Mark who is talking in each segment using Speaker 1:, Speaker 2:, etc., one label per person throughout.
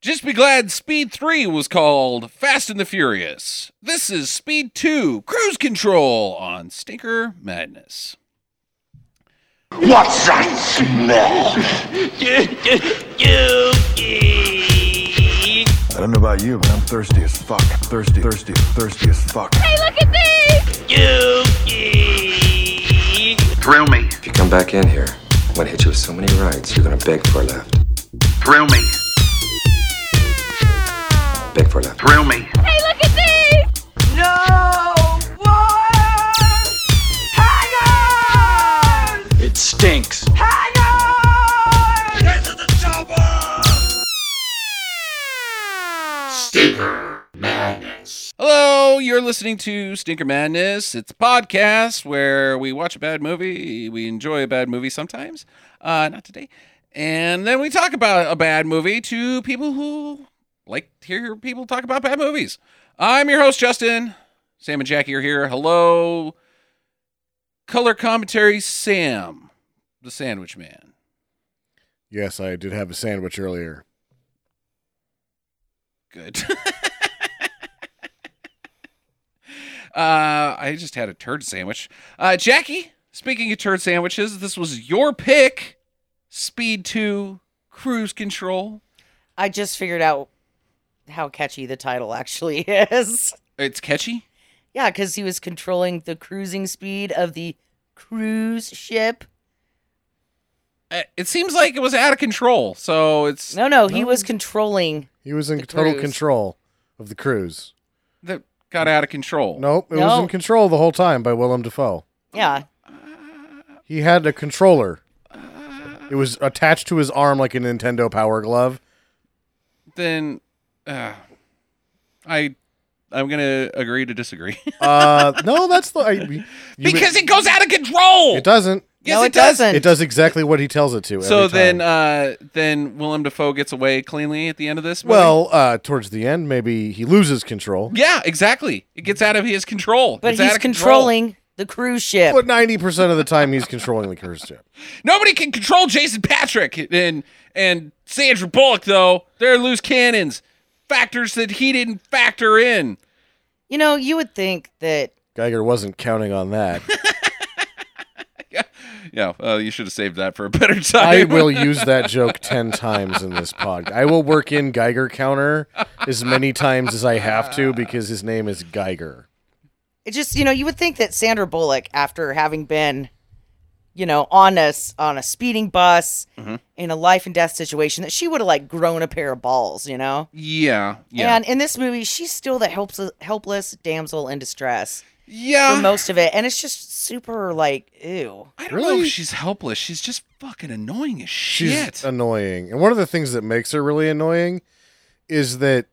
Speaker 1: Just be glad Speed 3 was called Fast and the Furious. This is Speed 2 Cruise Control on Stinker Madness.
Speaker 2: What's that smell?
Speaker 3: I don't know about you, but I'm thirsty as fuck. Thirsty, thirsty, thirsty as fuck.
Speaker 2: Thrill me,
Speaker 4: If you come back in here, I'm gonna hit you with so many rights, you're gonna beg for a left.
Speaker 2: thrill me,
Speaker 4: Beg for a left.
Speaker 2: thrill me.
Speaker 5: It stinks.
Speaker 1: Hello, you're listening to Stinker Madness. It's a podcast where we watch a bad movie, we enjoy a bad movie sometimes, uh, not today, and then we talk about a bad movie to people who like to hear people talk about bad movies. I'm your host, Justin. Sam and Jackie are here. Hello, color commentary, Sam, the sandwich man.
Speaker 6: Yes, I did have a sandwich earlier.
Speaker 1: Good. uh, I just had a turd sandwich. Uh, Jackie, speaking of turd sandwiches, this was your pick. Speed two, cruise control.
Speaker 7: I just figured out how catchy the title actually is.
Speaker 1: It's catchy.
Speaker 7: Yeah, because he was controlling the cruising speed of the cruise ship.
Speaker 1: Uh, It seems like it was out of control. So it's
Speaker 7: No, no, he
Speaker 1: Oh.
Speaker 7: was controlling.
Speaker 6: He was in
Speaker 7: The
Speaker 6: total
Speaker 7: cruise.
Speaker 6: control of the cruise.
Speaker 1: that got out of control.
Speaker 6: Nope, it was
Speaker 7: No.
Speaker 6: in control the whole time by Willem
Speaker 1: Oh.
Speaker 6: Dafoe.
Speaker 7: Yeah,
Speaker 6: He had a controller. It was attached to his arm like a Nintendo Power Glove.
Speaker 1: Then, uh, I, I'm gonna agree to disagree
Speaker 6: Uh, no, that's the I, you-
Speaker 1: because it goes out of control.
Speaker 6: it doesn't.
Speaker 1: Yes,
Speaker 7: No, it
Speaker 1: does.
Speaker 7: doesn't.
Speaker 6: It does exactly what he tells it to.
Speaker 1: So
Speaker 6: every
Speaker 1: then,
Speaker 6: time.
Speaker 1: uh, then Willem Dafoe gets away cleanly at the end of this. Movie?
Speaker 6: well, uh, towards the end, maybe he loses control.
Speaker 1: yeah, exactly. It gets out of his control.
Speaker 7: but
Speaker 1: It's out
Speaker 7: he's
Speaker 1: of control.
Speaker 7: controlling the cruise ship.
Speaker 6: But ninety percent of the time, he's controlling the cruise ship.
Speaker 1: Nobody can control Jason Patrick and and Sandra Bullock though. They're loose cannons. Factors that he didn't factor in.
Speaker 7: You know, you would think that.
Speaker 6: Geiger wasn't counting on that.
Speaker 1: Yeah, uh, you should have saved that for a better time.
Speaker 6: I will use that joke 10 times in this pod. I will work in Geiger counter as many times as I have to because his name is Geiger.
Speaker 7: It just, you know, you would think that Sandra Bullock, after having been, you know, on a s- on a speeding bus
Speaker 1: Mm-hmm.
Speaker 7: in a life and death situation, that she would have like grown a pair of balls, you know.
Speaker 1: Yeah, yeah,
Speaker 7: And in this movie, she's still that helps helpless damsel in distress.
Speaker 1: yeah.
Speaker 7: for most of it, and it's just super like ew.
Speaker 1: I don't know
Speaker 6: Really?
Speaker 1: if she's helpless. She's just fucking annoying as
Speaker 6: She's
Speaker 1: shit.
Speaker 6: annoying. And one of the things that makes her really annoying is that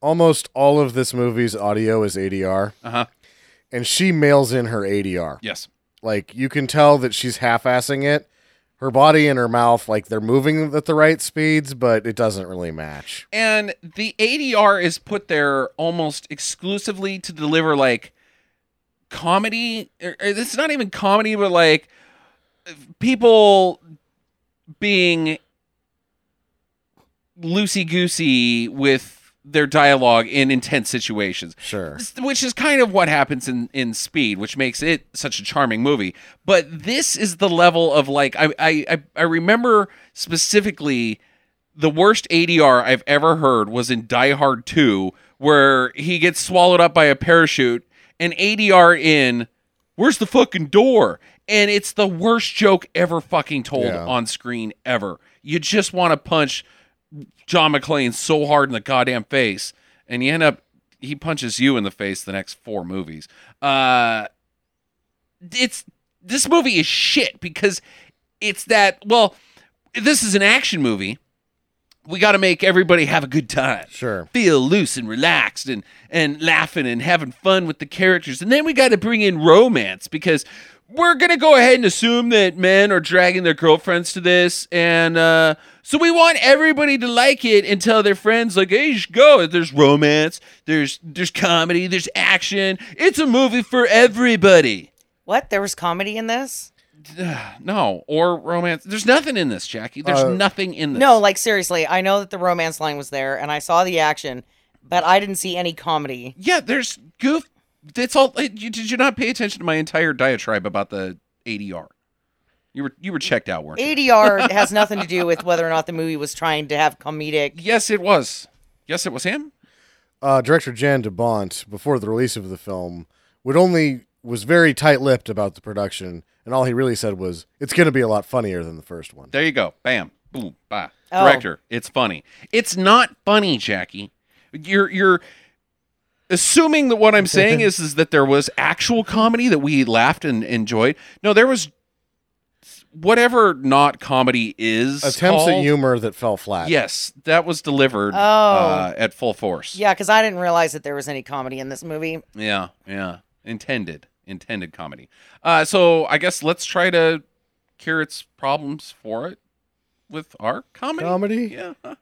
Speaker 6: almost all of this movie's audio is ADR.
Speaker 1: Uh-huh.
Speaker 6: And she mails in her ADR.
Speaker 1: yes.
Speaker 6: Like you can tell that she's half-assing it. Her body and her mouth, like they're moving at the right speeds, but it doesn't really match.
Speaker 1: and the ADR is put there almost exclusively to deliver like comedy. or- or It's not even comedy, but like people being loosey goosey with their dialogue in intense situations
Speaker 6: Sure.
Speaker 1: which is kind of what happens in in speed which makes it such a charming movie but this is the level of like i i I- i remember specifically the worst adr i've ever heard was in die hard 2 where he gets swallowed up by a parachute and adr in where's the fucking door and it's the worst joke ever fucking told
Speaker 6: Yeah.
Speaker 1: on screen ever you just want to punch John McClane so hard in the goddamn face, and you end up he punches you in the face the next four movies. Uh, it's this movie is shit because it's that well, this is an action movie. We got to make everybody have a good time
Speaker 6: Sure.
Speaker 1: feel loose and relaxed and and laughing and having fun with the characters. And then we got to bring in romance because we're gonna go ahead and assume that men are dragging their girlfriends to this, and uh, so we want everybody to like it and tell their friends like, "Hey, you should go." There's romance, there's there's comedy, there's action. It's a movie for everybody.
Speaker 7: What? There was comedy in this?
Speaker 1: no, or romance. There's nothing in this, Jackie. There's nothing in this.
Speaker 7: No, like seriously, I know that the romance line was there and I saw the action, but I didn't see any comedy.
Speaker 1: yeah, there's goof. That's all. it- you- did you not pay attention to my entire diatribe about the ADR? You were you were checked out, weren't you?
Speaker 7: ADR has nothing to do with whether or not the movie was trying to have comedic.
Speaker 1: Yes, it was. Yes, it was him.
Speaker 6: Uh, director Jan DeBont, before the release of the film, would only was very tight-lipped about the production, and all he really said was, "It's going to be a lot funnier than the first one."
Speaker 1: There you go. Bam. Boom. Bye.
Speaker 7: Oh.
Speaker 1: Director. It's funny. It's not funny, Jackie. You're you're assuming that what I'm saying is is that there was actual comedy that we laughed and enjoyed. No, there was whatever not comedy is
Speaker 6: Attempts at
Speaker 1: called.
Speaker 6: humor that fell flat.
Speaker 1: Yes, that was delivered
Speaker 7: Oh.
Speaker 1: uh, at full force.
Speaker 7: Yeah, because I didn't realize that there was any comedy in this movie.
Speaker 1: Yeah, yeah. Intended, intended comedy. Uh, so I guess let's try to cure its problems for it with our comedy.
Speaker 6: Comedy.
Speaker 1: Yeah.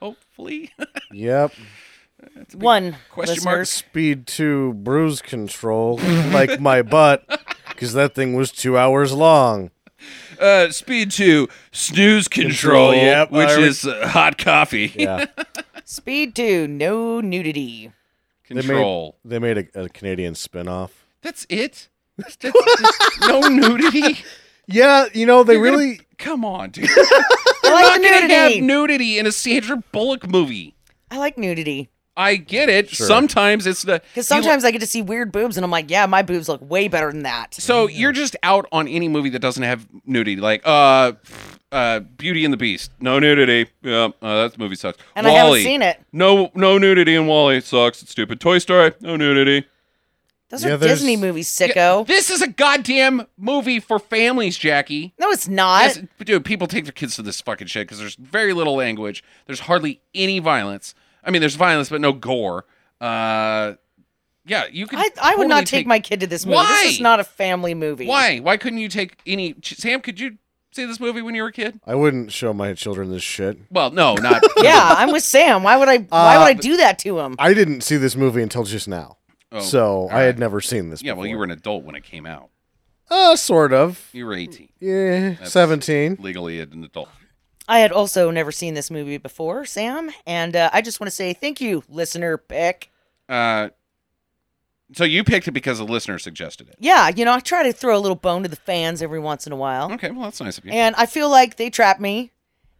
Speaker 1: Hopefully.
Speaker 6: Yep.
Speaker 7: One
Speaker 1: Question
Speaker 7: listeners.
Speaker 1: mark.
Speaker 6: Speed two bruise control, like my butt, because that thing was two hours long.
Speaker 1: Uh, speed two, snooze control,
Speaker 6: Control, yep,
Speaker 1: which
Speaker 6: I re-
Speaker 1: is uh, hot coffee.
Speaker 6: Yeah.
Speaker 7: Speed two, no nudity.
Speaker 1: control.
Speaker 6: They made a, a Canadian spin-off.
Speaker 1: That's it. That's, that's- no nudity.
Speaker 6: Yeah, you know they
Speaker 1: You're gonna-
Speaker 6: really
Speaker 1: Come on, dude.
Speaker 7: I
Speaker 1: Not
Speaker 7: like the
Speaker 1: gonna
Speaker 7: nudity.
Speaker 1: have nudity in a Sandra Bullock movie.
Speaker 7: I like nudity
Speaker 1: I get it.
Speaker 6: Sure.
Speaker 1: Sometimes it's the
Speaker 7: because
Speaker 1: you-
Speaker 7: sometimes I get to see weird boobs and I'm like, yeah, my boobs look way better than that.
Speaker 1: So you're just out on any movie that doesn't have nudity, like uh, uh, Beauty and the Beast, no nudity. Yeah, uh, that movie sucks.
Speaker 7: And I haven't
Speaker 1: Wall-E.
Speaker 7: seen it.
Speaker 1: No, no nudity in Wally. It sucks. It's stupid. Toy Story, no nudity.
Speaker 7: Those
Speaker 6: Yeah,
Speaker 7: are
Speaker 6: there's-
Speaker 7: Disney movies, sicko.
Speaker 1: This is a goddamn movie for families, Jackie.
Speaker 7: no, it's not.
Speaker 1: Yes, dude, people take their kids to this fucking shit because there's very little language. There's hardly any violence. I mean, there's violence, but no gore. Uh, yeah, you could.
Speaker 7: I, I would
Speaker 1: totally
Speaker 7: not take, my kid to this movie.
Speaker 1: Why?
Speaker 7: This is not a family movie.
Speaker 1: Why? Why couldn't you take any? Sam, could you see this movie when you were a kid?
Speaker 6: I wouldn't show my children this shit.
Speaker 1: Well, no, not.
Speaker 7: Yeah, I'm with Sam. Why would I? Why would I do that to him?
Speaker 6: I didn't see this movie until just now.
Speaker 1: Oh,
Speaker 6: so I
Speaker 1: right.
Speaker 6: had never seen this
Speaker 1: yeah, well, you
Speaker 6: before.
Speaker 1: were an adult when it came out.
Speaker 6: Uh, sort of.
Speaker 1: You were 18,
Speaker 6: Yeah,
Speaker 7: Mm.
Speaker 6: 17.
Speaker 1: legally an adult.
Speaker 7: I had also never seen this movie before, Sam, and uh, I just want to say thank you, listener pick.
Speaker 1: Uh, so you picked it because a listener suggested it.
Speaker 7: Yeah, you know, I try to throw a little bone to the fans every once in a while,
Speaker 1: Okay, well, that's nice of you.
Speaker 7: and I feel like they trapped me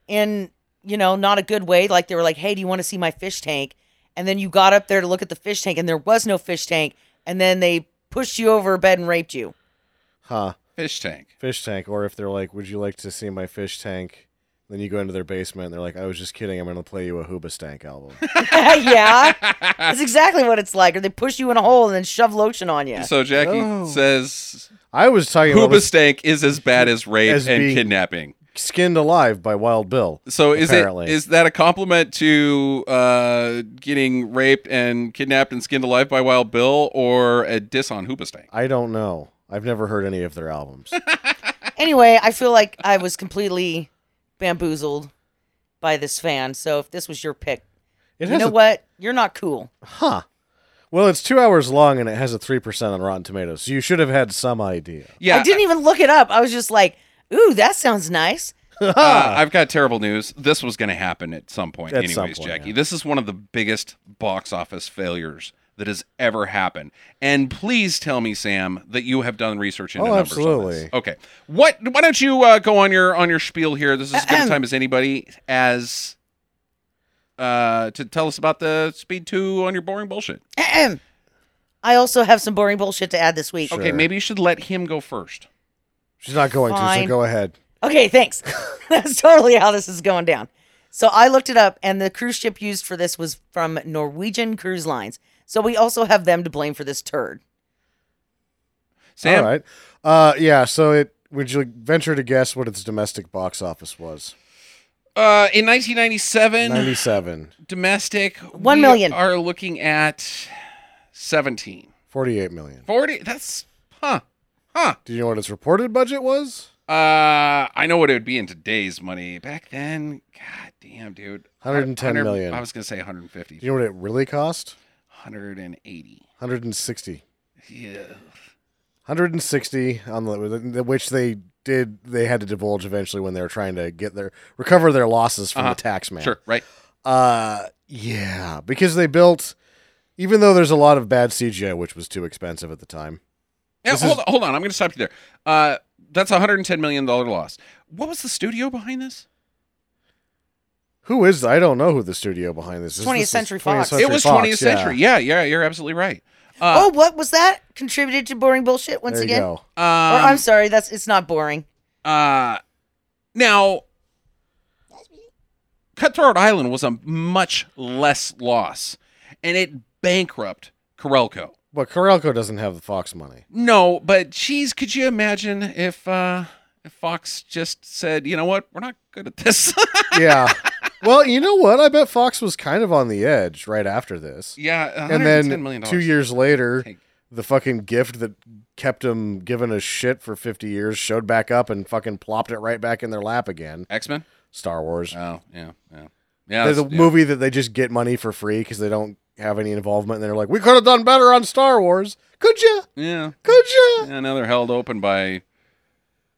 Speaker 7: in, you know, not a good way. Like they were like, "Hey, do you want to see my fish tank?" And then you got up there to look at the fish tank, and there was no fish tank, and then they pushed you over a bed and raped you.
Speaker 6: Huh.
Speaker 1: Fish tank.
Speaker 6: Fish tank. Or if they're like, would you like to see my fish tank? Then you go into their basement and they're like, I was just kidding. I'm going to play you a Hooba Stank album.
Speaker 7: yeah, that's exactly what it's like. Or they push you in a hole and then shove lotion on you.
Speaker 1: So Jackie
Speaker 6: Oh.
Speaker 1: says
Speaker 6: I was talking about
Speaker 1: Hooba
Speaker 6: was
Speaker 1: Stank is as bad as rape
Speaker 6: As
Speaker 1: and
Speaker 6: being-
Speaker 1: kidnapping.
Speaker 6: skinned alive by Wild Bill.
Speaker 1: So is
Speaker 6: apparently.
Speaker 1: it is that a compliment to uh, getting raped and kidnapped and skinned alive by Wild Bill, or a diss on Hooba Stank?
Speaker 6: I don't know. I've never heard any of their albums.
Speaker 7: anyway, I feel like I was completely bamboozled by this fan. So if this was your pick,
Speaker 6: It
Speaker 7: you
Speaker 6: has
Speaker 7: know
Speaker 6: a-
Speaker 7: what? You're not cool.
Speaker 6: Huh. Well, it's two hours long and it has a 3% on Rotten Tomatoes. So you should have had some idea.
Speaker 1: Yeah,
Speaker 7: I didn't even look it up. I was just like, "Ooh, that sounds nice."
Speaker 1: Uh, I've got terrible news. This was going to happen at some point,
Speaker 6: At
Speaker 1: anyways,
Speaker 6: some point,
Speaker 1: Jackie.
Speaker 6: yeah.
Speaker 1: This is one of the biggest box office failures that has ever happened. And please tell me, Sam, that you have done research into
Speaker 6: Oh,
Speaker 1: numbers. on this.
Speaker 6: absolutely.
Speaker 1: Okay. What? Why don't you uh, go on your on your spiel here? This is as good a time as anybody as uh, to tell us about the Speed Two on your boring bullshit.
Speaker 7: Ahem. I also have some boring bullshit to add this week.
Speaker 1: Okay,
Speaker 6: Sure.
Speaker 1: maybe you should let him go first.
Speaker 6: She's not going to,
Speaker 7: Fine.
Speaker 6: so go ahead.
Speaker 7: Okay, thanks. That's totally how this is going down. So I looked it up, and the cruise ship used for this was from Norwegian Cruise Lines. So we also have them to blame for this turd.
Speaker 1: Sam,
Speaker 6: All right. Uh, yeah. So it would you venture to guess what its domestic box office was?
Speaker 1: uh, in 1997,
Speaker 6: Ninety-seven,
Speaker 1: domestic,
Speaker 7: One
Speaker 1: we
Speaker 7: million.
Speaker 1: are looking at 17.
Speaker 6: forty-eight million.
Speaker 1: 40 that's huh huh
Speaker 6: Do you know what its reported budget was?
Speaker 1: uh i know what it would be in today's money back then god damn dude
Speaker 6: 110
Speaker 1: 100
Speaker 6: million.
Speaker 1: i was gonna say
Speaker 6: Do
Speaker 1: 150
Speaker 6: you know what it really cost?
Speaker 1: 180
Speaker 6: One hundred and sixty.
Speaker 1: yeah
Speaker 6: 160 on the which they did they had to divulge eventually when they were trying to get their recover their losses from
Speaker 1: Uh-huh.
Speaker 6: the tax man.
Speaker 1: Sure, right.
Speaker 6: Uh yeah, because they built even though there's a lot of bad CGI which was too expensive at the time.
Speaker 1: Yeah,
Speaker 6: This
Speaker 1: hold, on, hold on. I'm going to stop you there. Uh, that's a $110 million loss. What was the studio behind this?
Speaker 6: Who is I don't know who the studio behind this is.
Speaker 7: 20th
Speaker 6: This is
Speaker 7: Century
Speaker 6: 20th
Speaker 7: Fox.
Speaker 1: it was
Speaker 6: Fox,
Speaker 1: 20th
Speaker 6: yeah.
Speaker 1: century. Yeah, yeah, you're absolutely right. Uh,
Speaker 7: oh, what was that? Contributed to boring bullshit once
Speaker 6: There you
Speaker 7: again.
Speaker 6: go.
Speaker 1: Um,
Speaker 7: or I'm sorry, that's it's not boring.
Speaker 1: Uh, now, Cutthroat Island was a much less loss, and it bankrupt Corelco.
Speaker 6: But Corelco doesn't have the Fox money.
Speaker 1: No, but geez, could you imagine if uh, if Fox just said, you know what, we're not good at this?
Speaker 6: Yeah. well, you know what? I bet Fox was kind of on the edge right after this.
Speaker 1: yeah,
Speaker 6: and then
Speaker 1: $110 million.
Speaker 6: two years later,
Speaker 1: Take.
Speaker 6: the fucking gift that kept him giving a shit for 50 years showed back up and fucking plopped it right back in their lap again.
Speaker 1: X Men.
Speaker 6: Star Wars.
Speaker 1: Oh yeah, yeah, yeah.
Speaker 6: There's a
Speaker 1: that's- yeah.
Speaker 6: movie that they just get money for free because they don't have any involvement. And they're like, we could have done better on Star Wars. Could you?
Speaker 1: Yeah,
Speaker 6: Could you?
Speaker 1: yeah. Now they're held open by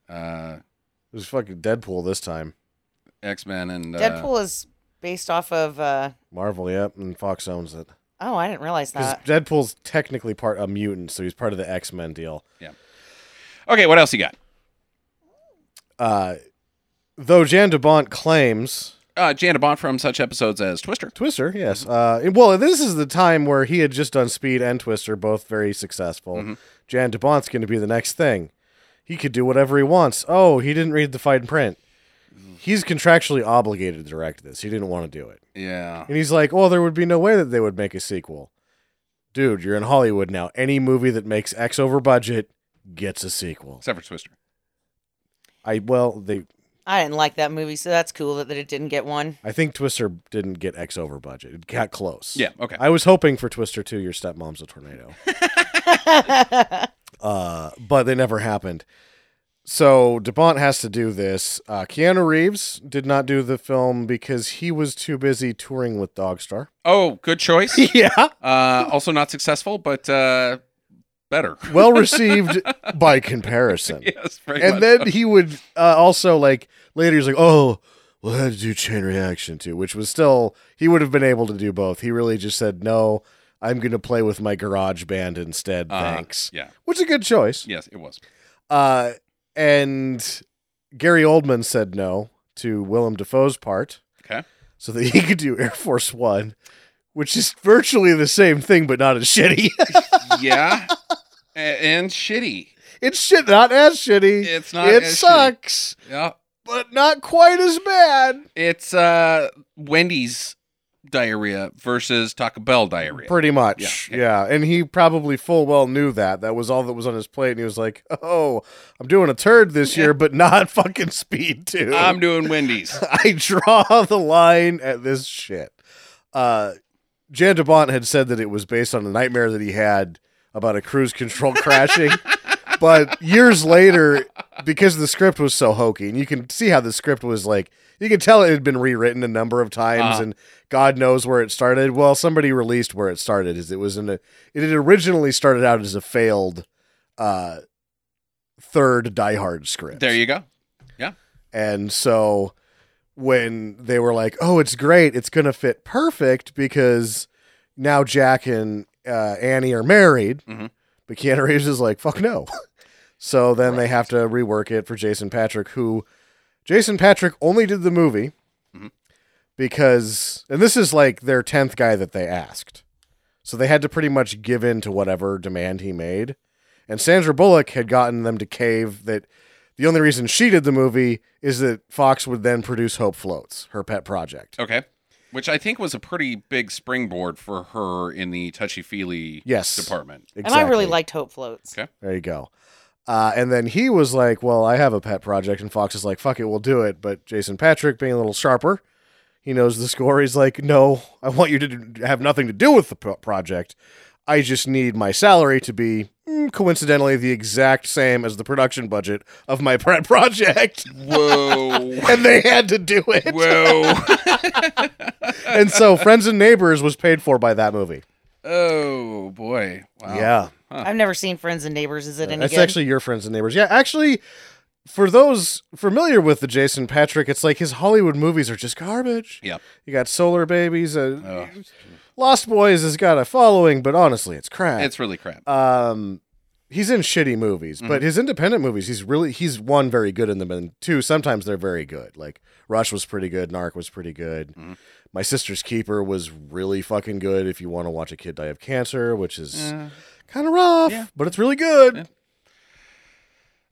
Speaker 1: uh,
Speaker 6: It was fucking Deadpool this time.
Speaker 1: X Men and uh,
Speaker 7: Deadpool is based off of. uh
Speaker 6: Marvel, yep. And Fox owns it.
Speaker 7: Oh, I didn't realize
Speaker 6: Because
Speaker 7: that.
Speaker 6: Deadpool's technically part a mutant, so he's part of the X Men deal.
Speaker 1: Okay, what else you got?
Speaker 6: Uh, though Jan DeBont claims
Speaker 1: Uh, Janet Bond from such episodes as Twister.
Speaker 6: Twister, yes. Uh, and- well, this is the time where he had just done Speed and Twister, both very successful. Jan DeBont's going to be the next thing. He could do whatever he wants. Oh, he didn't read the fine print. He's contractually obligated to direct this. He didn't want to do it.
Speaker 1: Yeah.
Speaker 6: And he's like, well, there would be no way that they would make a sequel. Dude, you're in Hollywood now. Any movie that makes X over budget gets a sequel.
Speaker 1: Except for Twister.
Speaker 6: I well, they
Speaker 7: I didn't like that movie, so that's cool that, that it didn't get one.
Speaker 6: I think Twister didn't get X over budget. It got close.
Speaker 1: Yeah, okay.
Speaker 6: I was hoping for Twister 2, Your Stepmom's a Tornado. uh, but they never happened. So DeBont has to do this. Uh, Keanu Reeves did not do the film because he was too busy touring with Dogstar.
Speaker 1: Oh, good choice.
Speaker 6: Yeah.
Speaker 1: uh, also not successful, but uh, better.
Speaker 6: Well received by comparison.
Speaker 1: yes, very
Speaker 6: and
Speaker 1: much.
Speaker 6: then he would uh, also like later he's like oh well I had to do chain reaction too which was still he would have been able to do both he really just said no i'm gonna play with my garage band instead
Speaker 1: Uh-huh.
Speaker 6: thanks
Speaker 1: Yeah.
Speaker 6: which is a good choice
Speaker 1: Yes, it was.
Speaker 6: uh, and gary oldman said no to willem dafoe's part
Speaker 1: Okay.
Speaker 6: so that he could do air force one which is virtually the same thing but not as shitty
Speaker 1: Yeah. A- and shitty.
Speaker 6: it's shit not as shitty
Speaker 1: It's not
Speaker 6: it
Speaker 1: as shitty.
Speaker 6: sucks
Speaker 1: Yeah.
Speaker 6: but not quite as bad
Speaker 1: It's uh, Wendy's diarrhea versus Taco Bell diarrhea.
Speaker 6: Pretty much.
Speaker 1: Yeah.
Speaker 6: Yeah. And he probably full well knew that. That was all that was on his plate. And he was like, oh, I'm doing a turd this year, but not fucking speed 2.
Speaker 1: I'm doing Wendy's.
Speaker 6: I draw the line at this shit. Uh, Jan DeBont had said that it was based on a nightmare that he had about a cruise control crashing. but years later, because the script was so hokey, and you can see how the script was like, you can tell it had been rewritten a number of times,
Speaker 1: Uh-huh.
Speaker 6: and God knows where it started. Well, somebody released where it started. Is it was in a, it had originally started out as a failed, uh, third Die Hard script
Speaker 1: There you go.
Speaker 6: and so when they were like, "Oh, it's great. It's going to fit perfect because now Jack and uh, Annie are married."
Speaker 7: Mm-hmm.
Speaker 1: Mhm.
Speaker 6: But Keanu Reeves is like, "Fuck no." so then they have to rework it for Jason Patrick who Jason Patrick only did the movie
Speaker 7: Mm-hmm.
Speaker 1: Mhm.
Speaker 6: because and this is like their 10th guy that they asked. So they had to pretty much give in to whatever demand he made. And Sandra Bullock had gotten them to cave that the only reason she did the movie is that Fox would then produce Hope Floats, her pet project.
Speaker 1: Okay. Which I think was a pretty big springboard for her in the touchy feely
Speaker 6: Yes.
Speaker 1: department.
Speaker 7: And I really
Speaker 6: Exactly.
Speaker 7: liked Hope Floats.
Speaker 1: Okay.
Speaker 6: There you go. Uh, and then he was like, "Well, I have a pet project," and Fox is like, "Fuck it, we'll do it." But Jason Patrick, being a little sharper, he knows the score. He's like, "No, I want you to d- have nothing to do with the pro- project. I just need my salary to be mm, coincidentally the exact same as the production budget of my pet project."
Speaker 1: Whoa.
Speaker 6: and they had to do it.
Speaker 1: Whoa.
Speaker 6: and so, Friends and Neighbors was paid for by that movie.
Speaker 1: oh, boy. Wow.
Speaker 6: Yeah.
Speaker 7: I've never seen Friends and Neighbors.
Speaker 1: Uh,
Speaker 7: Is it any
Speaker 6: That's
Speaker 7: good?
Speaker 6: actually your friends and neighbors. Yeah, actually, for those familiar with the Jason Patrick, it's like his Hollywood movies are just garbage.
Speaker 1: Yep.
Speaker 6: You got Solar Babies. Uh, Lost Boys has got a following, but honestly, it's crap.
Speaker 1: It's really crap.
Speaker 6: um, he's in shitty movies, but his independent movies, he's really he's one very good in them, and two sometimes they're very good. Like Rush was pretty good, Narc was pretty good. My Sister's Keeper was really fucking good. If you want to watch a kid die of cancer, which is kind of rough,
Speaker 1: Yeah.
Speaker 6: but it's really good.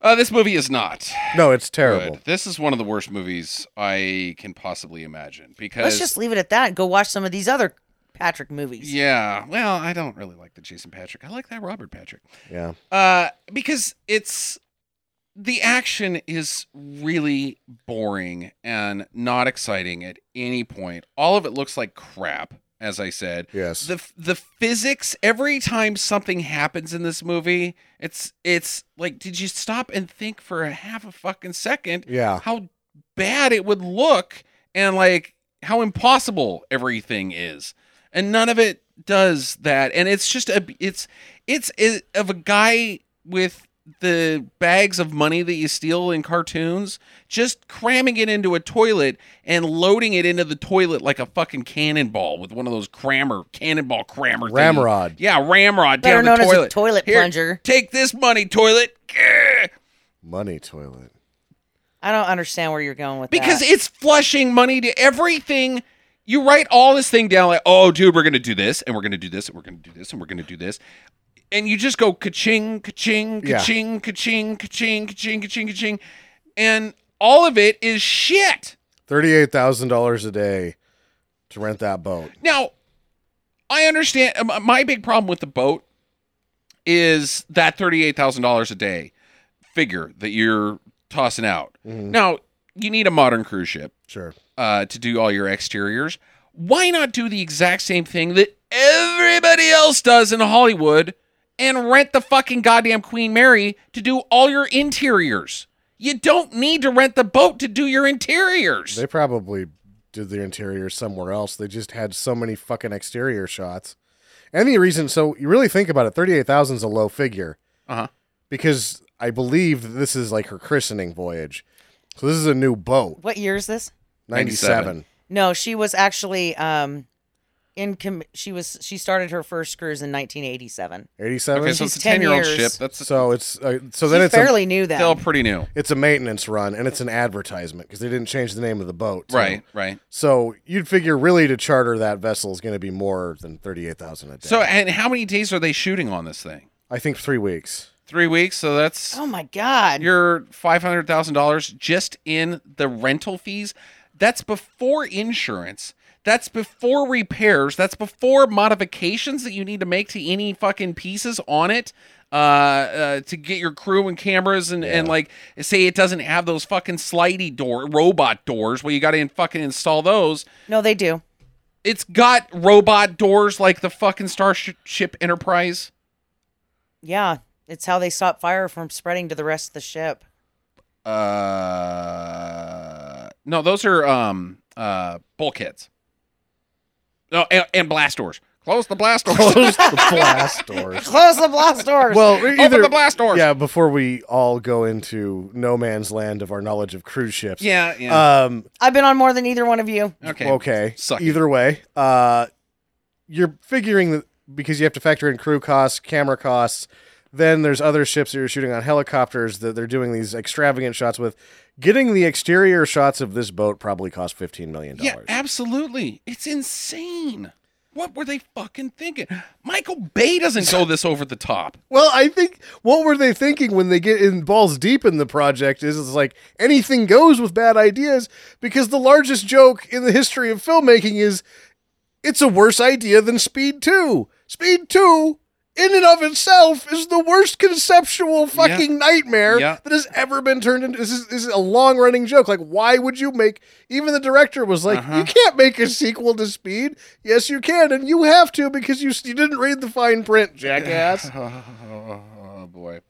Speaker 1: Uh, this movie is not
Speaker 6: No, it's
Speaker 1: good.
Speaker 6: terrible.
Speaker 1: This is one of the worst movies I can possibly imagine because
Speaker 7: Let's just leave it at that and go watch some of these other Patrick movies.
Speaker 1: yeah. Well, I don't really like the Jason Patrick. I like that Robert Patrick.
Speaker 6: Yeah.
Speaker 1: Uh, because it's the action is really boring and not exciting at any point. All of it looks like crap, as I said.
Speaker 6: Yes.
Speaker 1: The the physics every time something happens in this movie, it's it's like did you stop and think for a half a fucking second
Speaker 6: yeah.
Speaker 1: Uh, how bad it would look and like how impossible everything is and none of it does that and it's just a it's it's i of a guy with the bags of money that you steal in cartoons just cramming it into a toilet and loading it into the toilet like a fucking cannonball with one of those crammer cannonball crammer things.
Speaker 6: Ramrod.
Speaker 1: yeah ramrod
Speaker 7: Better
Speaker 1: down the
Speaker 7: known as a
Speaker 1: toilet
Speaker 7: toilet
Speaker 1: Here,
Speaker 7: plunger.
Speaker 1: take this money toilet Grr.
Speaker 6: Money toilet.
Speaker 7: I don't understand where you're going with
Speaker 1: because
Speaker 7: that.
Speaker 1: it's flushing money to everything. You write all this thing down like, oh, dude, we're gonna do this, and we're gonna do this, and we're gonna do this, and we're gonna do this, and you just go ka-ching, ka-ching,
Speaker 6: Yeah.
Speaker 1: ka-ching, ka-ching, ka-ching, ka-ching, ka-ching, ka-ching, and all of it is shit.
Speaker 6: Thirty-eight thousand dollars a day to rent that boat.
Speaker 1: Now, I understand. um, My big problem with the boat is that thirty-eight thousand dollars a day figure that you're tossing out. Now, you need a modern cruise ship.
Speaker 6: Sure.
Speaker 1: uh, to do all your exteriors. Why not do the exact same thing that everybody else does in Hollywood and rent the fucking goddamn Queen Mary to do all your interiors? You don't need to rent the boat to do your interiors.
Speaker 6: They probably did the interior somewhere else. They just had so many fucking exterior shots. And the reason, so you really think about it, thirty-eight thousand is a low figure.
Speaker 1: Uh-huh.
Speaker 6: Because I believe that this is like her christening voyage. So this is a new boat,
Speaker 7: what year is this?
Speaker 6: ninety-seven.
Speaker 7: No, she was actually um in com- she was she started her first cruise in 1987.
Speaker 6: 87?
Speaker 1: okay, so
Speaker 6: so,
Speaker 1: it's a
Speaker 7: She's 10
Speaker 1: ten-year-old
Speaker 7: years.
Speaker 1: ship. That's
Speaker 6: it's uh, so
Speaker 7: She
Speaker 6: then it's a,
Speaker 7: barely knew that.
Speaker 1: still pretty new.
Speaker 6: it's a maintenance run and it's an advertisement because they didn't change the name of the boat. so-
Speaker 1: Right, right.
Speaker 6: So you'd figure really to charter that vessel is going to be more than thirty-eight thousand a day.
Speaker 1: So, and how many days are they shooting on this thing?
Speaker 6: I think three weeks.
Speaker 1: Three weeks. So that's
Speaker 7: Oh my god.
Speaker 1: your five hundred thousand dollars just in the rental fees. That's before insurance. That's before repairs. That's before modifications that you need to make to any fucking pieces on it uh, uh, to get your crew and cameras and, and like say it doesn't have those fucking slidey door robot doors. Well, you got to in fucking install those.
Speaker 7: no, they do.
Speaker 1: It's got robot doors like the fucking Starship Enterprise.
Speaker 7: Yeah, it's how they stop fire from spreading to the rest of the ship.
Speaker 1: Uh, no, those are um uh bulkheads. No, and, and blast doors. Close the blast doors.
Speaker 6: Close the blast doors.
Speaker 7: Close the blast doors.
Speaker 6: Well, either,
Speaker 1: the blast doors.
Speaker 6: Yeah, before we all go into no man's land of our knowledge of cruise ships.
Speaker 1: yeah, yeah.
Speaker 6: Um.
Speaker 7: I've been on more than either one of you.
Speaker 1: okay.
Speaker 6: Okay.
Speaker 1: Suck it.
Speaker 6: Either way, uh, you're figuring that because you have to factor in crew costs, camera costs. Then there's other ships that you're shooting on helicopters that they're doing these extravagant shots with. Getting the exterior shots of this boat probably cost fifteen million
Speaker 1: Yeah,
Speaker 6: dollars.
Speaker 1: absolutely. It's insane. What were they fucking thinking? Michael Bay doesn't go this over the top.
Speaker 6: Well, I think what were they thinking when they get in balls deep in the project is it's like anything goes with bad ideas because the largest joke in the history of filmmaking is it's a worse idea than Speed 2. Speed 2 in and of itself is the worst conceptual fucking nightmare
Speaker 1: Yeah.
Speaker 6: that has ever been turned into this is, this is a long running joke like why would you make even the director was like you can't make a sequel to speed yes you can and you have to because you, you didn't read the fine print jackass
Speaker 1: Oh boy.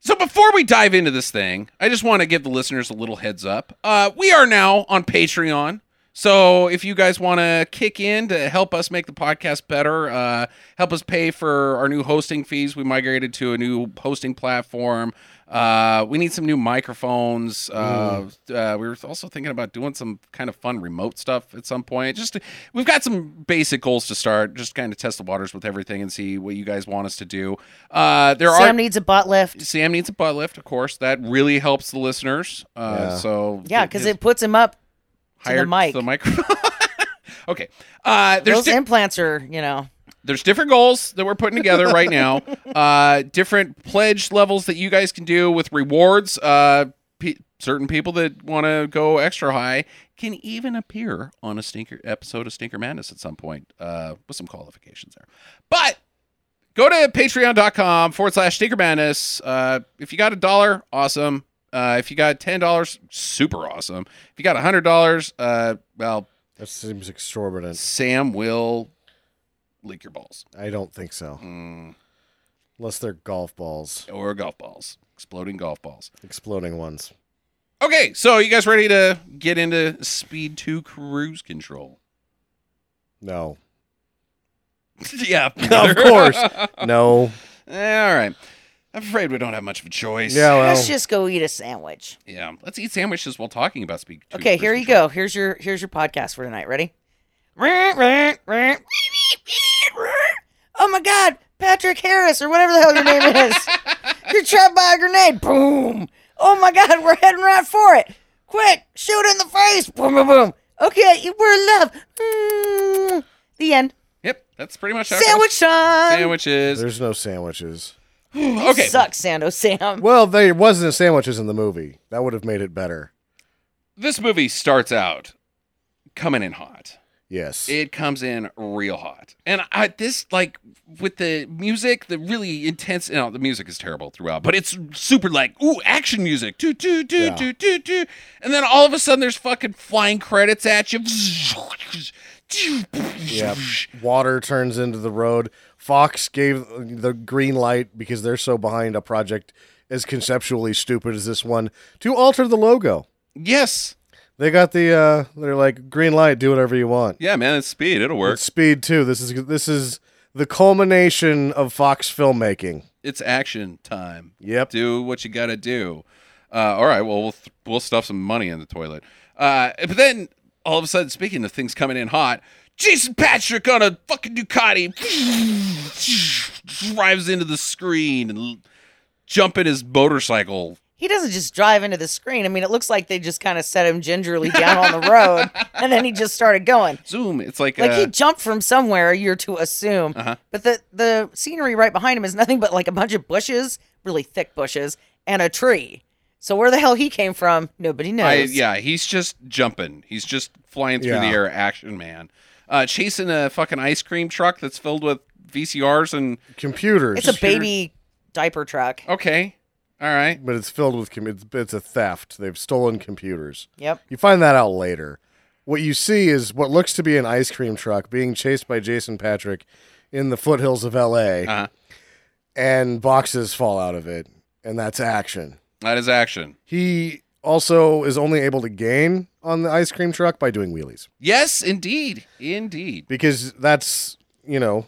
Speaker 1: So before we dive into this thing, I just want to give the listeners a little heads up. Uh, we are now on Patreon. So if you guys want to kick in to help us make the podcast better, uh, help us pay for our new hosting fees. We migrated to a new hosting platform. Uh, we need some new microphones. Uh, uh, we were also thinking about doing some kind of fun remote stuff at some point. Just we've got some basic goals to start. Just kind of test the waters with everything and see what you guys want us to do. Uh, there are
Speaker 7: Sam needs a butt lift.
Speaker 1: Sam needs a butt lift, of course. That really helps the listeners. Uh,
Speaker 6: Yeah.
Speaker 1: So
Speaker 7: Yeah, because it puts him up. the mic.
Speaker 1: microphone. okay. Uh, there's
Speaker 7: Those
Speaker 1: di-
Speaker 7: implants are, you know,
Speaker 1: there's different goals that we're putting together right now. Uh, different pledge levels that you guys can do with rewards. Uh, pe certain people that want to go extra high can even appear on a stinker episode of Stinker Madness at some point uh, with some qualifications there. But go to patreon.com forward slash stinker madness uh, if you got a dollar awesome uh, if you got ten dollars super awesome if you got a hundred dollars uh, well
Speaker 6: That seems exorbitant.
Speaker 1: sam will lick your balls Mm.
Speaker 6: I don't think so. Unless they're golf balls,
Speaker 1: or golf balls exploding golf balls
Speaker 6: exploding ones.
Speaker 1: okay so you guys ready to get into speed 2 cruise control
Speaker 6: No.
Speaker 1: yeah
Speaker 6: of
Speaker 1: Peter.
Speaker 6: course. No.
Speaker 1: all right i'm afraid we don't have much of a choice
Speaker 6: Yeah, well.
Speaker 7: let's just go eat a sandwich.
Speaker 1: yeah let's eat sandwiches while talking about speed 2
Speaker 7: Okay,
Speaker 1: cruise
Speaker 7: here you
Speaker 1: control.
Speaker 7: go. Here's your here's your podcast for tonight. Ready? Oh my God, Patrick Harris or whatever the hell your name is. You're trapped by a grenade. Boom. Oh my God, we're heading right for it. Quick, shoot in the face. Boom, boom, boom. Okay, you were in love. Mm. The end.
Speaker 1: yep that's pretty much how it goes.
Speaker 7: Sandwich time.
Speaker 1: sandwiches
Speaker 6: There's no sandwiches.
Speaker 1: okay
Speaker 7: Sucks, Sando Sam.
Speaker 6: Well, there wasn't a sandwiches in the movie. That would have made it better.
Speaker 1: this movie starts out coming in hot.
Speaker 6: Yes.
Speaker 1: It comes in real hot, and I this like with the music, the really intense. No, the music is terrible throughout, but it's super like ooh action music, do do do
Speaker 6: Yeah.
Speaker 1: do do do, and then all of a sudden there's fucking flying credits at you.
Speaker 6: yeah. Water turns into the road. Fox gave the green light because they're so behind a project as conceptually stupid as this one to alter the logo.
Speaker 1: Yes.
Speaker 6: They got the uh they're like green light, do whatever you want.
Speaker 1: Yeah, man, it's speed. It'll work.
Speaker 6: It's speed too. This is this is the culmination of Fox filmmaking.
Speaker 1: It's action time.
Speaker 6: Yep.
Speaker 1: Do what you got to do. Uh, all right. Well, we'll th- we'll stuff some money in the toilet. Uh, but then all of a sudden, speaking of things coming in hot, Jason Patrick on a fucking Ducati drives into the screen and l- jump in his motorcycle.
Speaker 7: He doesn't just drive into the screen. I mean, it looks like they just kind of set him gingerly down on the road, and then he just started going.
Speaker 1: Zoom. It's like,
Speaker 7: Like
Speaker 1: uh, Uh-huh.
Speaker 7: he jumped from somewhere, you're to assume. But the the scenery right behind him is nothing but like a bunch of bushes, really thick bushes, and a tree. So where the hell he came from, nobody knows.
Speaker 1: I, yeah, he's just jumping. He's just flying through the
Speaker 6: Yeah.
Speaker 1: air, action man, uh, chasing a fucking ice cream truck that's filled with VCRs and
Speaker 6: Computers.
Speaker 7: it's a baby diaper truck.
Speaker 1: okay, all right.
Speaker 6: but it's filled with com- it's, it's a theft. They've stolen computers.
Speaker 7: Yep.
Speaker 6: You find that out later. What you see is what looks to be an ice cream truck being chased by Jason Patrick in the foothills of LA.
Speaker 1: Uh-huh.
Speaker 6: And boxes fall out of it, and that's action.
Speaker 1: That is action.
Speaker 6: He also is only able to gain on the ice cream truck by doing wheelies
Speaker 1: Yes, indeed. Indeed.
Speaker 6: because that's, you know,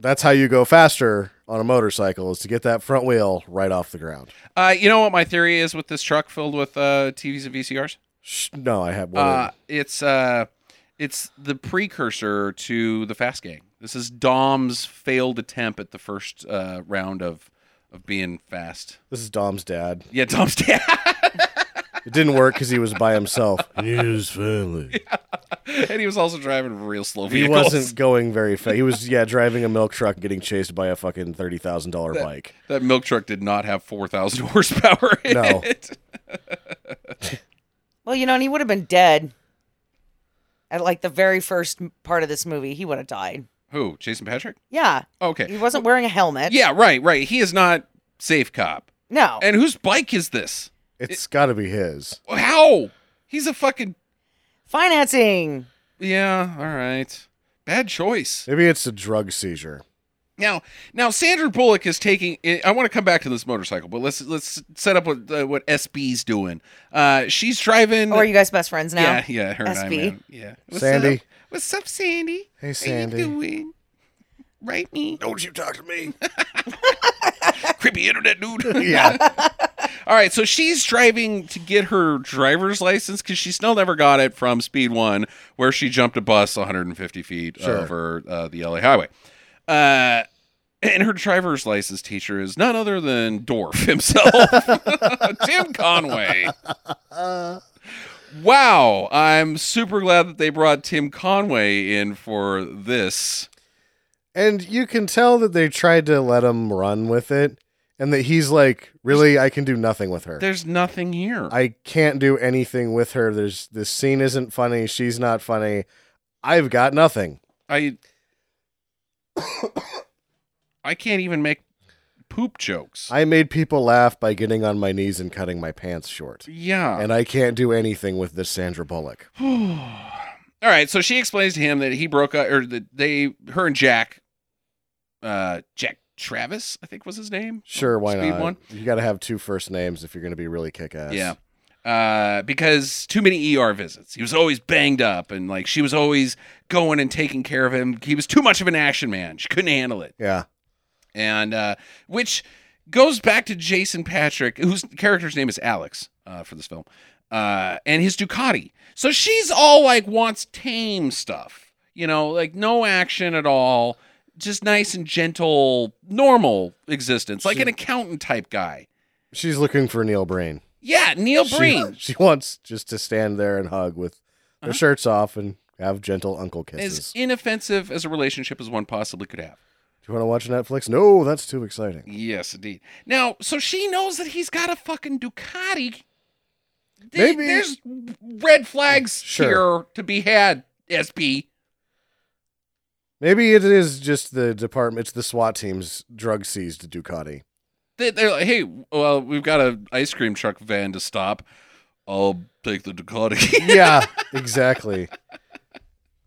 Speaker 6: that's how you go faster on a motorcycle is to get that front wheel right off the ground.
Speaker 1: Uh, you know what my theory is with this truck filled with uh, TVs and VCRs?
Speaker 6: Sh- No, I have one.
Speaker 1: Uh, it's uh, it's the precursor to the Fast Gang. This is Dom's failed attempt at the first uh, round of of being fast.
Speaker 6: this is Dom's dad.
Speaker 1: Yeah, Dom's dad.
Speaker 6: It didn't work because he was by himself.
Speaker 1: and he was also driving real slow
Speaker 6: He
Speaker 1: vehicles.
Speaker 6: wasn't going very fast. He was, yeah, driving a milk truck and getting chased by a fucking thirty thousand dollar bike.
Speaker 1: That milk truck did not have four thousand horsepower. In
Speaker 6: No.
Speaker 1: It.
Speaker 7: Well, you know, and he would have been dead at like the very first m- part of this movie. He would have died.
Speaker 1: Who? Jason Patrick?
Speaker 7: Yeah.
Speaker 1: Okay.
Speaker 7: He wasn't wearing a helmet.
Speaker 1: Yeah. Right. Right. He is not safe cop.
Speaker 7: No.
Speaker 1: And whose bike is this?
Speaker 6: It's got to be his.
Speaker 1: How? He's a fucking
Speaker 7: Financing.
Speaker 1: yeah. All right. Bad choice.
Speaker 6: Maybe it's a drug seizure.
Speaker 1: Now, now Sandra Bullock is taking. I want to come back to this motorcycle, but let's let's set up what uh, what SB's doing. Uh, she's driving.
Speaker 7: Or are you guys best friends now?
Speaker 1: yeah, yeah, her and I,
Speaker 7: SB.
Speaker 1: man. Yeah, What's
Speaker 6: Sandy.
Speaker 1: Up? What's up, Sandy?
Speaker 6: Hey, Sandy.
Speaker 1: How you doing? Write me,
Speaker 6: Don't you talk to me.
Speaker 1: creepy internet dude.
Speaker 6: yeah.
Speaker 1: All right, so she's driving to get her driver's license because she still never got it from Speed One, where she jumped a bus 150 feet
Speaker 6: Sure.
Speaker 1: over uh, the LA highway. Uh, and her driver's license teacher is none other than Dorf himself, Tim Conway. Wow, I'm super glad that they brought Tim Conway in for this.
Speaker 6: And you can tell that they tried to let him run with it and that he's like, really, I can do nothing with her.
Speaker 1: There's nothing here.
Speaker 6: I can't do anything with her. There's this scene isn't funny. She's not funny. I've got nothing.
Speaker 1: I I can't even make poop jokes.
Speaker 6: I made people laugh by getting on my knees and cutting my pants short.
Speaker 1: yeah.
Speaker 6: Uh, And I can't do anything with this Sandra Bullock.
Speaker 1: All right, so she explains to him that he broke up or that they her and Jack uh Jack Travis, I think was his name.
Speaker 6: Sure, why
Speaker 1: Speed
Speaker 6: not?
Speaker 1: one?
Speaker 6: You got to have two first names if you're going to be really kick ass.
Speaker 1: Yeah. Uh, because too many ER visits. He was always banged up and like she was always going and taking care of him. He was too much of an action man. She couldn't handle it.
Speaker 6: Yeah.
Speaker 1: and uh, which goes back to Jason Patrick, whose character's name is Alex uh, for this film, uh, and his Ducati. So she's all like wants tame stuff, you know, like no action at all, just nice and gentle, normal existence, like an accountant type guy.
Speaker 6: She's looking for Neil Breen.
Speaker 1: Yeah, Neil Breen. Uh-huh.
Speaker 6: She, she wants just to stand there and hug with their shirts off and have gentle uncle kisses.
Speaker 1: As inoffensive as a relationship as one possibly could have.
Speaker 6: Do you want to watch Netflix? No, that's too exciting.
Speaker 1: Yes, indeed. Now, so she knows that he's got a fucking Ducati. Th-
Speaker 6: Maybe-
Speaker 1: there's red flags
Speaker 6: Sure.
Speaker 1: here to be had. SB.
Speaker 6: Maybe it is just the department, it's the SWAT team's drug seized Ducati.
Speaker 1: They- They're like, hey, well, we've got an ice cream truck van to stop. I'll take the Ducati.
Speaker 6: Yeah, exactly.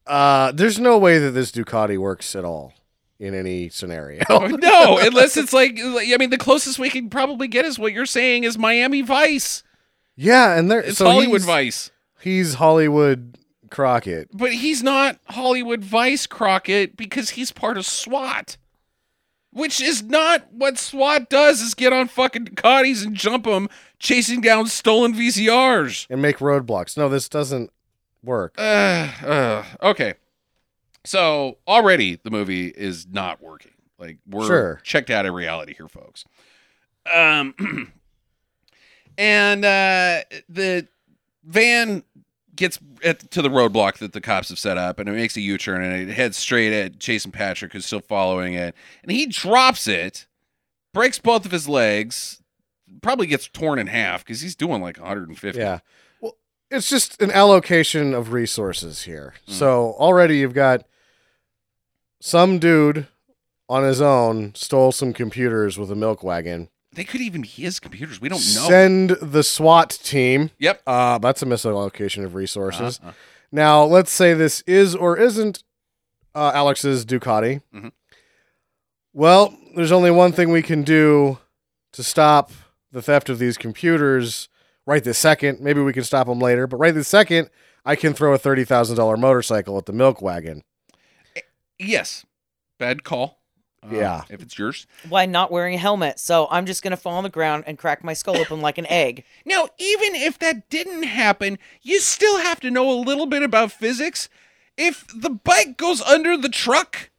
Speaker 6: Uh, there's no way that this Ducati works at all in any scenario.
Speaker 1: no, unless it's like, like- I mean, the closest we can probably get is what you're saying is Miami Vice.
Speaker 6: yeah, and there
Speaker 1: It's
Speaker 6: so
Speaker 1: Hollywood
Speaker 6: he's-
Speaker 1: Vice.
Speaker 6: He's Hollywood Crockett.
Speaker 1: But he's not Hollywood Vice Crockett because he's part of SWAT. Which is not what SWAT does is get on fucking Ducatis and jump them chasing down stolen VCRs.
Speaker 6: and make roadblocks. No, this doesn't work.
Speaker 1: Uh, okay. So already the movie is not working. Like we're
Speaker 6: Sure.
Speaker 1: checked out of reality here, folks. Um and uh the van gets at, to the roadblock that the cops have set up and it makes a u-turn and it heads straight at jason patrick who's still following it and he drops it breaks both of his legs probably gets torn in half because he's doing like 150
Speaker 6: Yeah. Well, it's just an allocation of resources here. So already you've got some dude on his own stole some computers with a milk wagon.
Speaker 1: they could even be his computers we don't know
Speaker 6: Send the SWAT team.
Speaker 1: yep
Speaker 6: Uh, that's a misallocation of resources.
Speaker 1: Uh-huh.
Speaker 6: Now, let's say this is or isn't uh, Alex's Ducati.
Speaker 1: Mhm.
Speaker 6: Well, there's only one thing we can do to stop the theft of these computers right this second. Maybe we can stop them later, but right this second, I can throw a $30,000 motorcycle at the milk wagon.
Speaker 1: yes bad call Uh,
Speaker 6: Yeah.
Speaker 1: if it's yours
Speaker 7: Why not wearing a helmet? So I'm just gonna fall on the ground and crack my skull open like an egg.
Speaker 1: Now, even if that didn't happen, you still have to know a little bit about physics. If the bike goes under the truck,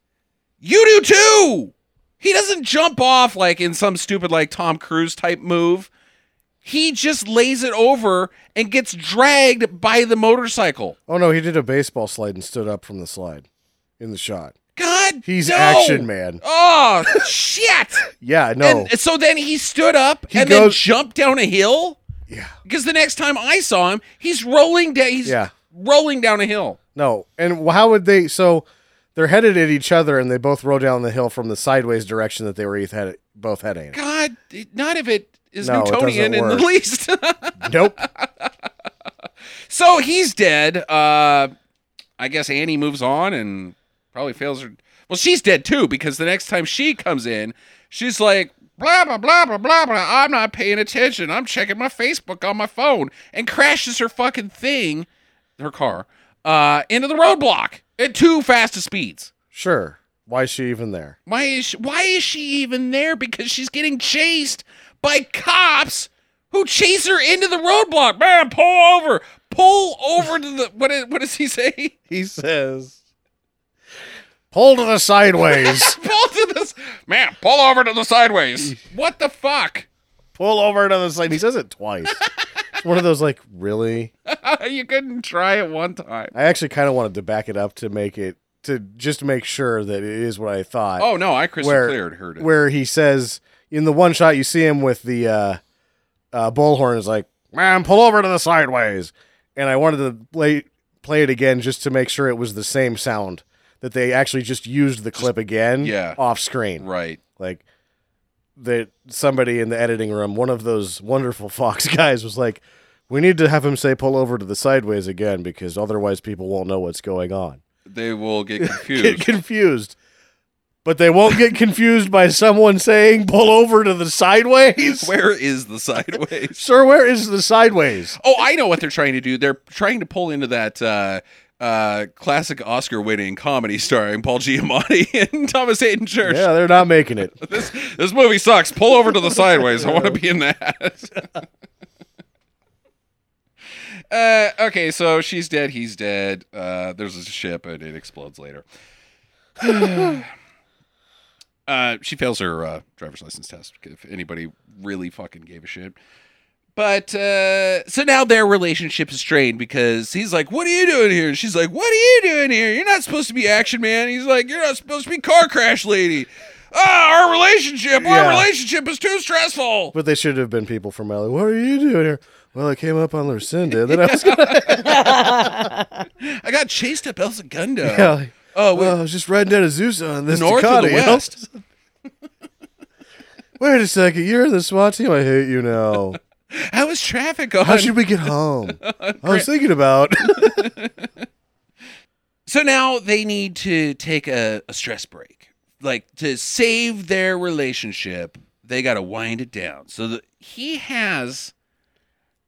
Speaker 1: you do too. He doesn't jump off like in some stupid like Tom Cruise type move. He just lays it over and gets dragged by the motorcycle.
Speaker 6: Oh no, he did a baseball slide and stood up from the slide in the shot.
Speaker 1: God,
Speaker 6: He's
Speaker 1: no!
Speaker 6: action man.
Speaker 1: Oh shit!
Speaker 6: Yeah, no.
Speaker 1: And so then he stood up
Speaker 6: He
Speaker 1: and then
Speaker 6: goes-
Speaker 1: jumped down a hill.
Speaker 6: yeah.
Speaker 1: Because the next time I saw him, he's rolling down. He's
Speaker 6: Yeah.
Speaker 1: rolling down a hill.
Speaker 6: No. And how would they? So they're headed at each other, and they both roll down the hill from the sideways direction that they were eith- headed, both heading.
Speaker 1: God, it- not if it is
Speaker 6: No, it doesn't
Speaker 1: Newtonian in the
Speaker 6: work.
Speaker 1: least.
Speaker 6: nope.
Speaker 1: so he's dead. Uh, I guess Annie moves on, and Probably fails her. Well, she's dead too because the next time she comes in, she's like, blah, blah, blah, blah, blah, blah. I'm not paying attention. I'm checking my Facebook on my phone and crashes her fucking thing, her car, uh, into the roadblock at two fastest speeds.
Speaker 6: Sure. Why is she even there?
Speaker 1: Why is she, why is she even there? Because she's getting chased by cops who chase her into the roadblock. Man, pull over, pull over to the what? Is, what does he say?
Speaker 6: He says, "Pull to the sideways.
Speaker 1: pull to this man. Pull over to the sideways. What the fuck?
Speaker 6: pull over to the side." He says it twice. It's one of those like really.
Speaker 1: you couldn't try it one time.
Speaker 6: I actually kind of wanted to back it up to make it to just make sure that it is what I thought.
Speaker 1: Oh no, I crystal
Speaker 6: where
Speaker 1: cleared heard it.
Speaker 6: where he says in the one shot you see him with the uh, uh, bullhorn is like, "Man, pull over to the sideways," and I wanted to play play it again just to make sure it was the same sound that they actually just used the clip again,
Speaker 1: yeah.
Speaker 6: off screen,
Speaker 1: right.
Speaker 6: like that somebody in the editing room, one of those wonderful Fox guys, was like, "We need to have him say pull over to the sideways again because otherwise people won't know what's going on."
Speaker 1: They will get
Speaker 6: get
Speaker 1: confused.
Speaker 6: confused. But they won't get confused by someone saying pull over to the sideways.
Speaker 1: Where is the sideways?
Speaker 6: Sir, where is the sideways?
Speaker 1: Oh, I know what they're trying to do. They're trying to pull into that uh, uh, classic Oscar-winning comedy starring Paul Giamatti and Thomas Hayden Church.
Speaker 6: Yeah, they're not making it.
Speaker 1: This this movie sucks. Pull over to the sideways. I want to be in that. uh, okay, so she's dead. He's dead. Uh, there's a ship, and it explodes later. uh, she fails her uh, driver's license test. If anybody really fucking gave a shit. But uh, so now their relationship is strained because he's like, "What are you doing here?" And she's like, "What are you doing here? You're not supposed to be action man." He's like, "You're not supposed to be car crash lady." Ah, our relationship, our
Speaker 6: Yeah.
Speaker 1: relationship is too stressful.
Speaker 6: But they should have been people from LA. What are you doing here? Well, I came up on Lucinda. Then I was gonna
Speaker 1: I got chased up El Segundo.
Speaker 6: yeah,
Speaker 1: Oh, wait,
Speaker 6: well, I was just riding down Azusa on this
Speaker 1: north or
Speaker 6: Ducati,
Speaker 1: the
Speaker 6: you know?
Speaker 1: west?
Speaker 6: Wait a second, you're in the SWAT team. I hate you now.
Speaker 1: How was traffic on?
Speaker 6: How should we get home? I was thinking about
Speaker 1: So now they need to take a, a stress break. Like to save their relationship, they got to wind it down. So the, he has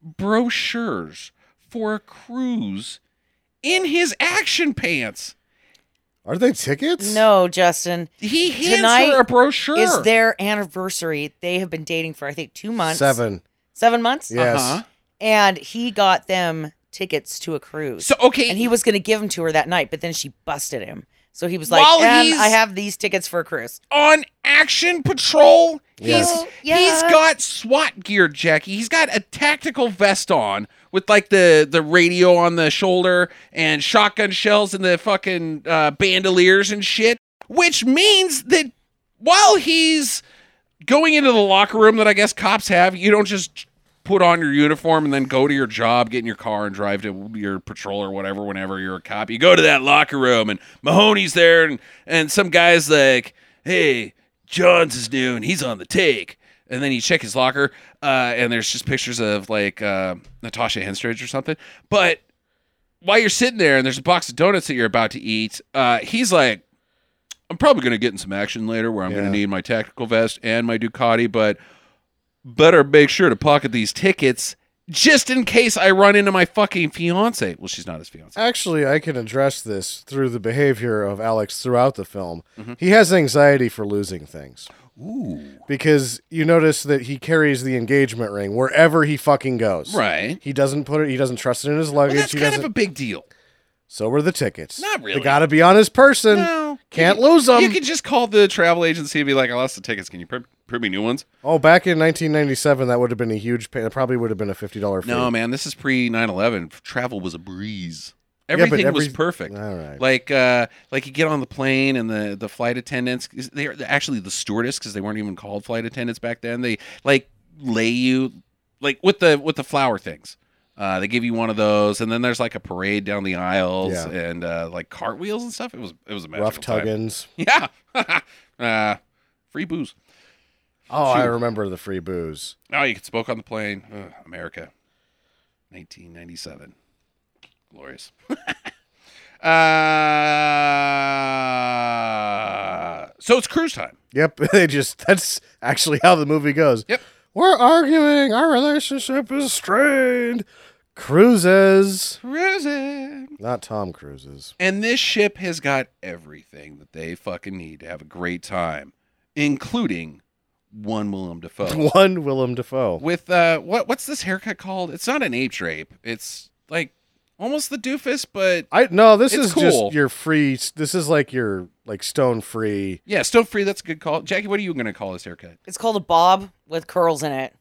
Speaker 1: brochures for a cruise in his action pants.
Speaker 6: Are they tickets?
Speaker 7: No, Justin.
Speaker 1: He hands
Speaker 7: Tonight
Speaker 1: her a brochure.
Speaker 7: Is their anniversary? They have been dating for I think two months.
Speaker 6: Seven.
Speaker 7: Seven months.
Speaker 6: Yes.
Speaker 1: Uh-huh.
Speaker 7: And he got them tickets to a cruise.
Speaker 1: So okay,
Speaker 7: and he was going to give them to her that night, but then she busted him. So he was like,
Speaker 1: While
Speaker 7: "And
Speaker 1: he's-
Speaker 7: I have these tickets for a cruise.
Speaker 1: on action patrol.
Speaker 6: Yes.
Speaker 1: He's
Speaker 7: Yeah.
Speaker 1: he's got SWAT gear, Jackie. He's got a tactical vest on with like the the radio on the shoulder and shotgun shells and the fucking uh, bandoliers and shit. Which means that while he's going into the locker room that I guess cops have, you don't just put on your uniform and then go to your job, get in your car and drive to your patrol or whatever whenever you're a cop. You go to that locker room and Mahoney's there and and some guy's like, "Hey, Johns is new and he's on the take." And then you check his locker uh, and there's just pictures of like uh, Natasha Henstridge or something. But while you're sitting there and there's a box of donuts that you're about to eat, uh, he's like, I'm probably going to get in some action later where I'm going
Speaker 6: Yeah.
Speaker 1: to need my tactical vest and my Ducati, but better make sure to pocket these tickets just in case I run into my fucking fiance. Well, she's not his fiance.
Speaker 6: Actually, I can address this through the behavior of Alex throughout the film.
Speaker 1: Mm-hmm.
Speaker 6: He has anxiety for losing things. Ooh. Because you notice that he carries the engagement ring wherever he fucking goes.
Speaker 1: Right.
Speaker 6: He doesn't put it. He doesn't trust it in his luggage.
Speaker 1: Well, that's
Speaker 6: he
Speaker 1: kind
Speaker 6: doesn't.
Speaker 1: of a big deal.
Speaker 6: so are the tickets.
Speaker 1: Not really.
Speaker 6: They got to be on his person.
Speaker 1: No.
Speaker 6: Can't lose them.
Speaker 1: you could just call the travel agency and be like, I lost the tickets. Can you print, print me new ones?
Speaker 6: oh, back in 1997, that would have been a huge. Pay- that probably would have been a fifty dollar fee.
Speaker 1: No, man, this is pre 9 11. Travel was a breeze.
Speaker 6: but
Speaker 1: Everything was
Speaker 6: every-
Speaker 1: perfect.
Speaker 6: All right.
Speaker 1: Like, uh, like you get on the plane and the, the flight attendants, they're actually the stewardess because they weren't even called flight attendants back then. They like lay you like with the with the flower things. Uh, they give you one of those, and then there's like a parade down the aisles
Speaker 6: Yeah.
Speaker 1: and uh, like cartwheels and stuff. It was it was a magical
Speaker 6: Rough
Speaker 1: time.
Speaker 6: tuggins.
Speaker 1: Yeah, uh, free booze.
Speaker 6: Oh, I
Speaker 1: Shoot.
Speaker 6: remember the free booze.
Speaker 1: Oh, you could smoke on the plane. Ugh, America, 1997, glorious. Uh, so it's cruise time.
Speaker 6: Yep, they just that's actually how the movie goes.
Speaker 1: Yep.
Speaker 6: We're arguing, our relationship is strained. Cruises.
Speaker 1: Cruising.
Speaker 6: Not Tom Cruises.
Speaker 1: And this ship has got everything that they fucking need to have a great time, including one Willem Dafoe.
Speaker 6: One Willem Dafoe.
Speaker 1: With uh, what what's this haircut called? It's not an ape drape. It's like almost the doofus, but
Speaker 6: I no, this
Speaker 1: It's
Speaker 6: is just
Speaker 1: cool.
Speaker 6: your free this is like your like stone free.
Speaker 1: yeah, still free. That's a good call. Jackie, what are you gonna call this haircut?
Speaker 7: It's called a bob with curls in it.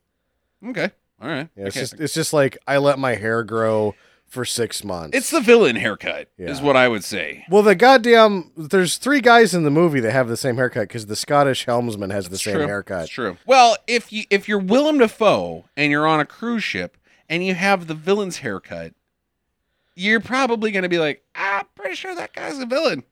Speaker 1: Okay, all right.
Speaker 6: Yeah, it's
Speaker 1: Okay.
Speaker 6: just it's just like I let my hair grow for six months.
Speaker 1: It's the villain haircut, is
Speaker 6: Yeah.
Speaker 1: what I would say.
Speaker 6: well, the goddamn there's three guys in the movie that have the same haircut because the Scottish helmsman has the
Speaker 1: It's
Speaker 6: same
Speaker 1: true.
Speaker 6: haircut.
Speaker 1: It's true. Well, if you if you're Willem Dafoe and you're on a cruise ship and you have the villain's haircut, you're probably going to be like, "I'm pretty sure that guy's a villain."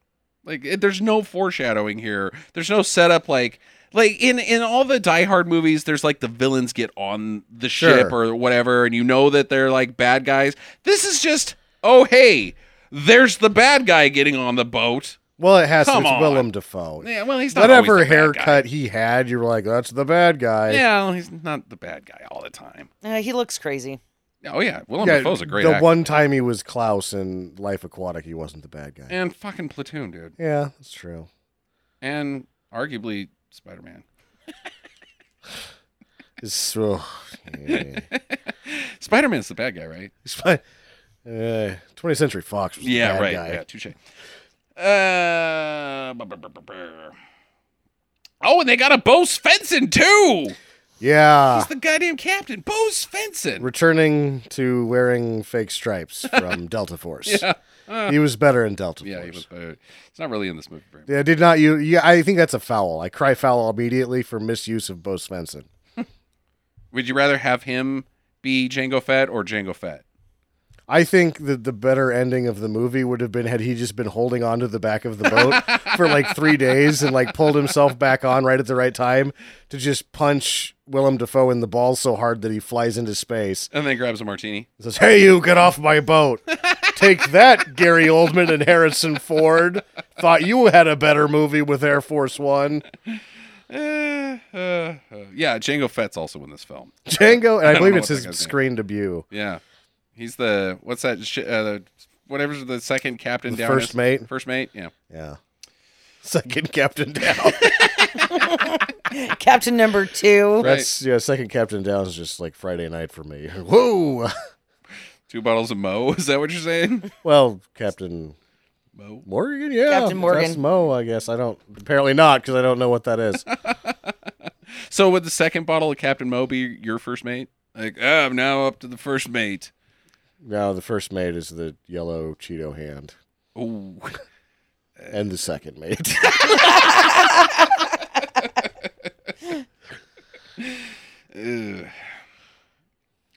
Speaker 1: Like, it, there's no foreshadowing here. There's no setup. Like, like in in all the Die Hard movies, there's like the villains get on the ship
Speaker 6: Sure.
Speaker 1: or whatever, and you know that they're like bad guys. This is just, oh hey, there's the bad guy getting on the boat.
Speaker 6: Well, it has
Speaker 1: Come
Speaker 6: to. It's
Speaker 1: on.
Speaker 6: Willem Dafoe.
Speaker 1: Yeah, well, he's not always
Speaker 6: Whatever
Speaker 1: the bad guy.
Speaker 6: haircut he had, you were like, that's the bad guy.
Speaker 1: Yeah, well, he's not the bad guy all the time.
Speaker 7: Uh, he looks crazy.
Speaker 1: Oh yeah, Willem
Speaker 6: Yeah,
Speaker 1: Dafoe's a great
Speaker 6: The
Speaker 1: actor.
Speaker 6: one time he was Klaus in Life Aquatic, he wasn't the bad guy. Yeah,
Speaker 1: and fucking Platoon, dude,
Speaker 6: that's true.
Speaker 1: and arguably Spider Man.
Speaker 6: It's, oh, yeah.
Speaker 1: Spider Man's the bad guy, right?
Speaker 6: It's my- uh, 20th Century Fox was the
Speaker 1: yeah,
Speaker 6: bad
Speaker 1: right.
Speaker 6: guy.
Speaker 1: Yeah, touche. Uh, bu- bu- bu- bu- bu- oh, and they got a Bo Svensson too.
Speaker 6: Yeah.
Speaker 1: He's the goddamn captain, Bo Svensson.
Speaker 6: Returning to wearing fake stripes from Delta Force.
Speaker 1: Yeah, Uh.
Speaker 6: He was better in Delta
Speaker 1: yeah, he
Speaker 6: Force.
Speaker 1: was. Uh, he's not really in this movie. Very much.
Speaker 6: Yeah, did not you? Yeah, I think that's a foul. I cry foul immediately for misuse of Bo Svensson.
Speaker 1: Would you rather have him be Django Fett or Django Fett?
Speaker 6: I think that the better ending of the movie would have been had he just been holding on to the back of the boat for like three days and like pulled himself back on right at the right time to just punch Willem Dafoe in the balls so hard that he flies into space.
Speaker 1: And then grabs a martini.
Speaker 6: He says, Hey, you, get off my boat. Take that, Gary Oldman and Harrison Ford. Thought you had a better movie with Air Force One.
Speaker 1: Uh, uh, uh, yeah, Django Fett's also in this film.
Speaker 6: Django, and
Speaker 1: I
Speaker 6: I,
Speaker 1: don't
Speaker 6: believe
Speaker 1: know what that
Speaker 6: it's
Speaker 1: guy's
Speaker 6: his
Speaker 1: name
Speaker 6: screen debut.
Speaker 1: Yeah, he's the what's that? Sh- uh, the, whatever's the second captain
Speaker 6: The
Speaker 1: down.
Speaker 6: first
Speaker 1: is-
Speaker 6: mate?
Speaker 1: First mate. Yeah.
Speaker 6: Yeah. Second Captain Down.
Speaker 7: Captain number two.
Speaker 6: That's yeah. Second Captain Down is just like Friday night for me. Whoa.
Speaker 1: Two bottles of Mo. Is that what you're saying?
Speaker 6: Well, Captain
Speaker 1: Mo.
Speaker 6: Morgan. Yeah,
Speaker 7: Captain Morgan.
Speaker 6: That's Mo, I guess. I don't. Apparently not, because I don't know what that is.
Speaker 1: So would the second bottle of Captain Mo be your first mate? Like, oh, I'm now up to the first mate.
Speaker 6: no, the first mate is the yellow Cheeto hand,
Speaker 1: Oh,
Speaker 6: and the second mate.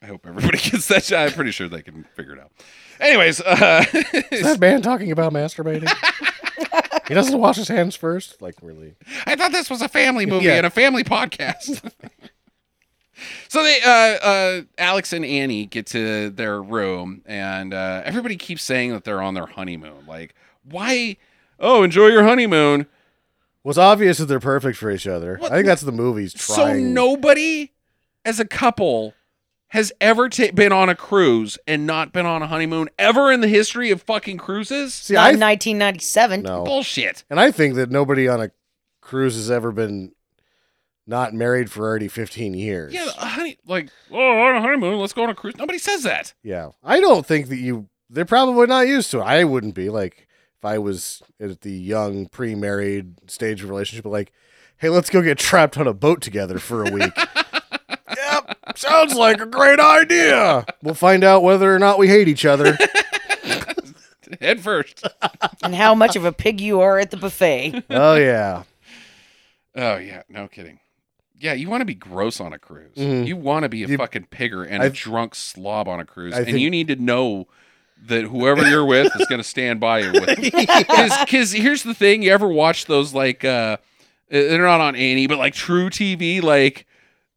Speaker 1: I hope everybody gets that. shot. I'm pretty sure they can figure it out. Anyways, uh,
Speaker 6: is that man talking about masturbating? he doesn't wash his hands first. Like really?
Speaker 1: I thought this was a family movie
Speaker 6: Yeah.
Speaker 1: and a family podcast. so they, uh, uh, Alex and Annie get to their room, and uh, everybody keeps saying that they're on their honeymoon. Like, why? Oh, enjoy your honeymoon.
Speaker 6: Well, it's obvious that they're perfect for each other.
Speaker 1: What-
Speaker 6: I think that's the movie's
Speaker 1: So
Speaker 6: trying.
Speaker 1: nobody, as a couple, has ever ta been on a cruise and not been on a honeymoon ever in the history of fucking cruises.
Speaker 6: See,
Speaker 7: Not
Speaker 6: I
Speaker 7: in 1997.
Speaker 6: no.
Speaker 1: Bullshit.
Speaker 6: And I think that nobody on a cruise has ever been not married for already 15 years.
Speaker 1: Yeah, a honey, like, oh, we're on a honeymoon, let's go on a cruise. Nobody says that.
Speaker 6: Yeah. I don't think that you, they're probably not used to it. I wouldn't be like, if I was at the young pre married stage of relationship, like, hey, let's go get trapped on a boat together for a week. yep. Sounds like a great idea. We'll find out whether or not we hate each other.
Speaker 1: Head first.
Speaker 7: And how much of a pig you are at the buffet.
Speaker 6: oh, yeah.
Speaker 1: Oh yeah, no kidding. Yeah, you want to be gross on a cruise.
Speaker 6: Mhm.
Speaker 1: You want to be a
Speaker 6: You-
Speaker 1: fucking pigger and a
Speaker 6: I-
Speaker 1: drunk slob on a cruise,
Speaker 6: I
Speaker 1: and
Speaker 6: think-
Speaker 1: you need to know that whoever you're with is going to stand by you. Because here's the thing: you ever watch those like uh, E, they're not on Annie, but like True TV, like,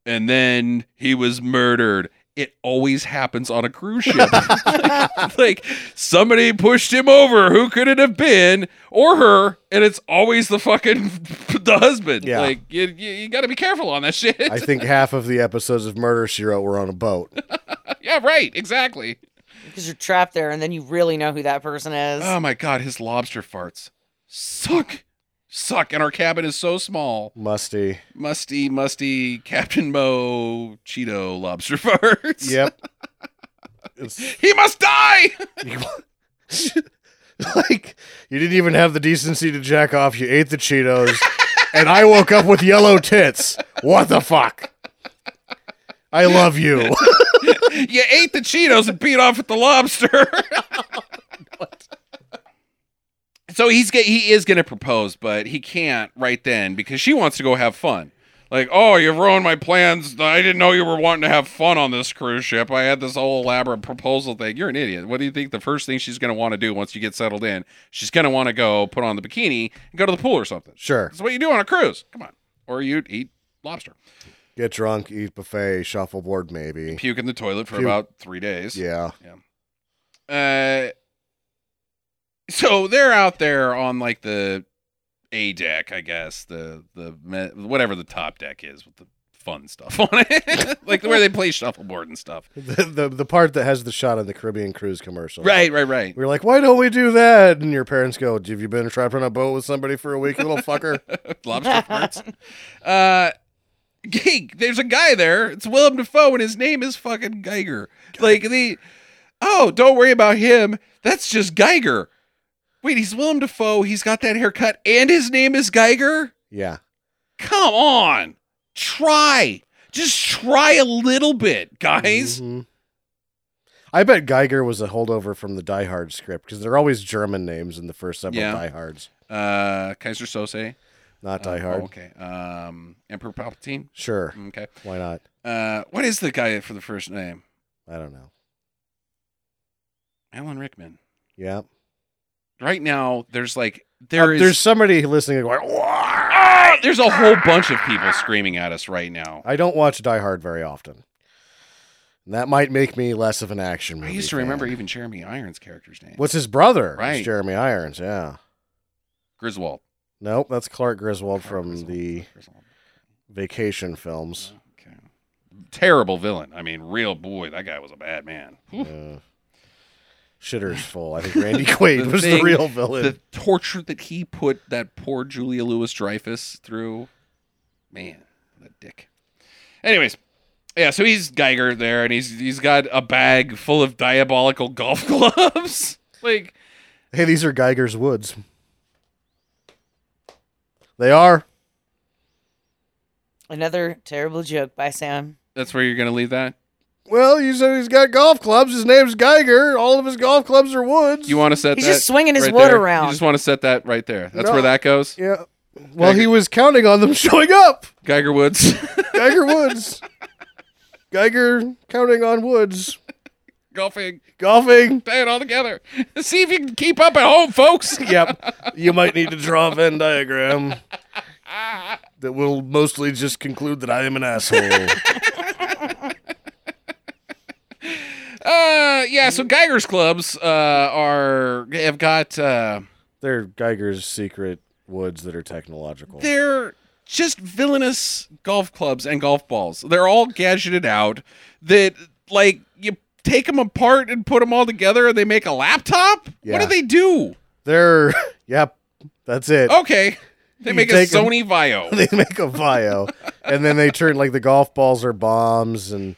Speaker 1: and then he was murdered. it always happens on a cruise ship. like somebody pushed him over. Who could it have been? Or her? And it's always the fucking the husband.
Speaker 6: Yeah.
Speaker 1: Like you, you, you got to be careful on that shit.
Speaker 6: I think half of the episodes of Murder She Wrote were on a boat.
Speaker 1: yeah, right. Exactly.
Speaker 7: because you're trapped there, and then you really know who that person is.
Speaker 1: Oh my god, his lobster farts suck, suck. And our cabin is so small.
Speaker 6: Musty.
Speaker 1: Musty, musty Captain Mo Cheeto lobster farts.
Speaker 6: Yep. It's
Speaker 1: He must die.
Speaker 6: like you didn't even have the decency to jack off. You ate the Cheetos, and I woke up with yellow tits. What the fuck? I love you.
Speaker 1: you ate the Cheetos and beat off with the lobster. so he's get, he is going to propose, but he can't right then because she wants to go have fun. Like, oh, you ruined my plans. I didn't know you were wanting to have fun on this cruise ship. I had this whole elaborate proposal thing. You're an idiot. What do you think the first thing she's going to want to do once you get settled in? She's going to want to go put on the bikini and go to the pool or something.
Speaker 6: Sure.
Speaker 1: That's what you do on a cruise. Come on. Or you eat lobster.
Speaker 6: Get drunk, eat buffet, shuffleboard, maybe.
Speaker 1: Puke in the toilet for
Speaker 6: Puke.
Speaker 1: about three days.
Speaker 6: Yeah.
Speaker 1: Uh, so they're out there on like the A deck, I guess the the me- whatever the top deck is with the fun stuff on it, like where they play shuffleboard and stuff.
Speaker 6: The, the the part that has the shot of the Caribbean Cruise commercial.
Speaker 1: Right, right, right.
Speaker 6: We We're like, why don't we do that? And your parents go, "Have you been trapped on a boat with somebody for a week, you little fucker?"
Speaker 1: Lobster farts. Uh, Geek, there's a guy there. It's Willem Dafoe, and his name is fucking Geiger. Like the, oh, don't worry about him. That's just Geiger. Wait, he's Willem Dafoe. He's got that haircut, and his name is Geiger.
Speaker 6: Yeah.
Speaker 1: Come on. Try. Just try a little bit, guys.
Speaker 6: Mhm. I bet Geiger was a holdover from the Die Hard script because they're always German names in the first several
Speaker 1: Yeah.
Speaker 6: Die Hards,
Speaker 1: Uh Kaiser Sose.
Speaker 6: not Die
Speaker 1: Uh,
Speaker 6: Hard.
Speaker 1: oh, okay. Um Emperor Palpatine.
Speaker 6: Sure,
Speaker 1: Okay.
Speaker 6: why not?
Speaker 1: Uh what is the guy for the first name?
Speaker 6: I don't know.
Speaker 1: Alan Rickman.
Speaker 6: Yeah,
Speaker 1: Right now there's like there is
Speaker 6: Uh, there's somebody listening like, "Wah!"
Speaker 1: Ah, there's a whole bunch of people screaming at us right now.
Speaker 6: I don't watch Die Hard very often. And that might make me less of an action
Speaker 1: I
Speaker 6: movie.
Speaker 1: used to remember
Speaker 6: fan.
Speaker 1: even Jeremy Irons' character's name.
Speaker 6: What's his brother? It's
Speaker 1: Right.
Speaker 6: Jeremy Irons. Yeah.
Speaker 1: Griswold.
Speaker 6: Nope, that's Clark Griswold Oh, from
Speaker 1: Griswold.
Speaker 6: the
Speaker 1: Griswold.
Speaker 6: vacation films.
Speaker 1: Okay. Terrible villain. I mean, real boy, that guy was a bad man. Whew.
Speaker 6: Uh, Shitter's full. I think Randy Quaid
Speaker 1: The
Speaker 6: was the
Speaker 1: thing-
Speaker 6: real villain.
Speaker 1: the torture that he put that poor Julia Lewis Dreyfus through, man, the dick. Anyways, yeah, so he's Geiger there, and he's he's got a bag full of diabolical golf clubs. like,
Speaker 6: Hey, these are Geiger's Woods. They are.
Speaker 7: Another terrible joke by Sam.
Speaker 1: that's where you're gonna leave that.
Speaker 6: Well, you said he's got golf clubs. His name's Geiger. All of his golf clubs are woods.
Speaker 1: You want to set
Speaker 7: He's
Speaker 1: that
Speaker 7: just swinging his
Speaker 1: right
Speaker 7: wood
Speaker 1: there?
Speaker 7: around.
Speaker 1: You just want to set that right there. That's
Speaker 6: No.
Speaker 1: where that goes.
Speaker 6: yeah. Well, he was counting on them showing up.
Speaker 1: Geiger Woods.
Speaker 6: Geiger Woods. Geiger counting on Woods.
Speaker 1: Golfing,
Speaker 6: Golfing.
Speaker 1: play it all together. See if you can keep up at home, folks.
Speaker 6: Yep. You might need to draw a Venn diagram that will mostly just conclude that I am an asshole.
Speaker 1: Uh, yeah. So Geiger's clubs uh, are have got uh,
Speaker 6: They're Geiger's secret woods that are technological.
Speaker 1: they're just villainous golf clubs and golf balls. They're all gadgeted out. That like you take them apart and put them all together, and they make a laptop. What
Speaker 6: Yeah.
Speaker 1: do they do?
Speaker 6: They're yep, that's it.
Speaker 1: Okay, they
Speaker 6: You
Speaker 1: make a
Speaker 6: take 'em-
Speaker 1: Sony Vio.
Speaker 6: They make a bio, and then they turn like the golf balls are bombs, and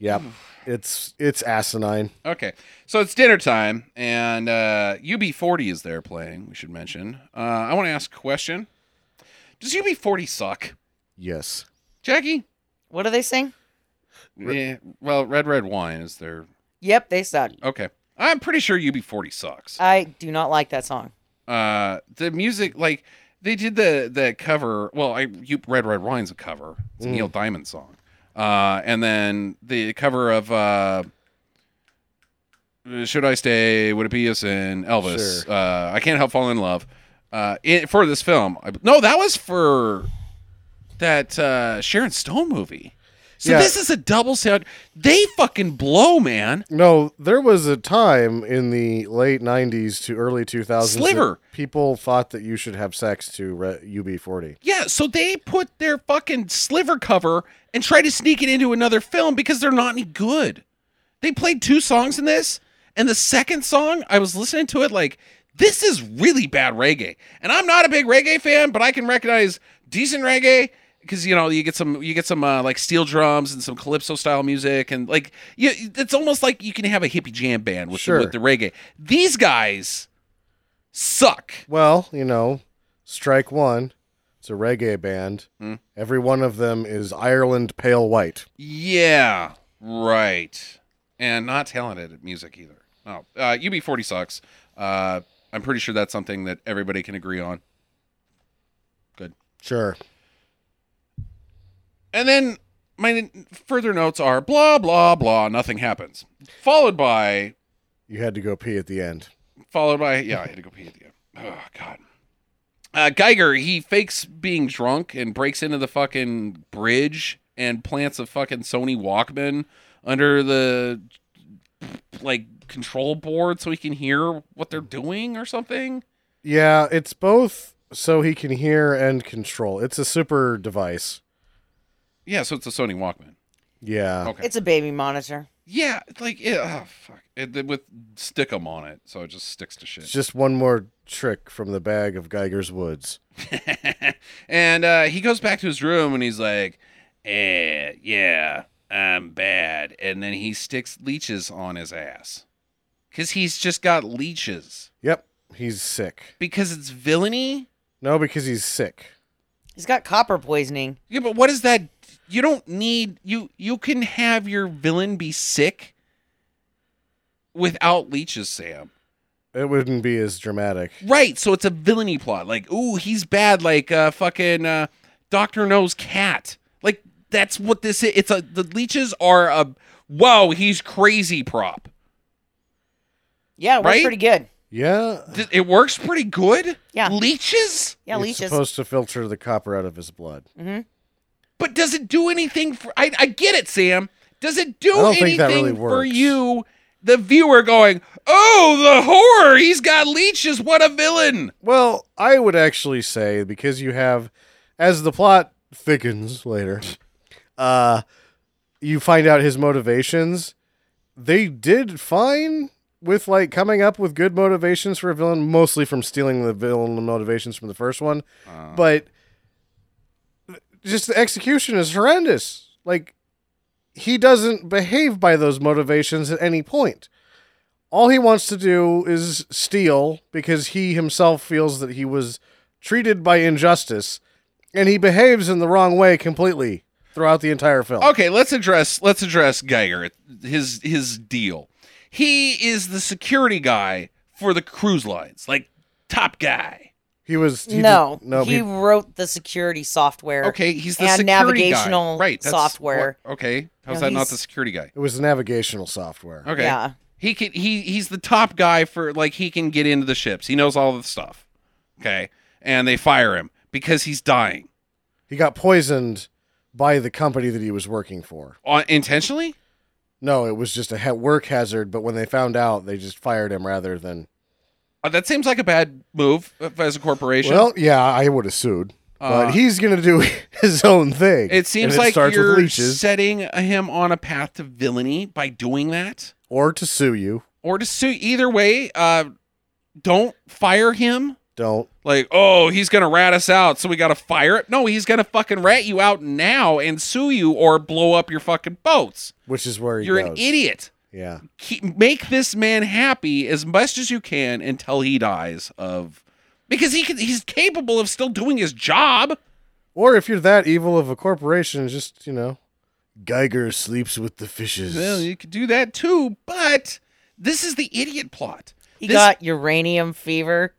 Speaker 6: yep, it's it's asinine.
Speaker 1: Okay, so it's dinner time, and uh, UB40 is there playing. We should mention. Uh, I want to ask a question. Does UB40 suck,
Speaker 6: Yes,
Speaker 1: Jackie?
Speaker 7: What do they sing?
Speaker 1: Yeah, well, red red wine is their
Speaker 7: Yep, they suck.
Speaker 1: okay. I'm pretty sure UB40 sucks.
Speaker 7: I do not like that song.
Speaker 1: Uh, the music, like they did the the cover. Well, I you, red red wine's a cover. It's a Neil
Speaker 6: Mm.
Speaker 1: Diamond song. Uh, and then the cover of uh, "Should I Stay? Would It Be a Sin?" Elvis.
Speaker 6: Sure.
Speaker 1: Uh, I can't help falling in love. Uh, it, for this film, I, no, that was for that uh, Sharon Stone movie. So
Speaker 6: Yeah.
Speaker 1: this is a double sound. They fucking blow, man.
Speaker 6: No, there was a time in the late '90s to early 2000s. that
Speaker 1: Sliver.
Speaker 6: People thought that you should have sex to re- UB40.
Speaker 1: Yeah, so they put their fucking sliver cover and try to sneak it into another film because they're not any good. They played two songs in this, and the second song, I was listening to it like, this is really bad reggae. And I'm not a big reggae fan, but I can recognize decent reggae because you know you get some you get some uh, like steel drums and some calypso style music and like you, it's almost like you can have a hippie jam band with,
Speaker 6: Sure.
Speaker 1: the, with the reggae. These guys suck.
Speaker 6: Well, you know, strike one. It's a reggae band.
Speaker 1: Hmm.
Speaker 6: Every one of them is Ireland pale white.
Speaker 1: Yeah, right. And not talented at music either. No, uh, UB40 sucks. Uh, I'm pretty sure that's something that everybody can agree on.
Speaker 6: Sure.
Speaker 1: And then my n- further notes are blah, blah, blah, nothing happens. Followed by,
Speaker 6: You had to go pee at the end.
Speaker 1: followed by, yeah, I had to go pee at the end. Oh, God. Uh, Geiger, he fakes being drunk and breaks into the fucking bridge and plants a fucking Sony Walkman under the like control board so he can hear what they're doing or something.
Speaker 6: Yeah, it's both so he can hear and control. It's a super device.
Speaker 1: Yeah, so it's a Sony Walkman.
Speaker 6: Yeah.
Speaker 1: Okay.
Speaker 7: It's a baby monitor.
Speaker 1: yeah, it's like yeah, oh, fuck. It, it- with stickum on it, so it just sticks to shit.
Speaker 6: It's just one more trick from the bag of Geiger's Woods.
Speaker 1: and uh, he goes back to his room and he's like, eh, yeah, I'm bad. And then he sticks leeches on his ass. Because he's just got leeches.
Speaker 6: Yep, he's sick.
Speaker 1: Because it's villainy?
Speaker 6: No, because he's sick.
Speaker 7: He's got copper poisoning.
Speaker 1: Yeah, but what is that? You don't need you you can have your villain be sick without leeches, Sam.
Speaker 6: It wouldn't be as dramatic.
Speaker 1: Right, so it's a villainy plot. Like, ooh, he's bad, like uh, fucking uh, Doctor No's cat. Like, that's what this is. It's a the leeches are a wow, he's crazy prop.
Speaker 7: Yeah, it worked
Speaker 1: Right?
Speaker 7: pretty good.
Speaker 6: Yeah.
Speaker 1: Th- It works pretty good.
Speaker 7: Yeah.
Speaker 1: leeches,
Speaker 7: Yeah,
Speaker 6: it's
Speaker 7: leeches.
Speaker 6: supposed to filter the copper out of his blood.
Speaker 1: but does it do anything for? I, I get it, Sam. Does it do
Speaker 6: I don't think
Speaker 1: anything
Speaker 6: that really
Speaker 1: for
Speaker 6: works.
Speaker 1: you, the viewer? Going, oh, the horror! He's got leeches. What a villain!
Speaker 6: Well, I would actually say because you have, as the plot thickens later, uh, you find out his motivations. They did fine with like coming up with good motivations for a villain, mostly from stealing the villain motivations from the first one, but just the execution is horrendous. Like he doesn't behave by those motivations at any point all he wants to do is steal because he himself feels that he was treated by injustice and he behaves in the wrong way completely throughout the entire film.
Speaker 1: Okay, let's address let's address Geiger his his deal. He is the security guy for the cruise lines, like top guy.
Speaker 6: He was he
Speaker 7: no,
Speaker 6: did- no
Speaker 7: he,
Speaker 6: he,
Speaker 7: wrote the security software.
Speaker 1: Okay, he's the
Speaker 7: And
Speaker 1: security
Speaker 7: navigational
Speaker 1: guy. right? that's
Speaker 7: software.
Speaker 1: what- okay, how's
Speaker 7: No,
Speaker 1: that not
Speaker 7: he's-
Speaker 1: the security guy?
Speaker 6: it was navigational software.
Speaker 1: Okay,
Speaker 7: Yeah.
Speaker 1: he can he he's the top guy for like he can get into the ships. He knows all the stuff. Okay, and they fire him because he's dying
Speaker 6: He got poisoned by the company that he was working for.
Speaker 1: on Uh, intentionally.
Speaker 6: No, it was just a ha- work hazard, but when they found out, they just fired him rather than
Speaker 1: Uh, that seems like a bad move uh, as a corporation.
Speaker 6: Well, yeah, I would have sued.
Speaker 1: Uh,
Speaker 6: But he's going to do his own thing.
Speaker 1: it seems
Speaker 6: And
Speaker 1: like
Speaker 6: starts with
Speaker 1: you're
Speaker 6: leeches
Speaker 1: setting him on a path to villainy by doing that.
Speaker 6: or to sue you.
Speaker 1: or to sue. Either way, uh, don't fire him.
Speaker 6: Don't
Speaker 1: Like, oh, he's gonna rat us out, so we gotta fire it. No, he's gonna fucking rat you out now and sue you or blow up your fucking boats.
Speaker 6: which is where he
Speaker 1: You're an
Speaker 6: goes.
Speaker 1: idiot.
Speaker 6: Yeah,
Speaker 1: Keep, make this man happy as best as you can until he dies of, because he can, he's capable of still doing his job.
Speaker 6: or if you're that evil of a corporation, just you know, Geiger sleeps with the fishes.
Speaker 1: Well, you could do that too, but this is the idiot plot.
Speaker 7: He
Speaker 1: This-
Speaker 7: got uranium fever.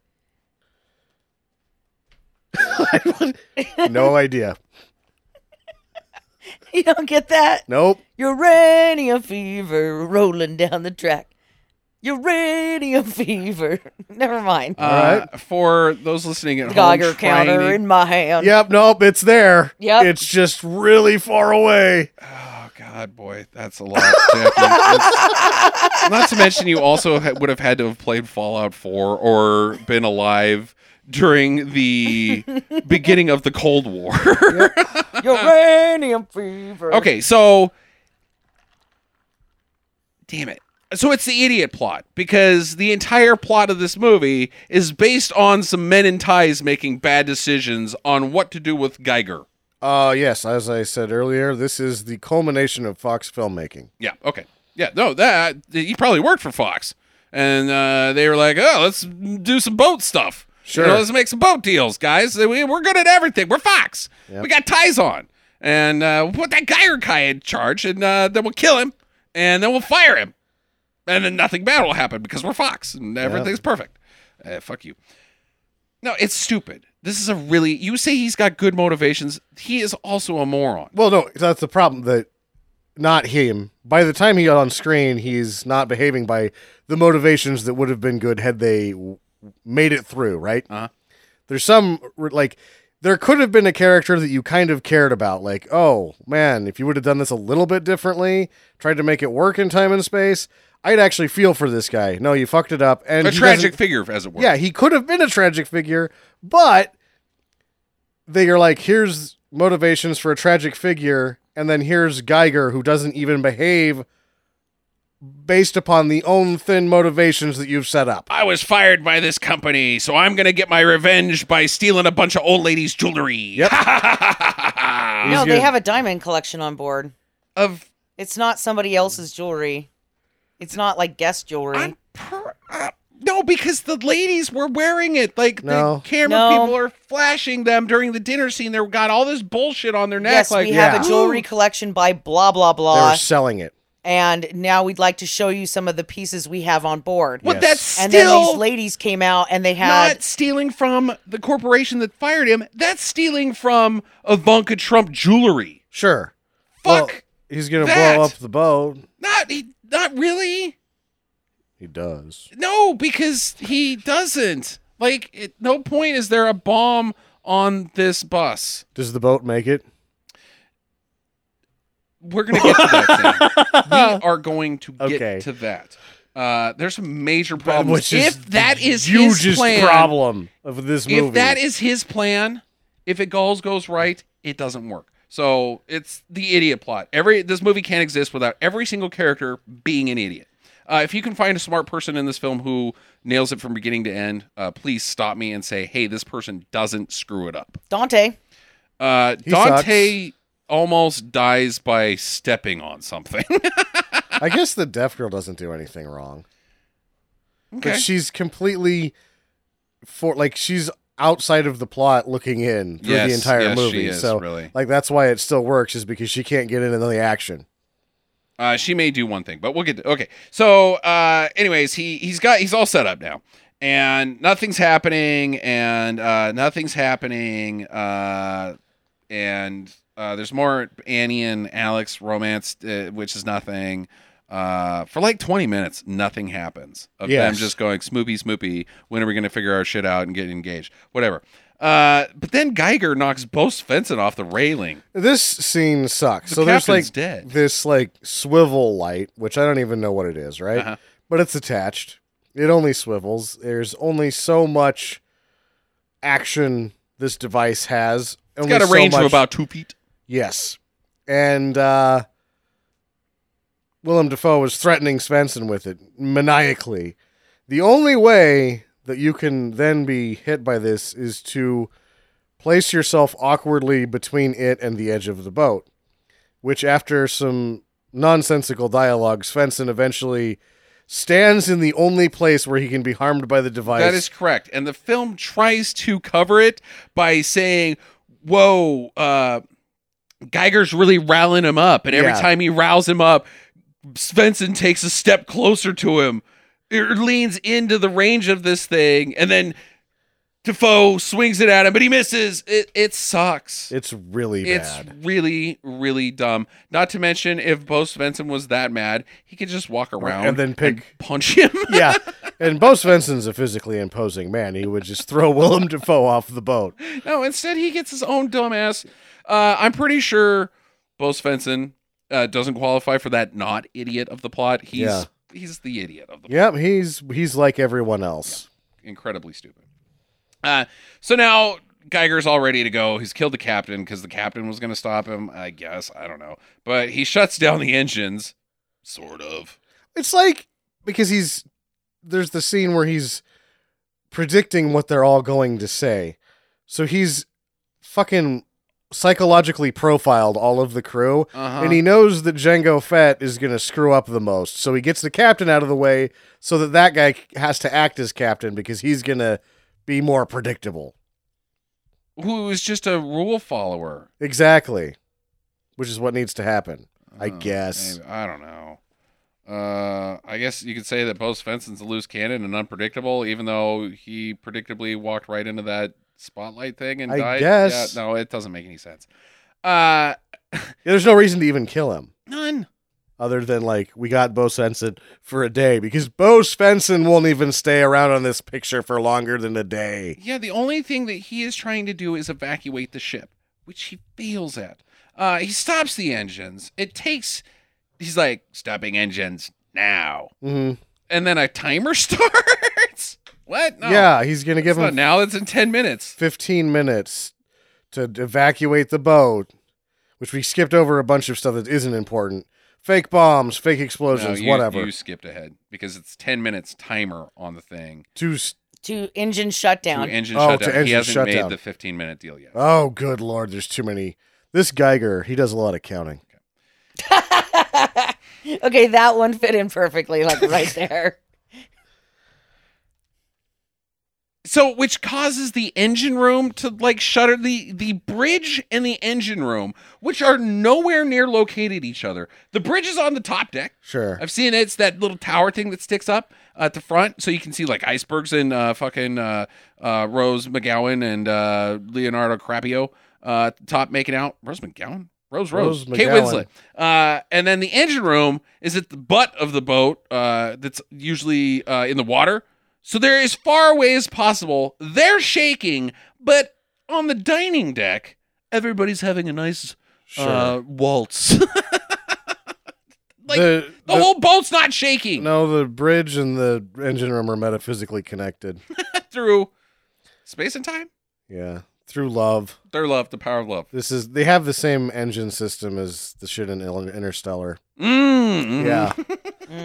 Speaker 6: no idea.
Speaker 7: You don't get that?
Speaker 6: Nope.
Speaker 7: Uranium fever rolling down the track. Uranium fever. Never mind.
Speaker 1: uh,
Speaker 6: All
Speaker 1: for those listening at home,
Speaker 7: Geiger
Speaker 1: trying
Speaker 7: counter
Speaker 1: to-
Speaker 7: in my hand.
Speaker 6: Yep. Nope. It's there.
Speaker 7: Yep.
Speaker 6: It's just really far away.
Speaker 1: Oh, God, boy, that's a lot. to have to- Not to mention, you also ha- would have had to have played Fallout 4 or been alive during the beginning of the Cold War.
Speaker 7: Uranium fever.
Speaker 1: okay, so. Damn it. So it's the idiot plot because the entire plot of this movie is based on some men in ties making bad decisions on what to do with Geiger.
Speaker 6: Uh, yes, as I said earlier, this is the culmination of Fox filmmaking.
Speaker 1: Yeah. Okay. Yeah. No, that he probably worked for Fox, and uh, they were like, "Oh, let's do some boat stuff. You know,
Speaker 6: Sure.
Speaker 1: let's make some boat deals, guys. We, we're good at everything. We're Fox. We got ties on, and uh, we'll put that Geiger guy in charge, and uh, then we'll kill him, and then we'll fire him, and then nothing bad will happen because we're Fox and everything's perfect. Uh, fuck you. No, it's stupid. This is a really. You say he's got good motivations. He is also a moron.
Speaker 6: Well, no, that's the problem that not him. By the time he got on screen, he's not behaving by the motivations that would have been good had they w- made it through, right?
Speaker 1: Uh-huh.
Speaker 6: There's some like there could have been a character that you kind of cared about, like, oh man, if you would have done this a little bit differently, tried to make it work in time and space, I'd actually feel for this guy. No, you fucked it up, and
Speaker 1: A
Speaker 6: he
Speaker 1: tragic
Speaker 6: doesn't-
Speaker 1: figure, as it were.
Speaker 6: yeah, he could have been a tragic figure, but they are like, here's motivations for a tragic figure, and then here's Geiger who doesn't even behave based upon the own thin motivations that you've set up.
Speaker 1: I was fired by this company, so I'm gonna get my revenge by stealing a bunch of old ladies' jewelry.
Speaker 7: No,
Speaker 6: He's
Speaker 7: they
Speaker 6: good.
Speaker 7: have a diamond collection on board.
Speaker 1: of
Speaker 7: It's not somebody else's jewelry. It's not like guest jewelry.
Speaker 1: Hmm. I'm per- uh, no, because the ladies were wearing it. Like
Speaker 6: No.
Speaker 1: the camera
Speaker 7: No.
Speaker 1: people are flashing them during the dinner scene. They've got all this bullshit on their neck.
Speaker 7: yes,
Speaker 1: like
Speaker 7: we have
Speaker 6: yeah.
Speaker 7: a jewelry collection by blah blah blah,
Speaker 6: They're selling it.
Speaker 7: and now we'd like to show you some of the pieces we have on board.
Speaker 1: But that's still
Speaker 7: And then these ladies came out and they had
Speaker 1: not stealing from the corporation that fired him. That's stealing from Ivanka Trump jewelry.
Speaker 6: Sure.
Speaker 1: Fuck.
Speaker 6: Well, he's going to
Speaker 1: that.
Speaker 6: blow up the boat.
Speaker 1: not he, not really.
Speaker 6: He does.
Speaker 1: No, because he doesn't. Like, at no point is there a bomb on this bus.
Speaker 6: Does the boat make it?
Speaker 1: We're gonna get to that. Sam. we are going to get
Speaker 6: Okay.
Speaker 1: to that. Uh, there's some major problems.
Speaker 6: Which is
Speaker 1: Um, if that is his
Speaker 6: hugest
Speaker 1: plan,
Speaker 6: problem of this movie.
Speaker 1: if that is his plan, if it goes goes right, it doesn't work. So it's the idiot plot. Every this movie can't exist without every single character being an idiot. Uh, if you can find a smart person in this film who nails it from beginning to end, uh, please stop me and say, "Hey, this person doesn't screw it up."
Speaker 7: Dante.
Speaker 1: Uh, Dante almost dies by stepping on something.
Speaker 6: I guess the deaf girl doesn't do anything wrong.
Speaker 1: Okay.
Speaker 6: But she's completely for like she's outside of the plot looking in through
Speaker 1: Yes,
Speaker 6: the entire
Speaker 1: yes, she
Speaker 6: movie.
Speaker 1: is,
Speaker 6: so
Speaker 1: really.
Speaker 6: like that's why it still works is because she can't get into the action.
Speaker 1: Uh, she may do one thing, but we'll get to okay. So, uh, anyways, he he's got he's all set up now, and nothing's happening, and uh, nothing's happening, uh, and uh, there's more Annie and Alex romance, uh, which is nothing. Uh, for like 20 minutes, nothing happens. Of them
Speaker 6: Yes.
Speaker 1: just going smoopy smoopy. When are we going to figure our shit out and get engaged? Whatever. Uh, but then Geiger knocks Bo Svensson off the railing.
Speaker 6: This scene sucks.
Speaker 1: The
Speaker 6: so there's
Speaker 1: captain's
Speaker 6: like
Speaker 1: dead.
Speaker 6: this like swivel light, which I don't even know what it is, right?
Speaker 1: Uh-huh.
Speaker 6: But it's attached. It only swivels. There's only so much action this device has.
Speaker 1: It's got a range of about two feet.
Speaker 6: Yes. And uh Willem Dafoe was threatening Svensson with it maniacally. The only way that you can then be hit by this is to place yourself awkwardly between it and the edge of the boat, which after some nonsensical dialogue, Svensson eventually stands in the only place where he can be harmed by the device.
Speaker 1: That is correct. And the film tries to cover it by saying, whoa, uh, Geiger's really riling him up. And every
Speaker 6: Yeah.
Speaker 1: time he riles him up, Svensson takes a step closer to him, or leans into the range of this thing. And then Defoe swings it at him, but he misses. It, it sucks.
Speaker 6: it's really
Speaker 1: It's
Speaker 6: bad.
Speaker 1: really, really dumb. Not to mention, if Bo Svensson was that mad, he could just walk around
Speaker 6: and then pick
Speaker 1: punch him.
Speaker 6: yeah. And Bo Svensson's a physically imposing man. He would just throw Willem Dafoe off the boat.
Speaker 1: No, instead he gets his own dumbass. Uh, I'm pretty sure Bo Svensson uh, doesn't qualify for that not idiot of the plot. He's
Speaker 6: Yeah.
Speaker 1: he's the idiot of the
Speaker 6: Yep, he's he's like everyone else.
Speaker 1: incredibly stupid. Uh, so now Geiger's all ready to go. He's killed the captain because the captain was going to stop him, I guess. I don't know. But he shuts down the engines, sort of.
Speaker 6: It's like because he's there's the scene where he's predicting what they're all going to say. So he's fucking psychologically profiled all of the crew
Speaker 1: Uh-huh.
Speaker 6: and he knows that Django Fett is going to screw up the most. So he gets the captain out of the way so that that guy has to act as captain because he's going to be more predictable.
Speaker 1: Who is just a rule follower.
Speaker 6: Exactly. Which is what needs to happen. I
Speaker 1: Oh,
Speaker 6: guess.
Speaker 1: maybe. I don't know. Uh, I guess you could say that Bo Svensson's a loose cannon and unpredictable, even though he predictably walked right into that spotlight thing and
Speaker 6: I
Speaker 1: died.
Speaker 6: guess.
Speaker 1: Yeah, no, it doesn't make any sense. Uh,
Speaker 6: There's no reason to even kill him.
Speaker 1: none.
Speaker 6: other than like we got Bo Svensson for a day because Bo Svensson won't even stay around on this picture for longer than a day.
Speaker 1: Yeah, the only thing that he is trying to do is evacuate the ship, which he fails at. Uh, he stops the engines. It takes. He's like stopping engines now,
Speaker 6: Mhm.
Speaker 1: and then a timer starts. what? No.
Speaker 6: Yeah, he's gonna give
Speaker 1: It's not
Speaker 6: him
Speaker 1: now. It's in ten minutes.
Speaker 6: 15 minutes to evacuate the boat, which we skipped over a bunch of stuff that isn't important. Fake bombs, fake explosions,
Speaker 1: you,
Speaker 6: whatever.
Speaker 1: You skipped ahead because it's ten minutes timer on the thing.
Speaker 6: Two s-
Speaker 7: To engine
Speaker 1: To
Speaker 7: shutdown.
Speaker 1: engine
Speaker 6: Oh, to
Speaker 1: shutdown. he
Speaker 6: engine
Speaker 1: hasn't
Speaker 6: shutdown.
Speaker 1: made the fifteen minute deal yet.
Speaker 6: oh, good lord, there's too many. This Geiger, he does a lot of counting.
Speaker 7: okay, that one fit in perfectly, like right there.
Speaker 1: So, which causes the engine room to like shutter the the bridge and the engine room, which are nowhere near located each other. The bridge is on the top deck.
Speaker 6: Sure.
Speaker 1: I've seen it. It's that little tower thing that sticks up uh, at the front, so you can see like icebergs and uh, fucking uh, uh, Rose McGowan and uh, Leonardo Crapio uh, at the top making out. Rose McGowan, Rose Rose,
Speaker 6: Rose
Speaker 1: Kate
Speaker 6: McGowan.
Speaker 1: Winslet. Uh, and then the engine room is at the butt of the boat uh, that's usually uh, in the water, so they're as far away as possible. They're shaking, but on the dining deck, everybody's having a nice
Speaker 6: Sure.
Speaker 1: uh, waltz. like,
Speaker 6: the,
Speaker 1: the, whole boat's not shaking
Speaker 6: no, the bridge and the engine room are metaphysically connected.
Speaker 1: through space and time.
Speaker 6: yeah, through love.
Speaker 1: Their love, the power of love.
Speaker 6: This is they have the same engine system as the shit in Ill- Interstellar.
Speaker 1: Mm, mm.
Speaker 6: Yeah.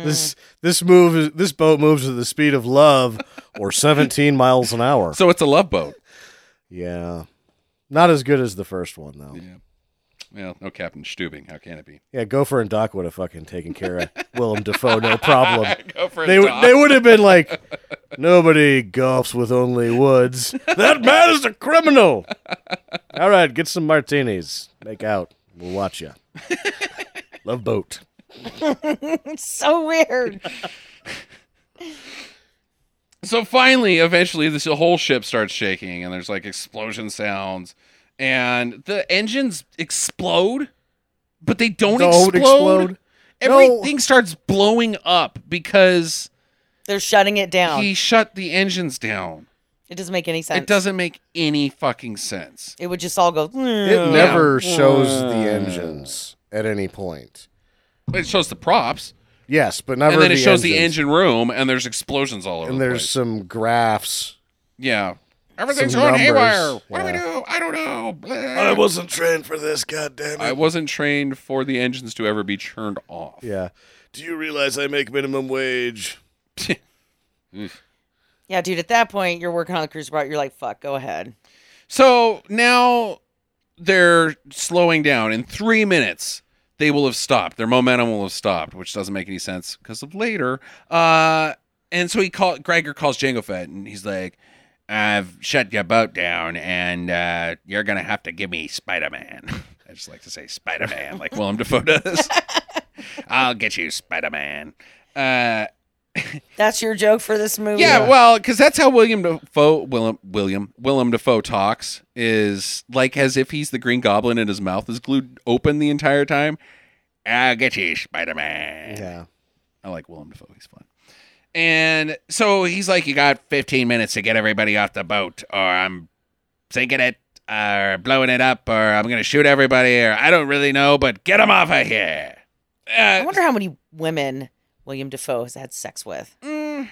Speaker 6: This this move is, this boat moves at the speed of love or 17 miles an hour.
Speaker 1: So it's a love boat.
Speaker 6: Yeah. Not as good as the first one though.
Speaker 1: Yeah. Well, no Captain Stubing. How can it be?
Speaker 6: Yeah, Gopher and Doc would have fucking taken care of Willem Dafoe no problem.
Speaker 1: Go for it,
Speaker 6: They would
Speaker 1: Doc.
Speaker 6: they would have been like nobody golfs with only woods. That man is a criminal. All right, get some martinis. Make out. We'll watch you. Love boat.
Speaker 7: Mm. It's so weird.
Speaker 1: So finally, eventually, this whole ship starts shaking, and there's like explosion sounds, and the engines explode, but they don't,
Speaker 6: Don't
Speaker 1: explode.
Speaker 6: explode. No.
Speaker 1: Everything starts blowing up because
Speaker 7: They're shutting it down.
Speaker 1: he shut the engines down.
Speaker 7: it doesn't make any sense.
Speaker 1: It doesn't make any fucking sense.
Speaker 7: It would just all go. "Mm."
Speaker 6: It never shows the engines at any point.
Speaker 1: It shows the props,
Speaker 6: Yes, but never.
Speaker 1: and then it
Speaker 6: the
Speaker 1: shows the
Speaker 6: engines.
Speaker 1: engine room, and there's explosions all over.
Speaker 6: And
Speaker 1: the
Speaker 6: there's
Speaker 1: place.
Speaker 6: some graphs.
Speaker 1: yeah, everything's
Speaker 6: some
Speaker 1: going
Speaker 6: numbers.
Speaker 1: haywire. What do we
Speaker 6: Yeah.
Speaker 1: do? I don't know. Blah.
Speaker 6: wasn't trained for this, goddamn
Speaker 1: I wasn't trained for the engines to ever be turned off.
Speaker 6: Yeah. Do you realize I make minimum wage?
Speaker 7: Yeah, dude. At that point, you're working on the cruise boat. You're like, fuck. Go ahead.
Speaker 1: So now they're slowing down. In three minutes, they will have stopped. Their momentum will have stopped, which doesn't make any sense because of later. Uh, and so he call Gregor calls Jango Fett, and he's like, "I've shut your boat down, and uh, you're gonna have to give me Spider Man." I just like to say Spider Man, like Willem Dafoe does. I'll get you Spider Man. Uh,
Speaker 7: That's your joke for this movie.
Speaker 1: yeah, well, because that's how William Defoe, Willem, William, Willem Defoe talks is like as if he's the Green Goblin and his mouth is glued open the entire time. I'll get you, Spider Man.
Speaker 6: Yeah.
Speaker 1: I like Willem Dafoe. He's fun. And so he's like, You got 15 minutes to get everybody off the boat, or I'm sinking it, or blowing it up, or I'm going to shoot everybody, or I don't really know, but get them off of here. Uh,
Speaker 7: I wonder how many women William Defoe has had sex with.
Speaker 6: Mm.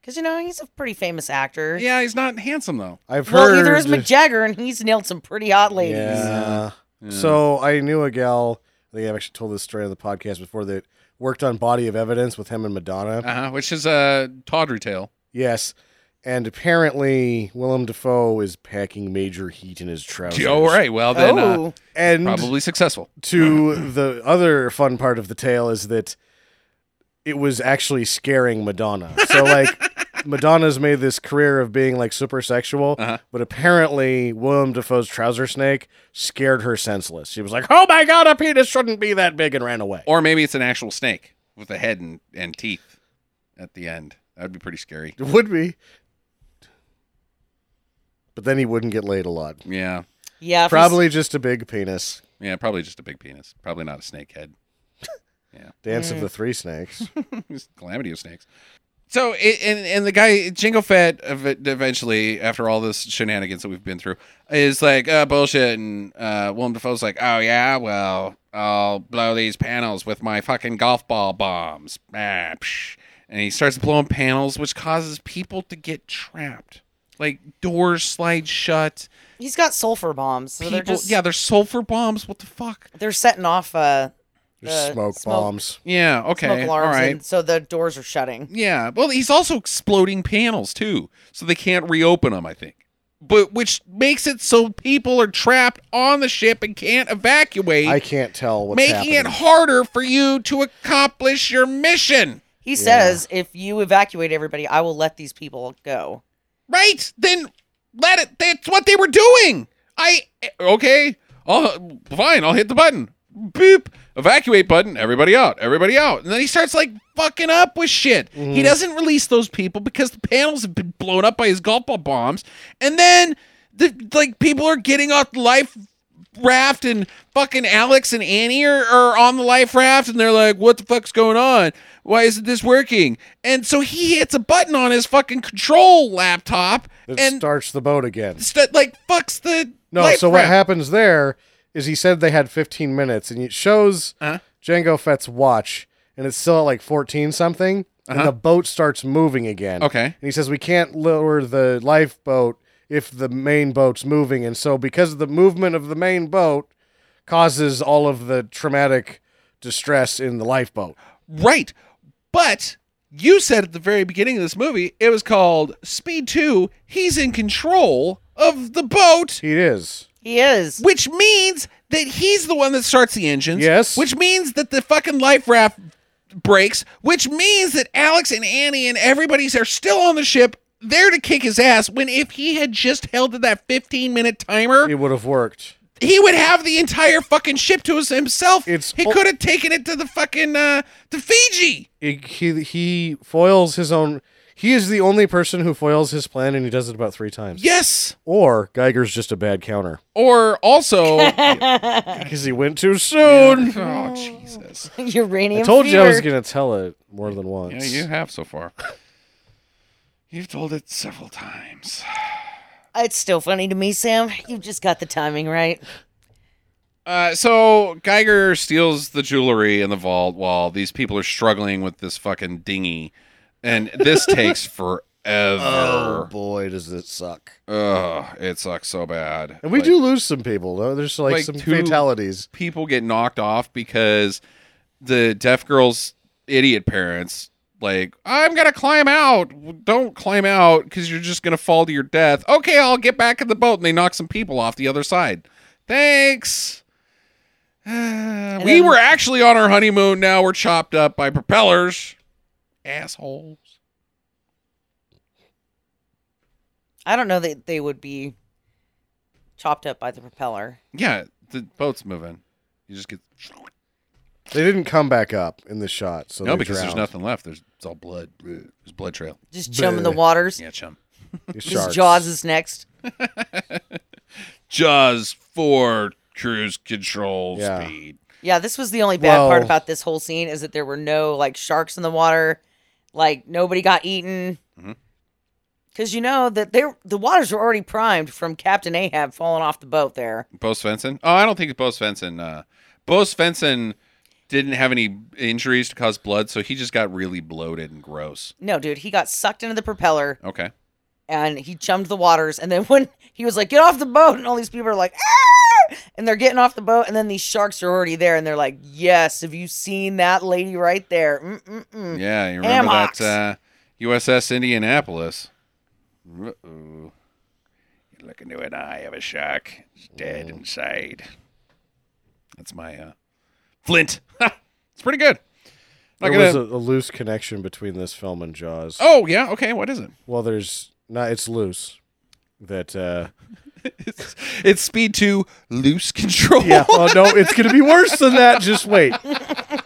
Speaker 7: Because, you know, he's a pretty famous actor.
Speaker 1: yeah, he's not handsome though.
Speaker 6: I've
Speaker 7: Well,
Speaker 6: heard.
Speaker 7: neither is Mick Jagger, and he's nailed some pretty hot ladies.
Speaker 6: Yeah. So I knew a gal. I think I've actually told this story on the podcast before that worked on Body of Evidence with him and Madonna.
Speaker 1: Uh-huh, which is a tawdry tale.
Speaker 6: Yes. And apparently, Willem Dafoe is packing major heat in his trousers.
Speaker 1: All right. Well, then uh,
Speaker 7: Oh,
Speaker 6: And
Speaker 1: probably successful.
Speaker 6: to the other fun part of the tale is that it was actually scaring Madonna. So, like, Madonna's made this career of being, like, super sexual, but apparently, Willem Dafoe's trouser snake scared her senseless. She was like, oh my God, a penis shouldn't be that big, and ran away.
Speaker 1: Or maybe it's an actual snake with a head and, and teeth at the end. That would be pretty scary.
Speaker 6: It would be. But then he wouldn't get laid a lot.
Speaker 1: Yeah.
Speaker 7: yeah. if he's-
Speaker 6: Probably just a big penis.
Speaker 1: Yeah, probably just a big penis. Probably not a snake head.
Speaker 6: Dance
Speaker 1: Mm.
Speaker 6: of the Three Snakes.
Speaker 1: It's calamity of snakes. So it, and and the guy Jingo Fett ev- eventually after all this shenanigans that we've been through is like uh, bullshit and uh, Willem Dafoe's like oh yeah well I'll blow these panels with my fucking golf ball bombs ah, psh. and he starts blowing panels which causes people to get trapped like doors slide shut
Speaker 7: He's got sulfur bombs. So they're
Speaker 1: people
Speaker 7: just,
Speaker 1: yeah they're sulfur bombs what the fuck
Speaker 7: They're setting off uh,
Speaker 6: There's
Speaker 7: the
Speaker 1: Uh,
Speaker 6: smoke,
Speaker 7: smoke-
Speaker 6: bombs.
Speaker 1: yeah okay
Speaker 7: smoke alarms,
Speaker 1: all right
Speaker 7: and so the doors are shutting.
Speaker 1: Yeah. Well, he's also exploding panels too, so they can't reopen them, I think. But which makes it so people are trapped on the ship and can't evacuate,
Speaker 6: I can't tell what's
Speaker 1: making it
Speaker 6: happening.
Speaker 1: harder for you to accomplish your mission.
Speaker 7: He says, if you evacuate everybody, I will let these people go.
Speaker 1: Right? Then let it that's what they were doing. I okay. I'll fine, I'll hit the button. Beep. Evacuate button. Everybody out. Everybody out. And then he starts like fucking up with shit. He doesn't release those people because the panels have been blown up by his golf ball bombs. And then the like people are getting off the life raft and fucking Alex and Annie are, are on the life raft and they're like, what the fuck's going on? Why isn't this working? And so he hits a button on his fucking control laptop
Speaker 6: It
Speaker 1: and
Speaker 6: starts the boat again.
Speaker 1: st- like fucks the
Speaker 6: No,
Speaker 1: life
Speaker 6: so what
Speaker 1: raft.
Speaker 6: happens there is he said they had 15 minutes, and it shows
Speaker 1: Uh-huh.
Speaker 6: Django Fett's watch, and it's still at like 14 something, and the boat starts moving again.
Speaker 1: Uh-huh. Uh, Okay.
Speaker 6: And he says we can't lower the lifeboat if the main boat's moving, and so because of the movement of the main boat causes all of the traumatic distress in the lifeboat.
Speaker 1: Right. But you said at the very beginning of this movie, it was called Speed 2. He's in control of the boat,
Speaker 6: He is.
Speaker 7: He is.
Speaker 1: which means that he's the one that starts the engines.
Speaker 6: Yes.
Speaker 1: Which means that the fucking life raft breaks, which means that Alex and Annie and everybody's are still on the ship there to kick his ass when if he had just held to that 15 minute timer
Speaker 6: It would have worked.
Speaker 1: he would have the entire fucking ship to his, himself
Speaker 6: It's-
Speaker 1: he could have taken it to the fucking uh to fiji
Speaker 6: It, he he foils his own. He is the only person who foils his plan, and he does it about three times.
Speaker 1: yes
Speaker 6: Or Geiger's just a bad counter
Speaker 1: Or also,
Speaker 6: because he went too soon.
Speaker 1: oh Jesus!
Speaker 7: Uranium
Speaker 6: I told you I was
Speaker 7: fever.
Speaker 6: gonna tell it more than
Speaker 1: Yeah,
Speaker 6: once.
Speaker 1: you have so far. You've told it several times.
Speaker 7: It's still funny to me, Sam. You've just got the timing right.
Speaker 1: Uh, so Geiger steals the jewelry in the vault while these people are struggling with this fucking dinghy, and this takes forever. Oh,
Speaker 6: boy, does it suck!
Speaker 1: it sucks so bad.
Speaker 6: And we
Speaker 1: Like,
Speaker 6: do lose some people. Though. There's like,
Speaker 1: Like
Speaker 6: some
Speaker 1: two-
Speaker 6: fatalities.
Speaker 1: people get knocked off because the deaf girl's idiot parents like i'm gonna climb out Well, don't climb out because you're just gonna fall to your death okay i'll get back in the boat and they knock some people off the other side thanks we
Speaker 7: then-
Speaker 1: were actually on our honeymoon now we're chopped up by propellers assholes
Speaker 7: I don't know that they would be chopped up by the propeller.
Speaker 1: yeah the boat's moving you just get
Speaker 6: They didn't come back up in the shot, so
Speaker 1: no
Speaker 6: they
Speaker 1: because there's
Speaker 6: drowned.
Speaker 1: nothing left there's it's all blood there's blood trail
Speaker 7: Just chum in the
Speaker 6: Bleh.
Speaker 7: waters.
Speaker 1: yeah chum
Speaker 6: These
Speaker 7: His
Speaker 6: sharks.
Speaker 7: Jaws is next.
Speaker 1: Jaws for cruise control
Speaker 6: Yeah.
Speaker 1: speed.
Speaker 7: Yeah, this was the only bad part
Speaker 6: Well-
Speaker 7: about this whole scene is that there were no like sharks in the water, like nobody got eaten. Because you know that they the waters were already primed from Captain Ahab falling off the boat there.
Speaker 1: Bo Svensson? Oh, I don't think it's Bo Svensson. Uh, Bo Svensson didn't have any injuries to cause blood, so he just got really bloated and gross.
Speaker 7: No, dude, he got sucked into the propeller
Speaker 1: Okay.
Speaker 7: and he jumped the waters. And then when he was like, "Get off the boat," and all these people are like, "Ah!" and they're getting off the boat, and then these sharks are already there, and they're like, "Yes, have you seen that lady right there?" Mm-mm-mm.
Speaker 1: Yeah, you remember
Speaker 7: Amhawks.
Speaker 1: that uh, USS Indianapolis? Uh-oh. You look into an eye of a shark. It's dead
Speaker 6: Mm-hmm.
Speaker 1: inside. That's my uh, Flint. it's pretty good. Not
Speaker 6: There
Speaker 1: gonna-
Speaker 6: was a, a loose connection between this film and Jaws.
Speaker 1: oh yeah, okay. What is it?
Speaker 6: Well, there's not. It's loose. That uh
Speaker 1: It's, it's Speed Two Loose Control.
Speaker 6: yeah. Oh no, it's gonna be worse than that. Just wait.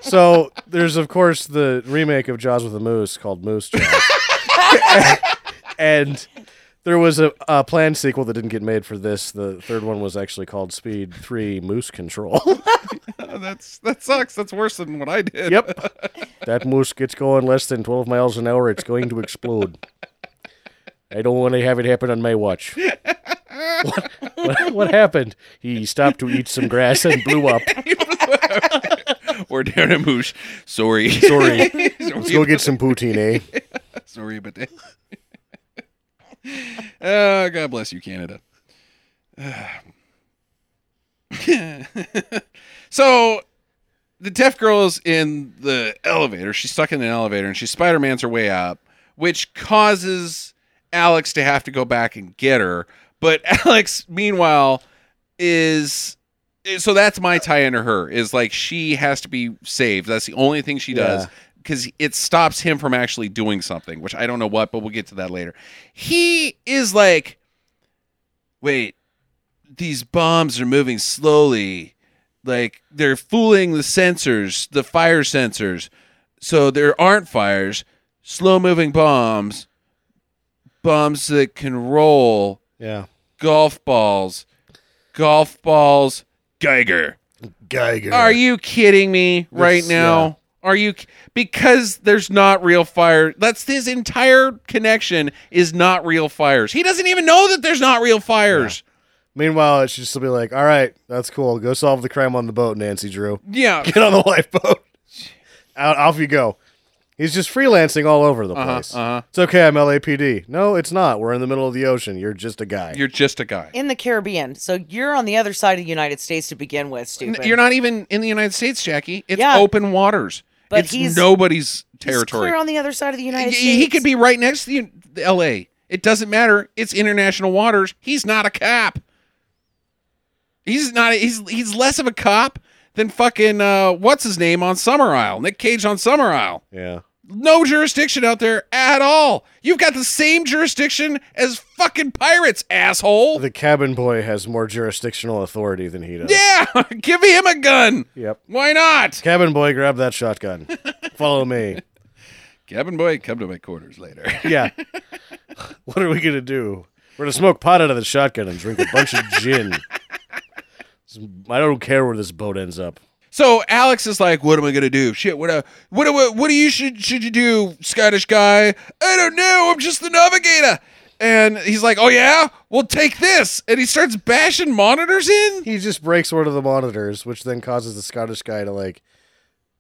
Speaker 6: So there's of course the remake of Jaws with a moose called Moose Jaws, and there was a, a planned sequel that didn't get made for this. The third one was actually called Speed Three Moose Control.
Speaker 1: that's that sucks. That's worse than what I did.
Speaker 6: yep, that moose gets going less than 12 miles an hour. It's going to explode. I don't want to have it happen on my watch. What, what, what happened? He stopped to eat some grass and blew up.
Speaker 1: Or down a moosh. Sorry.
Speaker 6: Sorry.
Speaker 1: Sorry,
Speaker 6: Let's go get some poutine, eh?
Speaker 1: Sorry about that. oh, God bless you, Canada. so the deaf girl is in the elevator. She's stuck in an elevator and she Spider Man's her way up, which causes Alex to have to go back and get her. But Alex, meanwhile, is so that's my tie into her is like she has to be saved. That's the only thing she does
Speaker 6: Yeah.
Speaker 1: because it stops him from actually doing something, which I don't know what, but we'll get to that later. He is like, wait, these bombs are moving slowly. Like they're fooling the sensors, the fire sensors. So there aren't fires, slow moving bombs, bombs that can roll,
Speaker 6: Yeah.
Speaker 1: golf balls, golf balls, Geiger.
Speaker 6: Geiger.
Speaker 1: Are you kidding me right
Speaker 6: This-
Speaker 1: now?
Speaker 6: yeah.
Speaker 1: Are you because there's not real fire. That's his entire connection is not real fires. He doesn't even know that there's not real fires.
Speaker 6: Meanwhile, it should still be like, all right, that's cool. Go solve the crime on the boat, Nancy Drew.
Speaker 1: Yeah.
Speaker 6: Get on the lifeboat. Out, off you go. He's just freelancing all over the place.
Speaker 1: uh-huh.
Speaker 6: It's okay, I'm LAPD. No, it's not. We're in the middle of the ocean. You're just a guy.
Speaker 1: You're just a guy.
Speaker 7: in the Caribbean. So you're on the other side of the United States to begin with,
Speaker 1: N-
Speaker 7: stupid.
Speaker 1: You're not even in the United States, Jackie. It's
Speaker 7: Yeah.
Speaker 1: open waters.
Speaker 7: But
Speaker 1: it's
Speaker 7: he's-
Speaker 1: nobody's
Speaker 7: He's
Speaker 1: territory.
Speaker 7: clear on the other side of the
Speaker 1: Y-
Speaker 7: United States.
Speaker 1: he could be right next to the, the L.A. It doesn't matter. It's international waters. He's not a cop. He's not. He's he's less of a cop than fucking uh, what's his name on Summer Isle, Nick Cage on Summer Isle.
Speaker 6: yeah.
Speaker 1: No jurisdiction out there at all. You've got the same jurisdiction as fucking pirates, asshole.
Speaker 6: The cabin boy has more jurisdictional authority than he does.
Speaker 1: yeah, give him a gun.
Speaker 6: Yep.
Speaker 1: Why not?
Speaker 6: Cabin boy, grab that shotgun. Follow me.
Speaker 1: Cabin boy, come to my quarters later.
Speaker 6: Yeah. what are we going to do? We're going to smoke pot out of the shotgun and drink a bunch of gin. I don't care where this boat ends up.
Speaker 1: So Alex is like, "What am I gonna do? Shit, what? Uh, what? do- What? What do you should should you do, Scottish guy? I don't know. I'm just the navigator." And he's like, "Oh yeah, well take this," and he starts bashing monitors in.
Speaker 6: He just breaks one of the monitors, which then causes the Scottish guy to like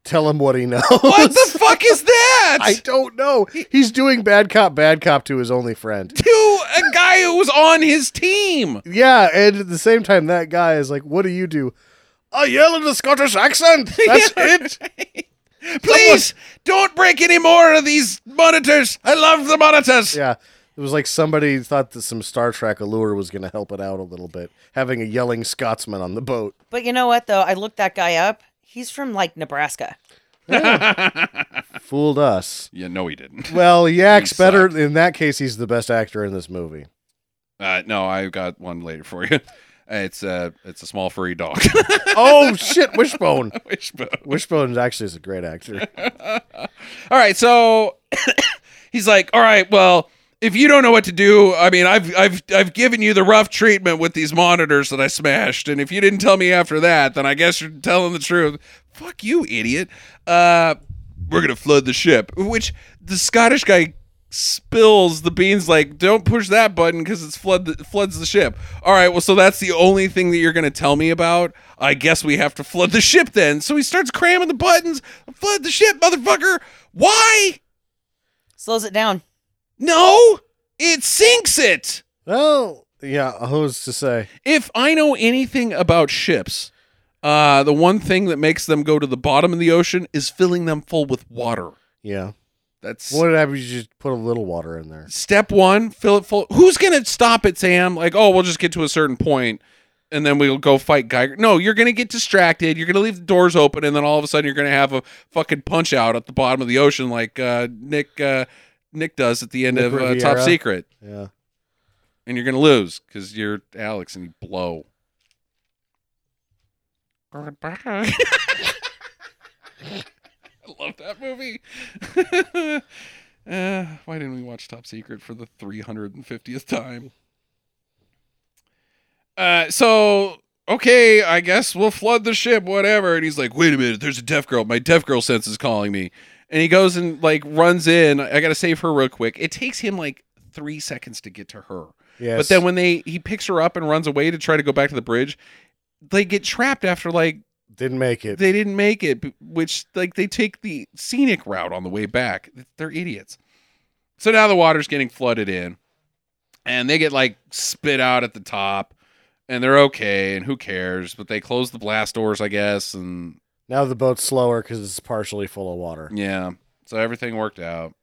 Speaker 6: tell him what he knows.
Speaker 1: What the fuck is that?
Speaker 6: I don't know. He's doing bad cop, bad cop to his only friend.
Speaker 1: to a guy who was on his team.
Speaker 6: Yeah, and at the same time, that guy is like, "What do you do?" I yell in a Scottish accent. That's it.
Speaker 1: Please don't break any more of these monitors. I love the monitors.
Speaker 6: Yeah. It was like somebody thought that some Star Trek allure was going to help it out a little bit, having a yelling Scotsman on the boat.
Speaker 7: But you know what though? I looked that guy up. He's from like Nebraska.
Speaker 6: Fooled us.
Speaker 1: Yeah, no, he didn't.
Speaker 6: Well, he acts
Speaker 1: He
Speaker 6: better. In that case, he's the best actor in this movie.
Speaker 1: Uh, no, I got one later for you. It's uh, it's a small furry dog.
Speaker 6: Oh, shit. Wishbone.
Speaker 1: Wishbone.
Speaker 6: Wishbone actually is a great actor.
Speaker 1: All right, so he's like, "All right, well, if you don't know what to do, I mean, I've I've I've given you the rough treatment with these monitors that I smashed, and if you didn't tell me after that, then I guess you're telling the truth." Fuck you, idiot. Uh, we're gonna flood the ship, which the Scottish guy spills the beans like don't push that button because it's flood the, floods the ship all right well so that's the only thing that you're going to tell me about i guess we have to flood the ship then so he starts cramming the buttons flood the ship motherfucker why
Speaker 7: Slows it down.
Speaker 1: no it sinks it
Speaker 6: Well, Oh, yeah, who's to say?
Speaker 1: if I know anything about ships, uh, the one thing that makes them go to the bottom of the ocean is filling them full with water.
Speaker 6: Yeah.
Speaker 1: That's
Speaker 6: What would happen if you just put a little water in there?
Speaker 1: step one. Fill it full. Who's gonna stop it, Sam? Like, oh, we'll just get to a certain point, and then we'll go fight Geiger. No, you're gonna get distracted. You're gonna leave the doors open, and then all of a sudden, you're gonna have a fucking punch out at the bottom of the ocean, like uh, Nick uh, Nick does at the end
Speaker 6: Nick
Speaker 1: of uh, Top
Speaker 6: Riviera.
Speaker 1: Secret,
Speaker 6: Yeah.
Speaker 1: and you're gonna lose because you're Alex and you blow. Goodbye. I love that movie. uh, why didn't we watch Top Secret for the 350th time? Uh, so, okay, I guess we'll flood the ship, whatever. And he's like, wait a minute, there's a deaf girl. My deaf girl sense is calling me. And he goes and like runs in. I got to save her real quick. It takes him like three seconds to get to her.
Speaker 6: Yes.
Speaker 1: But then when they he picks her up and runs away to try to go back to the bridge, they get trapped after like
Speaker 6: didn't make it.
Speaker 1: they didn't make it, b- which like they take the scenic route on the way back. They're idiots. So now the water's getting flooded in, and they get like spit out at the top, and they're okay, and who cares? But they close the blast doors, I guess, and
Speaker 6: now the boat's slower because it's partially full of water.
Speaker 1: yeah, so everything worked out.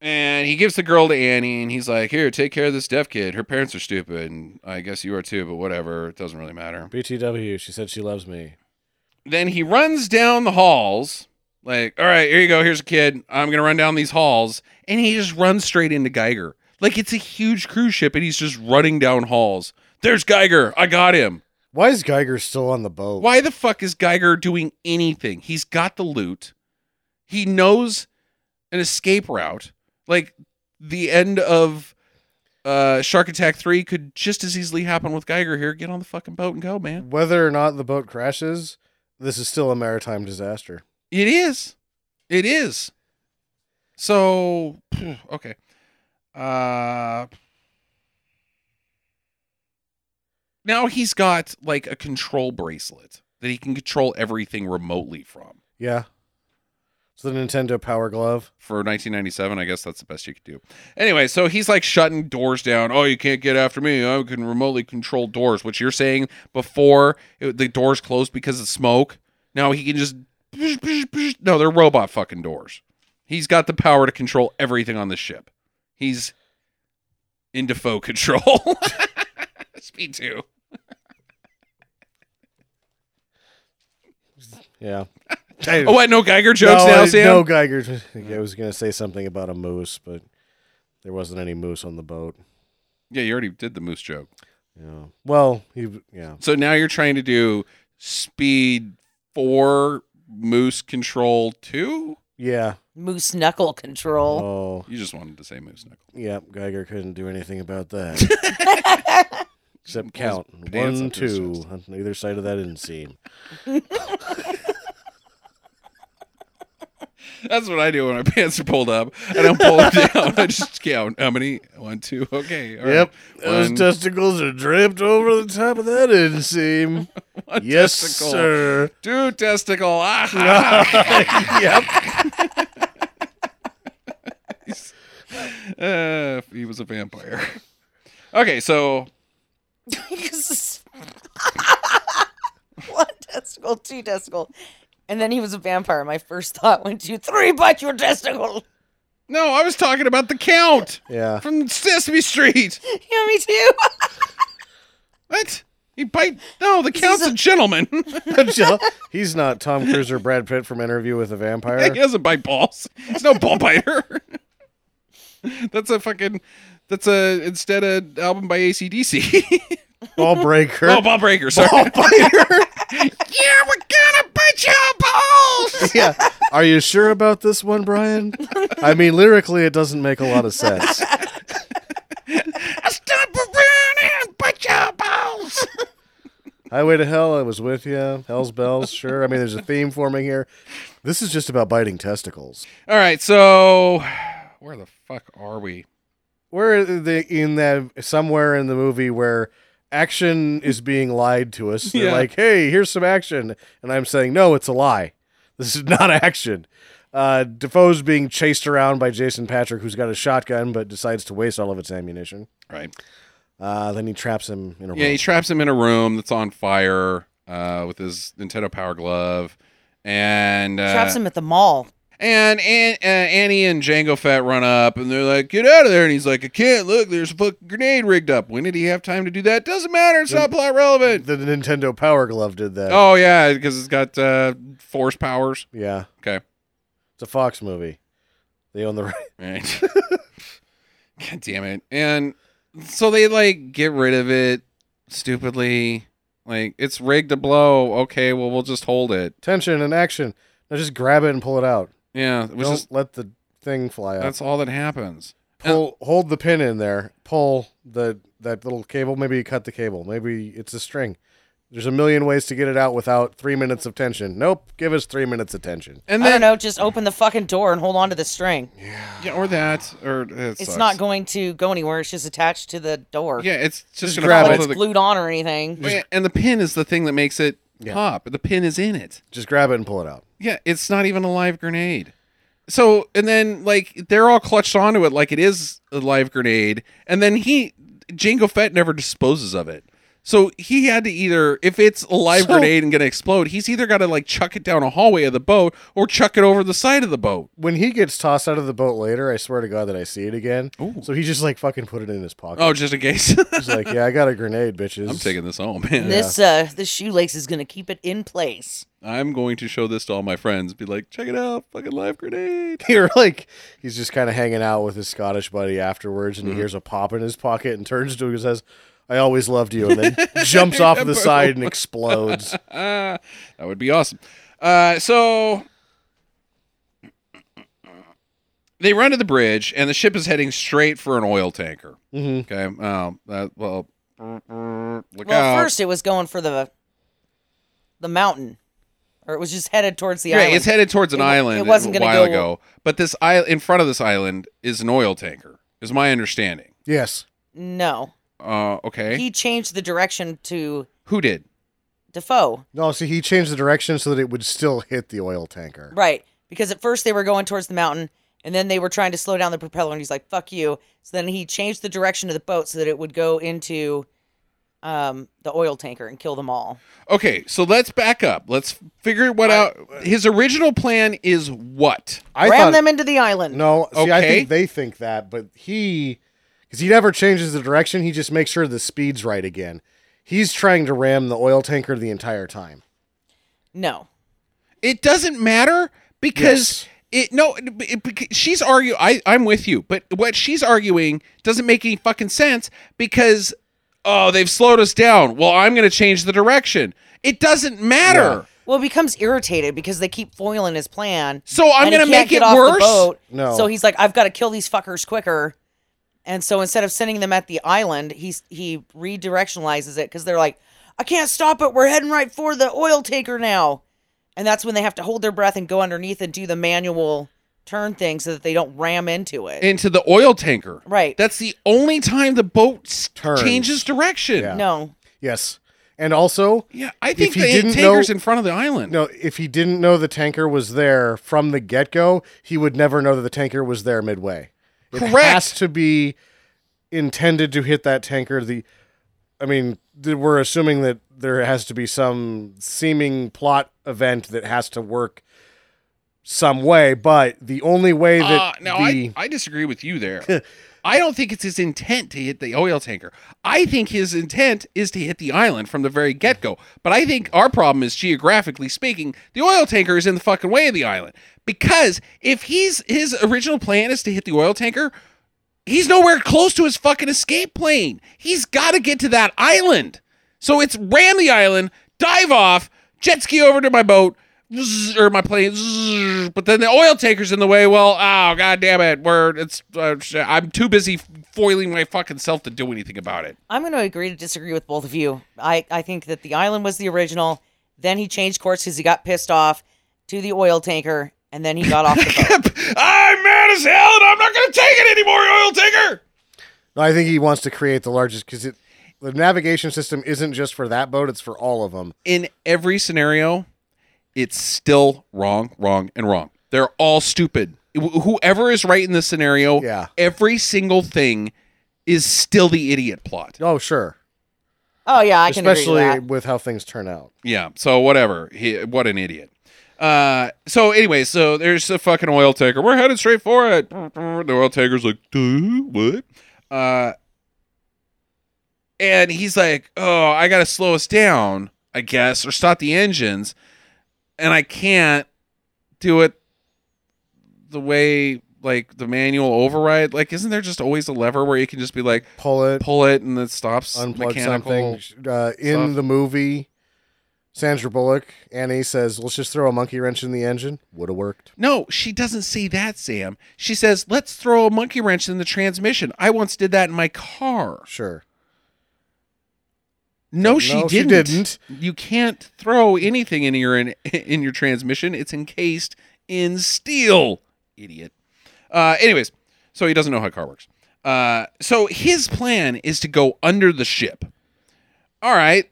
Speaker 1: And he gives the girl to Annie, and he's like, "Here, take care of this deaf kid. Her parents are stupid, and I guess you are too, but whatever. It doesn't really matter."
Speaker 6: BTW, she said she loves me.
Speaker 1: then he runs down the halls like all right here you go here's a kid i'm gonna run down these halls and he just runs straight into geiger like it's a huge cruise ship and he's just running down halls there's geiger i got him
Speaker 6: Why is Geiger still on the boat?
Speaker 1: why the fuck is geiger doing anything he's got the loot he knows an escape route like the end of uh shark attack 3 could just as easily happen with geiger here get on the fucking boat and go man
Speaker 6: Whether or not the boat crashes, this is still a maritime disaster.
Speaker 1: It is. It is. So okay. Uh now he's got like a control bracelet that he can control everything remotely from.
Speaker 6: Yeah. It's the Nintendo Power Glove.
Speaker 1: For 1997, I guess that's the best you could do. Anyway, so he's like shutting doors down. Oh, you can't get after me. I can remotely control doors, which you're saying before it, the doors closed because of smoke. Now he can just. No, they're robot fucking doors. He's got the power to control everything on the ship. He's in Defoe control. Speed two.
Speaker 6: Yeah.
Speaker 1: Oh, what? No Geiger jokes
Speaker 6: no,
Speaker 1: now,
Speaker 6: I-
Speaker 1: Sam?
Speaker 6: No Geiger. I was going to say something about a moose, but there wasn't any moose on the boat.
Speaker 1: Yeah, you already did the moose joke.
Speaker 6: Yeah. Well, he, yeah.
Speaker 1: So now you're trying to do speed four moose control two?
Speaker 6: Yeah.
Speaker 7: Moose knuckle control.
Speaker 6: Oh,
Speaker 1: You just wanted to say moose knuckle.
Speaker 6: yeah. Geiger couldn't do anything about that. Except count.
Speaker 1: pants
Speaker 6: One,
Speaker 1: up his
Speaker 6: two, on either side of that inseam.
Speaker 1: That's what I do when my pants are pulled up. I don't pull them down. I just count how many. One, two. Okay. all right.
Speaker 6: Yep. Those
Speaker 1: One-
Speaker 6: testicles are draped over the top of that inseam. yes,
Speaker 1: testicle.
Speaker 6: sir.
Speaker 1: Two testicle. Ah,
Speaker 6: yep.
Speaker 1: uh, he was a vampire. Okay, so
Speaker 7: One testicle, two testicle. And then he was a vampire. My first thought went to three bite your testicle.
Speaker 1: no, I was talking about the count
Speaker 6: Yeah.
Speaker 1: from Sesame Street.
Speaker 7: Yeah, me too.
Speaker 1: What? He bite? No, the count's a gentleman.
Speaker 6: Jill- He's not Tom Cruise or Brad Pitt from Interview with a Vampire.
Speaker 1: he doesn't bite balls. He's no ball biter. that's a fucking. That's a instead of album by ACDC.
Speaker 6: Ball breaker.
Speaker 1: oh, ball breaker. Sorry.
Speaker 6: Ball biter.
Speaker 1: Yeah, we're gonna bite your balls.
Speaker 6: yeah. Are you sure about this one, Brian? I mean, lyrically, it doesn't make a lot of sense.
Speaker 1: Stop around and bite your balls.
Speaker 6: Highway to Hell, I was with you. Hell's Bells, sure. I mean, there's a theme forming here. This is just about biting testicles.
Speaker 1: All right, so where the fuck are we?
Speaker 6: We're the, in that somewhere in the movie where action is being lied to us. They're
Speaker 1: Yeah.
Speaker 6: like, "Hey, here's some action," and I'm saying, "No, it's a lie. This is not action." Uh, Defoe's being chased around by Jason Patrick, who's got a shotgun but decides to waste all of its ammunition.
Speaker 1: Right.
Speaker 6: Uh, then he traps him in a
Speaker 1: Yeah,
Speaker 6: room.
Speaker 1: he traps him in a room that's on fire uh, with his Nintendo Power Glove, and uh,
Speaker 7: Traps him at the mall.
Speaker 1: And An- uh, Annie and Django Fat run up, and they're like, "Get out of there!" And he's like, "I can't. Look, there's a fucking grenade rigged up. When did he have time to do that? Doesn't matter. It's not plot relevant."
Speaker 6: the Nintendo Power Glove did that.
Speaker 1: Oh yeah, because it's got uh, force powers.
Speaker 6: Yeah,
Speaker 1: Okay.
Speaker 6: it's a Fox movie. They own the right.
Speaker 1: Right. God damn it. And so they like get rid of it stupidly. Like it's rigged to blow. Okay, well we'll just hold it.
Speaker 6: tension and action. Now just grab it and pull it out.
Speaker 1: Yeah, it was
Speaker 6: Don't
Speaker 1: just
Speaker 6: let the thing fly out.
Speaker 1: that's all that happens.
Speaker 6: pull, hold the pin in there. Pull the that little cable. Maybe you cut the cable. Maybe it's a string. There's a million ways to get it out without three minutes of tension. Nope. Give us three minutes of tension.
Speaker 1: And
Speaker 7: I don't
Speaker 1: then
Speaker 7: know. Just open the fucking door and hold on to the string.
Speaker 1: yeah, or that or it
Speaker 7: it's
Speaker 1: sucks.
Speaker 7: not going to go anywhere. It's just attached to the door.
Speaker 1: Yeah, it's just,
Speaker 6: Just
Speaker 1: gonna
Speaker 6: grab
Speaker 1: fall
Speaker 6: it.
Speaker 1: to
Speaker 7: It's
Speaker 1: the
Speaker 7: glued on or anything.
Speaker 1: Yeah, and the pin is the thing that makes it
Speaker 6: Yeah.
Speaker 1: pop. The pin is in it.
Speaker 6: Just grab it and pull it out.
Speaker 1: Yeah, it's not even a live grenade. So and then like they're all clutched onto it like it is a live grenade, and then he Jango Fett never disposes of it. So he had to either if it's a live
Speaker 6: So-
Speaker 1: grenade and gonna explode, he's either got to like chuck it down a hallway of the boat or chuck it over the side of the boat.
Speaker 6: When he gets tossed out of the boat later, I swear to God that I see it again. So he just like fucking put it in his pocket.
Speaker 1: Oh, just in case.
Speaker 6: He's like, yeah, I got a grenade, bitches.
Speaker 1: I'm taking this home, man.
Speaker 7: This uh, this shoelace is gonna keep it in place.
Speaker 1: I'm going to show this to all my friends. Be like, check it out, fucking live grenade.
Speaker 6: You're like, he's just kind of hanging out with his Scottish buddy afterwards,
Speaker 1: Mm-hmm.
Speaker 6: and he hears a pop in his pocket and turns to him and says, I always loved you, and then jumps off the side and explodes.
Speaker 1: Ah, that would be awesome. Uh, so they run to the bridge, and the ship is heading straight for an oil tanker.
Speaker 6: hmm
Speaker 1: Okay. Um, that, well, look
Speaker 7: Well,
Speaker 1: out.
Speaker 7: first it was going for the the mountain, or it was just headed towards the
Speaker 1: Right,
Speaker 7: island.
Speaker 1: it's headed towards an
Speaker 7: It wa-
Speaker 1: island.
Speaker 7: it wasn't
Speaker 1: a
Speaker 7: gonna
Speaker 1: while
Speaker 7: go-
Speaker 1: ago, but this island in front of this island is an oil tanker, is my understanding.
Speaker 6: Yes.
Speaker 7: no,
Speaker 1: Uh, okay.
Speaker 7: he changed the direction to
Speaker 1: Who did?
Speaker 7: Defoe.
Speaker 6: No, see, he changed the direction so that it would still hit the oil tanker.
Speaker 7: Right, because at first they were going towards the mountain, and then they were trying to slow down the propeller, and he's like, "Fuck you!" So then he changed the direction of the boat so that it would go into um, the oil tanker and kill them all.
Speaker 1: Okay, so let's back up. Let's figure what out. His original plan is what?
Speaker 6: I
Speaker 7: Ram
Speaker 6: thought,
Speaker 7: them into the island.
Speaker 6: No, see, I
Speaker 1: Okay.
Speaker 6: think they think that, but he, because he never changes the direction, he just makes sure the speed's right again. He's trying to ram the oil tanker the entire time.
Speaker 7: no.
Speaker 1: it doesn't matter because it no it, it- bec- she's arguing i i'm with you but what she's arguing doesn't make any fucking sense because oh they've slowed us down well i'm gonna change the direction it doesn't matter
Speaker 7: Well, he becomes irritated because they keep foiling his plan.
Speaker 1: so i'm
Speaker 7: and he
Speaker 1: gonna
Speaker 7: can't
Speaker 1: make
Speaker 7: get
Speaker 1: it
Speaker 7: off the
Speaker 1: worse
Speaker 7: boat.
Speaker 6: No.
Speaker 7: So he's like, I've got to kill these fuckers quicker. And so instead of sending them at the island, he's he redirectionalizes it because they're like, I can't stop it. We're heading right for the oil taker now. And that's when they have to hold their breath and go underneath and do the manual turn thing so that they don't ram into it.
Speaker 1: into the oil tanker
Speaker 7: Right.
Speaker 1: that's the only time the boat s-
Speaker 6: Turns.
Speaker 1: changes direction
Speaker 6: Yeah.
Speaker 7: no.
Speaker 6: Yes. And also,
Speaker 1: yeah i
Speaker 6: If
Speaker 1: think
Speaker 6: he
Speaker 1: the
Speaker 6: didn't
Speaker 1: tanker's
Speaker 6: know-
Speaker 1: in front of the island
Speaker 6: No, if he didn't know the tanker was there from the get go, he would never know that the tanker was there midway. It
Speaker 1: Correct.
Speaker 6: has to be intended to hit that tanker. The, I mean, th- we're assuming that there has to be some seeming plot event that has to work some way, but the only way that
Speaker 1: Uh, no,
Speaker 6: the
Speaker 1: I, I disagree with you there. I don't think it's his intent to hit the oil tanker. I think his intent is to hit the island from the very get go. But I think our problem is geographically speaking, the oil tanker is in the fucking way of the island. Because if he's his original plan is to hit the oil tanker, he's nowhere close to his fucking escape plane. He's got to get to that island. So it's ram the island, dive off, jet ski over to my boat, zzz, or my plane, zzz, but then the oil taker's in the way. Well, oh god damn it, we're it's uh, sh- I'm too busy foiling my fucking self to do anything about it.
Speaker 7: I'm going to agree to disagree with both of you. I, I think that the island was the original. Then he changed course because he got pissed off to the oil tanker, and then he got off the boat.
Speaker 1: I'm mad as hell, and I'm not gonna take it anymore, oil taker.
Speaker 6: No, I think he wants to create the largest because it the navigation system isn't just for that boat; it's for all of them.
Speaker 1: In every scenario, it's still wrong, wrong, and wrong. They're all stupid. Wh- Whoever is right in this scenario,
Speaker 6: Yeah.
Speaker 1: every single thing is still the idiot plot.
Speaker 6: Oh, sure,
Speaker 7: Oh yeah, I can
Speaker 6: especially
Speaker 7: agree with that.
Speaker 6: with how things turn out.
Speaker 1: Yeah. So whatever. He, what an idiot. Uh. So anyway, so there's the fucking oil taker. We're headed straight for it. The oil taker's like, "Duh, what? Uh. And he's like, oh, I gotta slow us down, I guess, or stop the engines, and I can't do it the way like the manual override. Like, isn't there just always a lever where you can just be like,
Speaker 6: Pull it,
Speaker 1: pull it, and it stops
Speaker 6: unplug
Speaker 1: mechanical?
Speaker 6: something. Uh, in
Speaker 1: stuff.
Speaker 6: the movie, Sandra Bullock, Annie says, "Let's just throw a monkey wrench in the engine. Would have worked."
Speaker 1: No, she doesn't say that, Sam. She says, let's throw a monkey wrench in the transmission. I once did that in my car.
Speaker 6: Sure.
Speaker 1: No,
Speaker 6: No,
Speaker 1: she, didn't.
Speaker 6: she didn't.
Speaker 1: You can't throw anything in your in, in your transmission. It's encased in steel. Idiot. Uh, anyways, so he doesn't know how a car works. Uh, so his plan is to go under the ship. All right.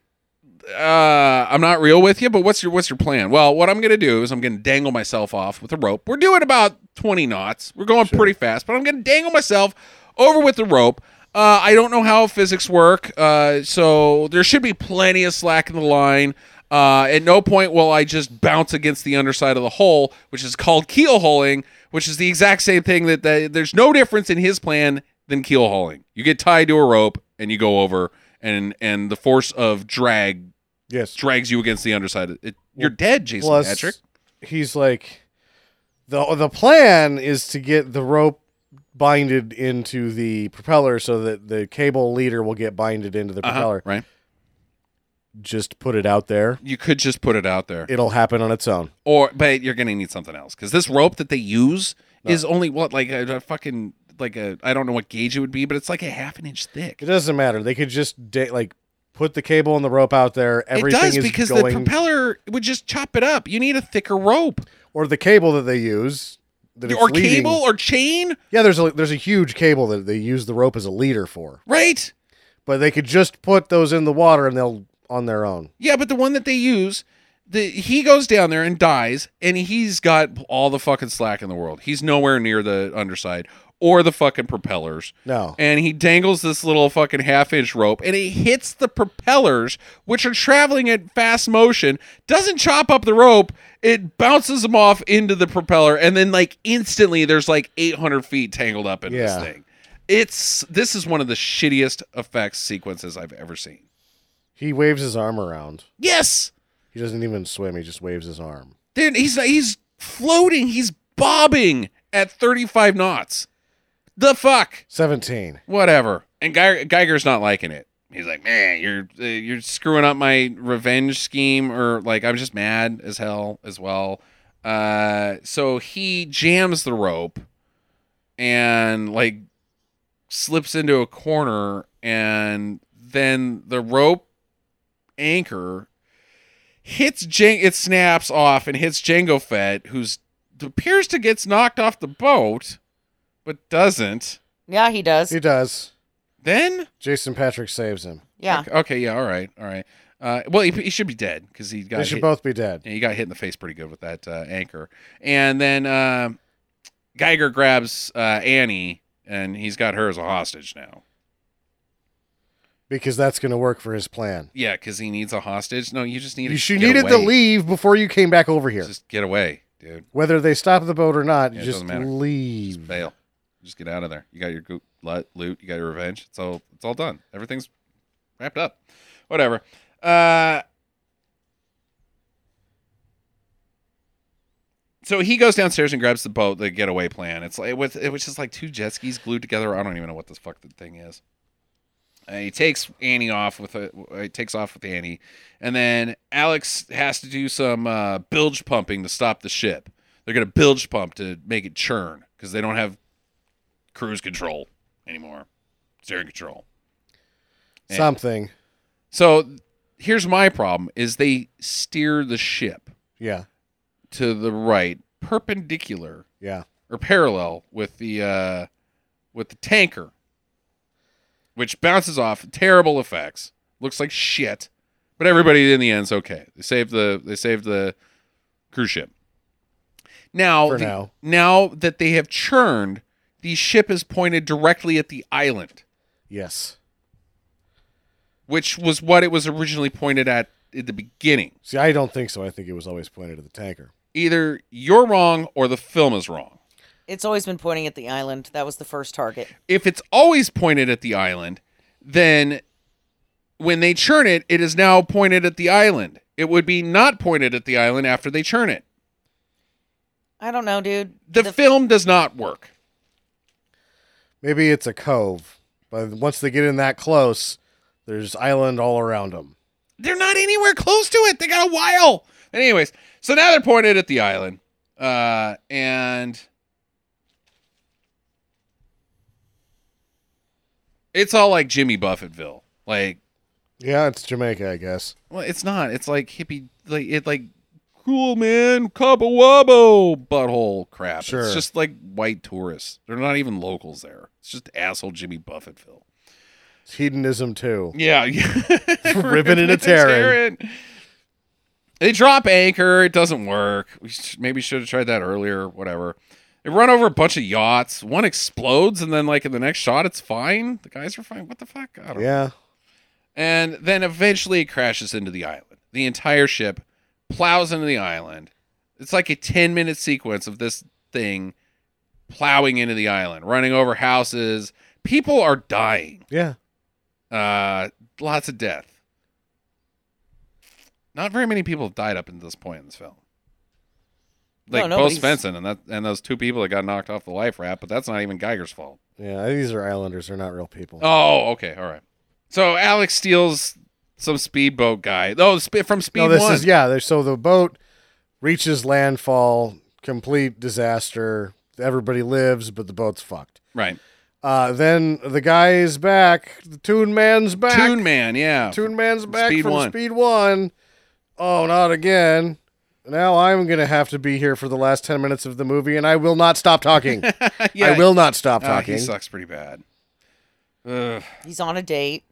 Speaker 1: Uh, I'm not real with you, but what's your what's your plan? Well, what I'm gonna do is I'm gonna dangle myself off with a rope. We're doing about 20 knots. We're going pretty fast, but I'm gonna dangle myself over with the rope. Uh, I don't know how physics work, uh, so there should be plenty of slack in the line. Uh, at no point will I just bounce against the underside of the hull, which is called keel hulling, which is the exact same thing that the, there's no difference in his plan than keel hauling. You get tied to a rope and you go over, and and the force of drag
Speaker 6: Yes.
Speaker 1: drags you against the underside. It, you're dead, Jason
Speaker 6: Plus,
Speaker 1: Patrick.
Speaker 6: he's like, the the plan is to get the rope binded into the propeller so that the cable leader will get binded into the
Speaker 1: Uh-huh,
Speaker 6: propeller.
Speaker 1: right?
Speaker 6: Just put it out there.
Speaker 1: You could just put it out there,
Speaker 6: It'll happen on its own.
Speaker 1: or but you're gonna need something else because this rope that they use is only what like a, a fucking like a I don't know what gauge it would be, but it's like a half an inch thick.
Speaker 6: It doesn't matter. They could just da- like put the cable and the rope out there. Everything
Speaker 1: it does
Speaker 6: is
Speaker 1: because
Speaker 6: going,
Speaker 1: the propeller would just chop it up. You need a thicker rope
Speaker 6: or the cable that they use. That it's
Speaker 1: or
Speaker 6: leading-
Speaker 1: cable or chain,
Speaker 6: Yeah, there's a there's a huge cable that they use the rope as a leader for.
Speaker 1: right?
Speaker 6: But they could just put those in the water and they'll on their own.
Speaker 1: Yeah, but the one that they use, the he goes down there and dies, and he's got all the fucking slack in the world. He's nowhere near the underside or the fucking propellers.
Speaker 6: No.
Speaker 1: And he dangles this little fucking half inch rope and it hits the propellers, which are traveling at fast motion, doesn't chop up the rope. It bounces them off into the propeller. And then, like, instantly, there's like 800 feet tangled up in
Speaker 6: Yeah.
Speaker 1: this thing. It's this is one of the shittiest effects sequences I've ever seen.
Speaker 6: He waves his arm around.
Speaker 1: Yes.
Speaker 6: He doesn't even swim. He just waves his arm.
Speaker 1: Dude, he's he's floating. He's bobbing at 35 knots. The fuck,
Speaker 6: Seventeen.
Speaker 1: whatever. And Geiger, Geiger's not liking it. He's like, man, you're uh, you're screwing up my revenge scheme, or like I'm just mad as hell as well. Uh, so he jams the rope and like slips into a corner, and then the rope anchor hits Jan- it snaps off and hits Django Fett, who's appears to gets knocked off the boat, but doesn't.
Speaker 7: Yeah, he does.
Speaker 6: He does.
Speaker 1: Then
Speaker 6: Jason Patrick saves him.
Speaker 7: Yeah,
Speaker 1: okay, yeah, all right, all right. Uh, well, he, he should be dead because he got
Speaker 6: They should
Speaker 1: hit,
Speaker 6: both be dead.
Speaker 1: he got hit in the face pretty good with that uh, anchor. And then uh, Geiger grabs uh, Annie, and he's got her as a hostage now.
Speaker 6: Because that's gonna work for his plan.
Speaker 1: Yeah, because he needs a hostage. No, you just need
Speaker 6: You
Speaker 1: to
Speaker 6: she
Speaker 1: get
Speaker 6: needed
Speaker 1: away.
Speaker 6: to leave before you came back over here.
Speaker 1: Just get away, dude.
Speaker 6: Whether they stop the boat or not,
Speaker 1: Yeah,
Speaker 6: you
Speaker 1: it
Speaker 6: just
Speaker 1: doesn't matter.
Speaker 6: leave.
Speaker 1: Bail. Just get out of there. You got your goo- lo- loot. You got your revenge. It's all. It's all done. Everything's wrapped up. Whatever. Uh. So he goes downstairs and grabs the boat, the getaway plan. It's like with it was just like two jet skis glued together. I don't even know what this fuck the thing is. Uh, he takes Annie off with a, uh, he takes off with Annie, and then Alex has to do some uh, bilge pumping to stop the ship. They're gonna bilge pump to make it churn because they don't have cruise control anymore, steering control. Yeah.
Speaker 6: Something.
Speaker 1: So here's my problem: is they steer the ship
Speaker 6: Yeah.
Speaker 1: to the right, perpendicular
Speaker 6: Yeah.
Speaker 1: or parallel with the uh, with the tanker, which bounces off. Terrible effects. Looks like shit, but everybody in the end's okay. They saved the they saved the cruise ship. Now,
Speaker 6: For
Speaker 1: the-
Speaker 6: now.
Speaker 1: now that they have churned, the ship is pointed directly at the island,
Speaker 6: Yes.
Speaker 1: which was what it was originally pointed at at the beginning.
Speaker 6: See, I don't think so. I think it was always pointed at the tanker.
Speaker 1: Either you're wrong or the film is wrong.
Speaker 7: It's always been pointing at the island. That was the first target.
Speaker 1: if it's always pointed at the island, then when they churn it, it is now pointed at the island. It would be not pointed at the island after they churn it.
Speaker 7: I don't know, dude.
Speaker 1: The, film does not work.
Speaker 6: Maybe it's a cove, but once they get in that close, there's island all around them.
Speaker 1: They're not anywhere close to it. They got a while. Anyways, so now they're pointed at the island. Uh, and it's all like Jimmy Buffettville. Like,
Speaker 6: Yeah, it's Jamaica, I guess.
Speaker 1: Well, it's not. It's like hippie, like it, like cool man, cabo wabo butthole crap.
Speaker 6: Sure.
Speaker 1: It's just like white tourists. They're not even locals there. It's just asshole Jimmy Buffett Phil.
Speaker 6: It's hedonism too.
Speaker 1: Yeah, ripping
Speaker 6: Ripping and a tearing.
Speaker 1: They drop anchor. It doesn't work. We sh- maybe should have tried that earlier. Whatever. They run over a bunch of yachts. One explodes, and then like in the next shot, it's fine. The guys are fine. What the fuck? I don't know.
Speaker 6: Yeah.
Speaker 1: And then eventually it crashes into the island. The entire ship plows into the island. It's like a 10 minute sequence of this thing plowing into the island, running over houses. People are dying.
Speaker 6: Yeah.
Speaker 1: Uh, lots of death. Not very many people have died up until this point in this film. Like
Speaker 7: No,
Speaker 1: Bo
Speaker 7: nobody's-
Speaker 1: Svensson and that and those two people that got knocked off the life raft, but that's not even Geiger's fault.
Speaker 6: Yeah. These are islanders. They're not real people.
Speaker 1: Oh, okay, all right. So Alex steals some speedboat guy. Oh, sp- from Speed
Speaker 6: no, this
Speaker 1: One.
Speaker 6: is yeah. There's, so the boat reaches landfall, complete disaster. Everybody lives, but the boat's fucked.
Speaker 1: Right,
Speaker 6: Uh, then the guy is back. The Toon Man's back.
Speaker 1: Toon Man. Yeah,
Speaker 6: Toon Man's back
Speaker 1: Speed
Speaker 6: from
Speaker 1: One.
Speaker 6: Speed One. Oh, not again. Now I'm gonna have to be here for the last ten minutes of the movie, and I will not stop talking.
Speaker 1: Yeah,
Speaker 6: I will not stop
Speaker 1: uh,
Speaker 6: talking.
Speaker 1: he sucks pretty bad. Ugh.
Speaker 7: He's on a date.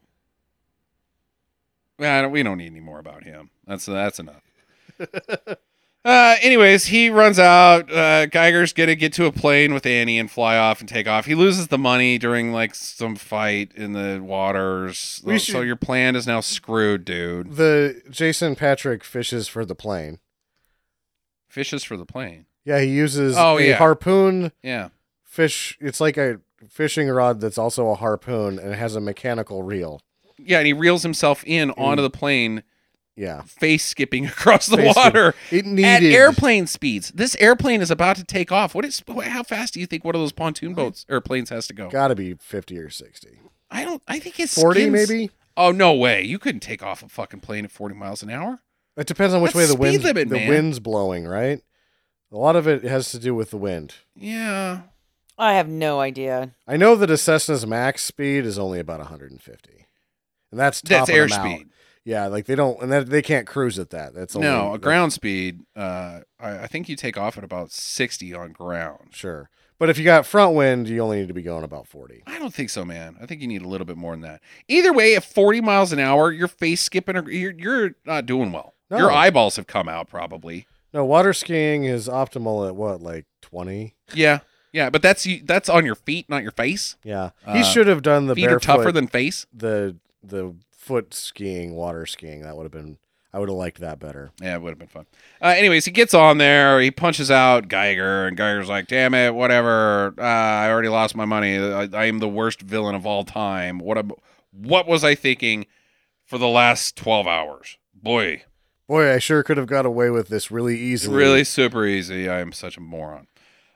Speaker 1: Well, I don't- we don't need any more about him. That's that's enough. uh, anyways, he runs out. Uh, Geiger's gonna get to a plane with Annie and fly off and take off. He loses the money during like some fight in the waters. Oh,
Speaker 6: We
Speaker 1: so
Speaker 6: should-
Speaker 1: your plan is now screwed, dude.
Speaker 6: the Jason Patrick fishes for the plane.
Speaker 1: Fishes for the plane.
Speaker 6: Yeah, he uses
Speaker 1: Oh,
Speaker 6: a
Speaker 1: yeah.
Speaker 6: harpoon
Speaker 1: Yeah.
Speaker 6: fish. It's like a fishing rod that's also a harpoon, and it has a mechanical reel.
Speaker 1: Yeah, and he reels himself in
Speaker 6: Mm.
Speaker 1: onto the plane,
Speaker 6: Yeah,
Speaker 1: face skipping across the
Speaker 6: Face skip-
Speaker 1: water at
Speaker 6: it needed
Speaker 1: airplane speeds. This airplane is about to take off. What is? wh- How fast do you think one of those pontoon boats airplanes has to go?
Speaker 6: Got to be fifty or sixty.
Speaker 1: I don't. I think his
Speaker 6: Forty,
Speaker 1: skin's-
Speaker 6: maybe.
Speaker 1: Oh no way! You couldn't take off a fucking plane at forty miles an hour.
Speaker 6: It depends on which
Speaker 1: That's
Speaker 6: way the
Speaker 1: speed
Speaker 6: wind
Speaker 1: limit,
Speaker 6: the
Speaker 1: man.
Speaker 6: wind's blowing, right? A lot of it has to do with the wind.
Speaker 1: Yeah.
Speaker 7: I have no idea.
Speaker 6: I know that a Cessna's max speed is only about 150, and that's top
Speaker 1: That's
Speaker 6: of the
Speaker 1: airspeed.
Speaker 6: mountain. Yeah, like they don't, and that, they can't cruise at that. That's only,
Speaker 1: No, a
Speaker 6: that-
Speaker 1: ground speed. Uh, I, I think you take off at about sixty on ground.
Speaker 6: sure, but if you got front wind, you only need to be going about 40.
Speaker 1: I don't think so, man. I think you need a little bit more than that. Either way, at 40 miles an hour, you're face skipping, or you're, you're not doing well.
Speaker 6: No.
Speaker 1: Your eyeballs have come out, probably.
Speaker 6: No, water skiing is optimal at what, like 20?
Speaker 1: Yeah, yeah, but that's you- that's on your feet, not your face.
Speaker 6: Yeah,
Speaker 1: Uh,
Speaker 6: he should have done the
Speaker 1: feet
Speaker 6: barefoot,
Speaker 1: are tougher than face.
Speaker 6: the the foot skiing, water skiing. That would have been, I would have liked that better.
Speaker 1: Yeah, it would have been fun. Uh, anyways, he gets on there. He punches out Geiger, and Geiger's like, "Damn it, whatever. Uh, I already lost my money. I, I am the worst villain of all time. What am, what was I thinking for the last twelve hours? Boy,
Speaker 6: Boy, I sure could have got away with this really easily.
Speaker 1: really super easy. I am such a moron."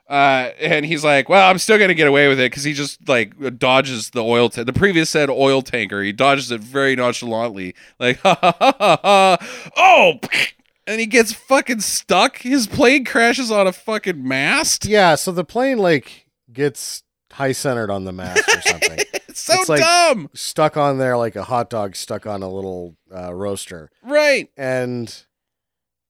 Speaker 1: Uh, and he's like, "Well, I'm still gonna get away with it because he just like dodges the oil. ta- the previous said oil tanker. He dodges it very nonchalantly, like, ha, ha, ha, ha, ha. oh." And he gets fucking stuck. His plane crashes on a fucking mast.
Speaker 6: Yeah, so the plane like gets high centered on the mast or something.
Speaker 1: It's so
Speaker 6: It's like-
Speaker 1: dumb,
Speaker 6: stuck on there like a hot dog stuck on a little uh, roaster.
Speaker 1: right?
Speaker 6: And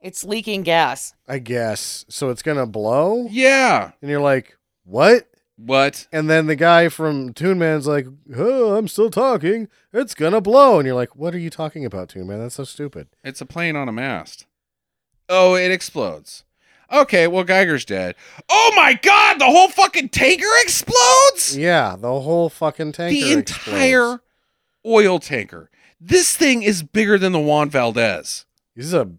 Speaker 7: It's leaking gas.
Speaker 6: I guess so it's gonna blow?
Speaker 1: Yeah.
Speaker 6: And you're like, What?
Speaker 1: What?
Speaker 6: And then the guy from Toon Man's like, Oh, I'm still talking. It's gonna blow. And you're like, What are you talking about, Toon Man? That's so stupid.
Speaker 1: It's a plane on a mast. Oh, it explodes. Okay, well Geiger's dead. Oh my god, the whole fucking tanker explodes?
Speaker 6: Yeah, the whole fucking tanker.
Speaker 1: the entire
Speaker 6: explodes.
Speaker 1: oil tanker. This thing is bigger than the Juan Valdez.
Speaker 6: This is a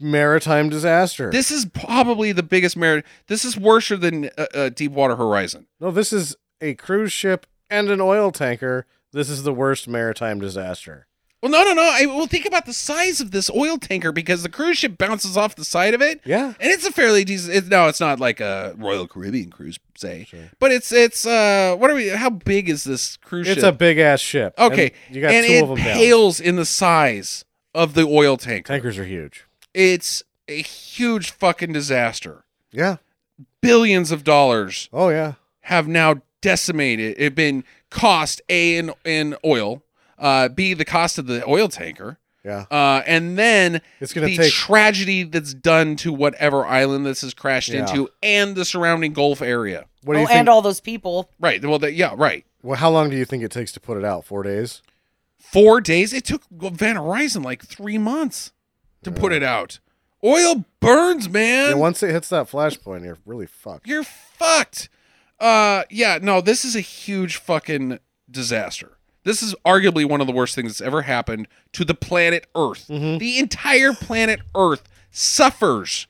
Speaker 6: maritime disaster.
Speaker 1: This is probably the biggest merit. This is worse than uh, uh, Deepwater Horizon.
Speaker 6: no, this is a cruise ship and an oil tanker. This is the worst maritime disaster.
Speaker 1: Well, no, no, no. I, well, think about the size of this oil tanker because the cruise ship bounces off the side of it.
Speaker 6: Yeah.
Speaker 1: and it's a fairly decent. It, no, it's not like a Royal Caribbean cruise, say,
Speaker 6: Sure.
Speaker 1: but it's it's uh, what are we? How big is this cruise
Speaker 6: It's a
Speaker 1: ship?
Speaker 6: big ass ship. and
Speaker 1: okay,
Speaker 6: you got
Speaker 1: and
Speaker 6: two
Speaker 1: it
Speaker 6: of them down.
Speaker 1: pales in the size of the oil tank.
Speaker 6: Tankers are huge.
Speaker 1: It's a huge fucking disaster.
Speaker 6: Yeah.
Speaker 1: Billions of dollars
Speaker 6: Oh yeah.
Speaker 1: have now decimated. It been cost a in in oil, uh, b the cost of the oil tanker.
Speaker 6: Yeah.
Speaker 1: Uh, and then
Speaker 6: It's gonna
Speaker 1: the
Speaker 6: take-
Speaker 1: tragedy that's done to whatever island this has crashed
Speaker 6: Yeah.
Speaker 1: into and the surrounding Gulf area.
Speaker 6: What do you
Speaker 7: oh,
Speaker 6: think?
Speaker 7: and all those people.
Speaker 1: Right. Well, that, yeah, right.
Speaker 6: well, how long do you think it takes to put it out? Four days.
Speaker 1: Four days. It took Van Horizon like three months to put it out. Oil burns, man.
Speaker 6: And once it hits that flashpoint, you're really fucked.
Speaker 1: You're fucked. Uh, yeah. No, this is a huge fucking disaster. This is arguably one of the worst things that's ever happened to the planet Earth.
Speaker 6: Mm-hmm.
Speaker 1: The entire planet Earth suffers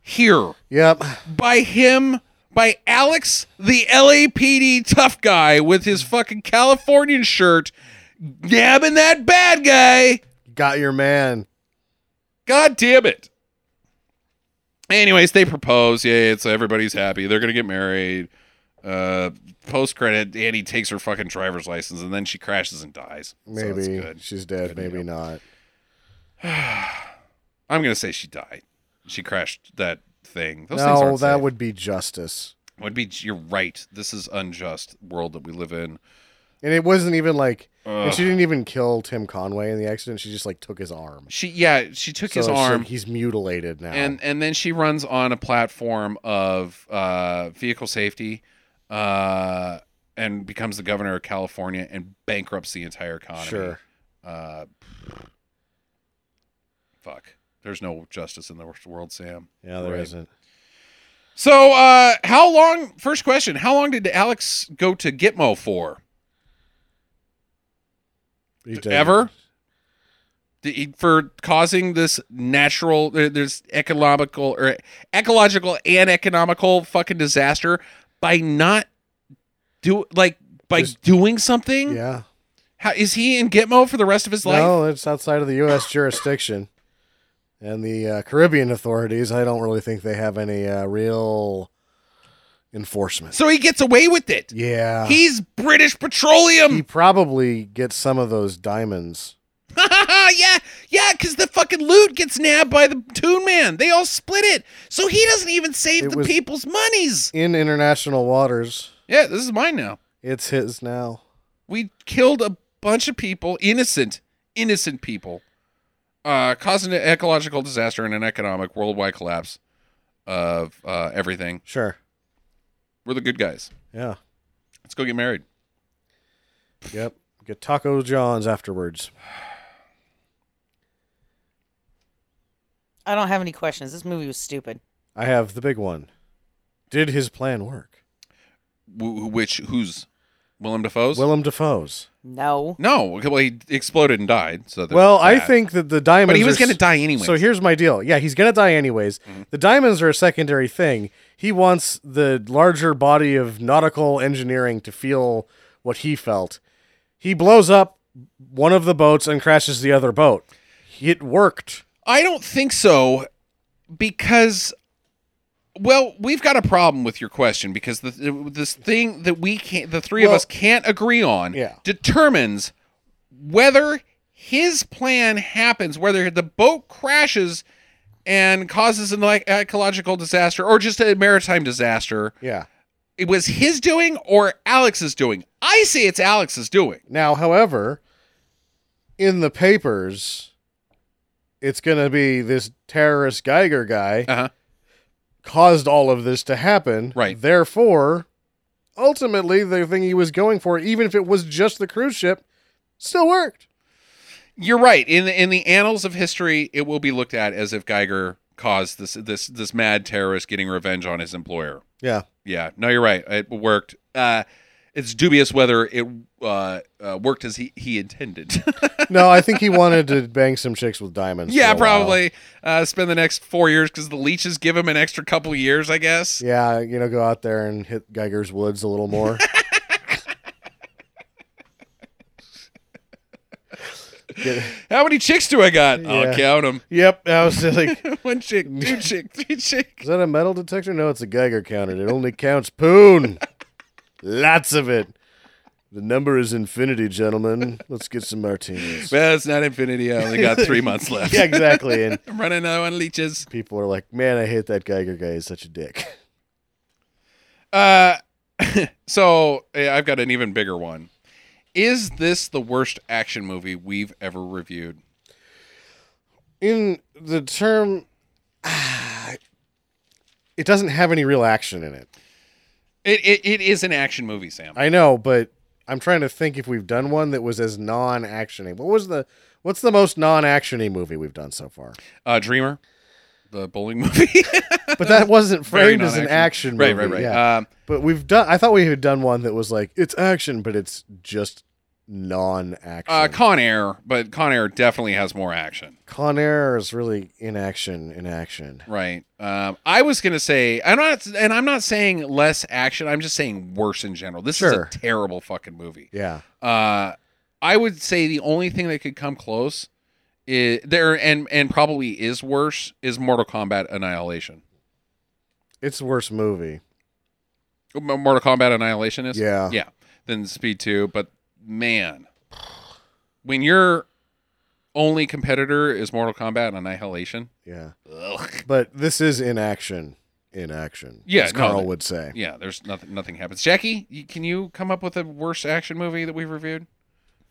Speaker 1: here.
Speaker 6: Yep.
Speaker 1: by him by Alex the LAPD tough guy with his fucking Californian shirt nabbing that bad guy.
Speaker 6: Got your man.
Speaker 1: God damn it. Anyways, they propose. Yeah, it's everybody's happy. They're gonna get married. Uh, post credit, Annie takes her fucking driver's license and then she crashes and dies. So that's
Speaker 6: Maybe
Speaker 1: good.
Speaker 6: she's dead. maybe not.
Speaker 1: I'm gonna say she died. She crashed that thing. Those things
Speaker 6: no,
Speaker 1: aren't
Speaker 6: that
Speaker 1: safe.
Speaker 6: would be justice.
Speaker 1: would be. You're right. This is unjust world that we live in.
Speaker 6: And it wasn't even like. And she didn't even kill Tim Conway in the accident. She just like took his arm.
Speaker 1: She yeah, she took his
Speaker 6: So it's
Speaker 1: arm.
Speaker 6: like he's mutilated now.
Speaker 1: and and then she runs on a platform of uh, vehicle safety uh, and becomes the governor of California and bankrupts the entire economy.
Speaker 6: sure.
Speaker 1: Uh, fuck. There's no justice in the world, Sam.
Speaker 6: Yeah, there
Speaker 1: Right.
Speaker 6: not
Speaker 1: So, uh, how long? First question: How long did Alex go to Gitmo for? Ever? Did he- for causing this natural there- there's economical or ecological and economical fucking disaster by not do like by
Speaker 6: Just-
Speaker 1: doing something
Speaker 6: Yeah.
Speaker 1: How, is he in gitmo for the rest of his life
Speaker 6: No, it's outside of the U.S. jurisdiction. And the uh, Caribbean authorities, I don't really think they have any uh, real enforcement.
Speaker 1: so he gets away with it
Speaker 6: Yeah.
Speaker 1: he's british
Speaker 6: he
Speaker 1: petroleum
Speaker 6: probably gets some of those diamonds.
Speaker 1: yeah yeah because the fucking loot gets nabbed by the toon man they all split it so he doesn't even save
Speaker 6: It
Speaker 1: the
Speaker 6: was-
Speaker 1: people's monies
Speaker 6: In international waters,
Speaker 1: yeah this is mine now
Speaker 6: it's his now.
Speaker 1: we killed a bunch of people, innocent, innocent people, uh, causing an ecological disaster and an economic worldwide collapse of uh, everything.
Speaker 6: Sure.
Speaker 1: We're the good guys.
Speaker 6: Yeah.
Speaker 1: Let's go get married.
Speaker 6: Yep. Get Taco John's afterwards.
Speaker 7: I don't have any questions. This movie was stupid.
Speaker 6: I have the big one. Did his plan work?
Speaker 1: W- which who's Willem Dafoe's?
Speaker 6: Willem Dafoe's.
Speaker 7: No.
Speaker 1: no, well he exploded and died. So there's
Speaker 6: Well, I
Speaker 1: that.
Speaker 6: think that the diamonds.
Speaker 1: but he was
Speaker 6: are
Speaker 1: going to
Speaker 6: s-
Speaker 1: die anyway.
Speaker 6: So here's my deal. Yeah, he's gonna die anyways. The diamonds are a secondary thing. He wants the larger body of nautical engineering to feel what he felt. He blows up one of the boats and crashes the other boat. It worked.
Speaker 1: I don't think so because Well, we've got a problem with your question because the, this thing that we can't, the three of
Speaker 6: Well-
Speaker 1: us can't agree on,
Speaker 6: Yeah.
Speaker 1: determines whether his plan happens, whether the boat crashes and causes an like ecological disaster or just a maritime disaster.
Speaker 6: Yeah.
Speaker 1: It was his doing or Alex's doing. I say it's Alex's doing.
Speaker 6: Now, however, in the papers, it's going to be this terrorist Geiger guy
Speaker 1: Uh-huh.
Speaker 6: caused all of this to happen.
Speaker 1: Right.
Speaker 6: Therefore, ultimately, the thing he was going for, even if it was just the cruise ship, still worked.
Speaker 1: You're right. In the, in the annals of history, it will be looked at as if Geiger caused this this this mad terrorist getting revenge on his employer.
Speaker 6: Yeah.
Speaker 1: Yeah, no, you're right. It worked. Uh, it's dubious whether it uh, uh, worked as he, he intended.
Speaker 6: No, I think he wanted to bang some chicks with diamonds.
Speaker 1: yeah,
Speaker 6: for a while.
Speaker 1: probably uh, spend the next four years because the leeches give him an extra couple years, I guess.
Speaker 6: Yeah, you know, go out there and hit Geiger's woods a little more. Get-
Speaker 1: How many chicks do I got?
Speaker 6: Yeah.
Speaker 1: I'll count them.
Speaker 6: yep, I was just like,
Speaker 1: One chick, two chick, three chick.
Speaker 6: Is that a metal detector? No, it's a Geiger counter. It only counts poon. Lots of it. The number is infinity, gentlemen. Let's get some martinis.
Speaker 1: Well, it's not infinity. I only got three months left.
Speaker 6: yeah, exactly. And
Speaker 1: I'm running out on leeches.
Speaker 6: people are like, man, I hate that Geiger guy. He's such a dick.
Speaker 1: Uh, so yeah, I've got an even bigger one. Is this the worst action movie we've ever reviewed?
Speaker 6: In the term, it doesn't have any real action in it.
Speaker 1: It it, it is an action movie, Sam.
Speaker 6: I know, but I'm trying to think if we've done one that was as non-actiony. What was the? What's the most non-actiony movie we've done so far?
Speaker 1: Uh, Dreamer, the bowling movie.
Speaker 6: But that wasn't
Speaker 1: Very
Speaker 6: framed as an
Speaker 1: non-action.
Speaker 6: action movie.
Speaker 1: Right, right, right.
Speaker 6: yeah.
Speaker 1: Um,
Speaker 6: But we've done. I thought we had done one that was like it's action, but it's just non-action.
Speaker 1: uh, Con Air, but Con Air definitely has more action,
Speaker 6: Con Air is really in action, in action.
Speaker 1: right? Um, I was gonna say I'm not, and I'm not saying less action. I'm just saying worse in general. This is a
Speaker 6: Sure.
Speaker 1: terrible fucking movie.
Speaker 6: Yeah,
Speaker 1: Uh, I would say the only thing that could come close is there, and and probably is worse is Mortal Kombat Annihilation.
Speaker 6: it's the worst movie.
Speaker 1: M- Mortal Kombat Annihilation is?
Speaker 6: Yeah.
Speaker 1: Yeah. Then Speed 2. But man, when your only competitor is Mortal Kombat Annihilation,
Speaker 6: Yeah,
Speaker 1: ugh,
Speaker 6: but this is in action, in action.
Speaker 1: Yeah,
Speaker 6: as
Speaker 1: no,
Speaker 6: Carl
Speaker 1: the-
Speaker 6: would say.
Speaker 1: yeah, there's nothing nothing happens. Jackie, you, can you come up with a worse action movie that we've reviewed?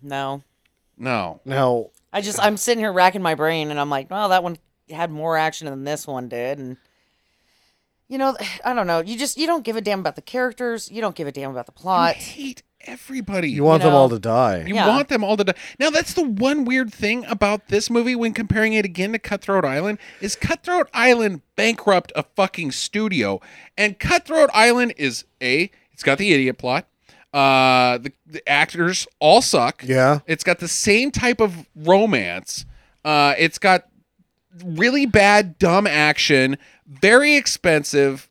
Speaker 7: No.
Speaker 1: No.
Speaker 6: Now,
Speaker 7: I just I'm sitting here racking my brain and I'm like, well, that one had more action than this one did and you know, I don't know. You just you don't give a damn about the characters, you don't give a damn about the
Speaker 1: I
Speaker 7: plot.
Speaker 1: hate everybody.
Speaker 6: you want
Speaker 7: You
Speaker 6: them
Speaker 7: know-
Speaker 6: all to die.
Speaker 1: You
Speaker 7: Yeah.
Speaker 1: want them all to die. Now that's the one weird thing about this movie when comparing it again to Cutthroat Island is Cutthroat Island bankrupt a fucking studio, and Cutthroat Island is a it's got the idiot plot. Uh, the, the actors all suck.
Speaker 6: Yeah.
Speaker 1: It's got the same type of romance. Uh, it's got really bad, dumb action, very expensive,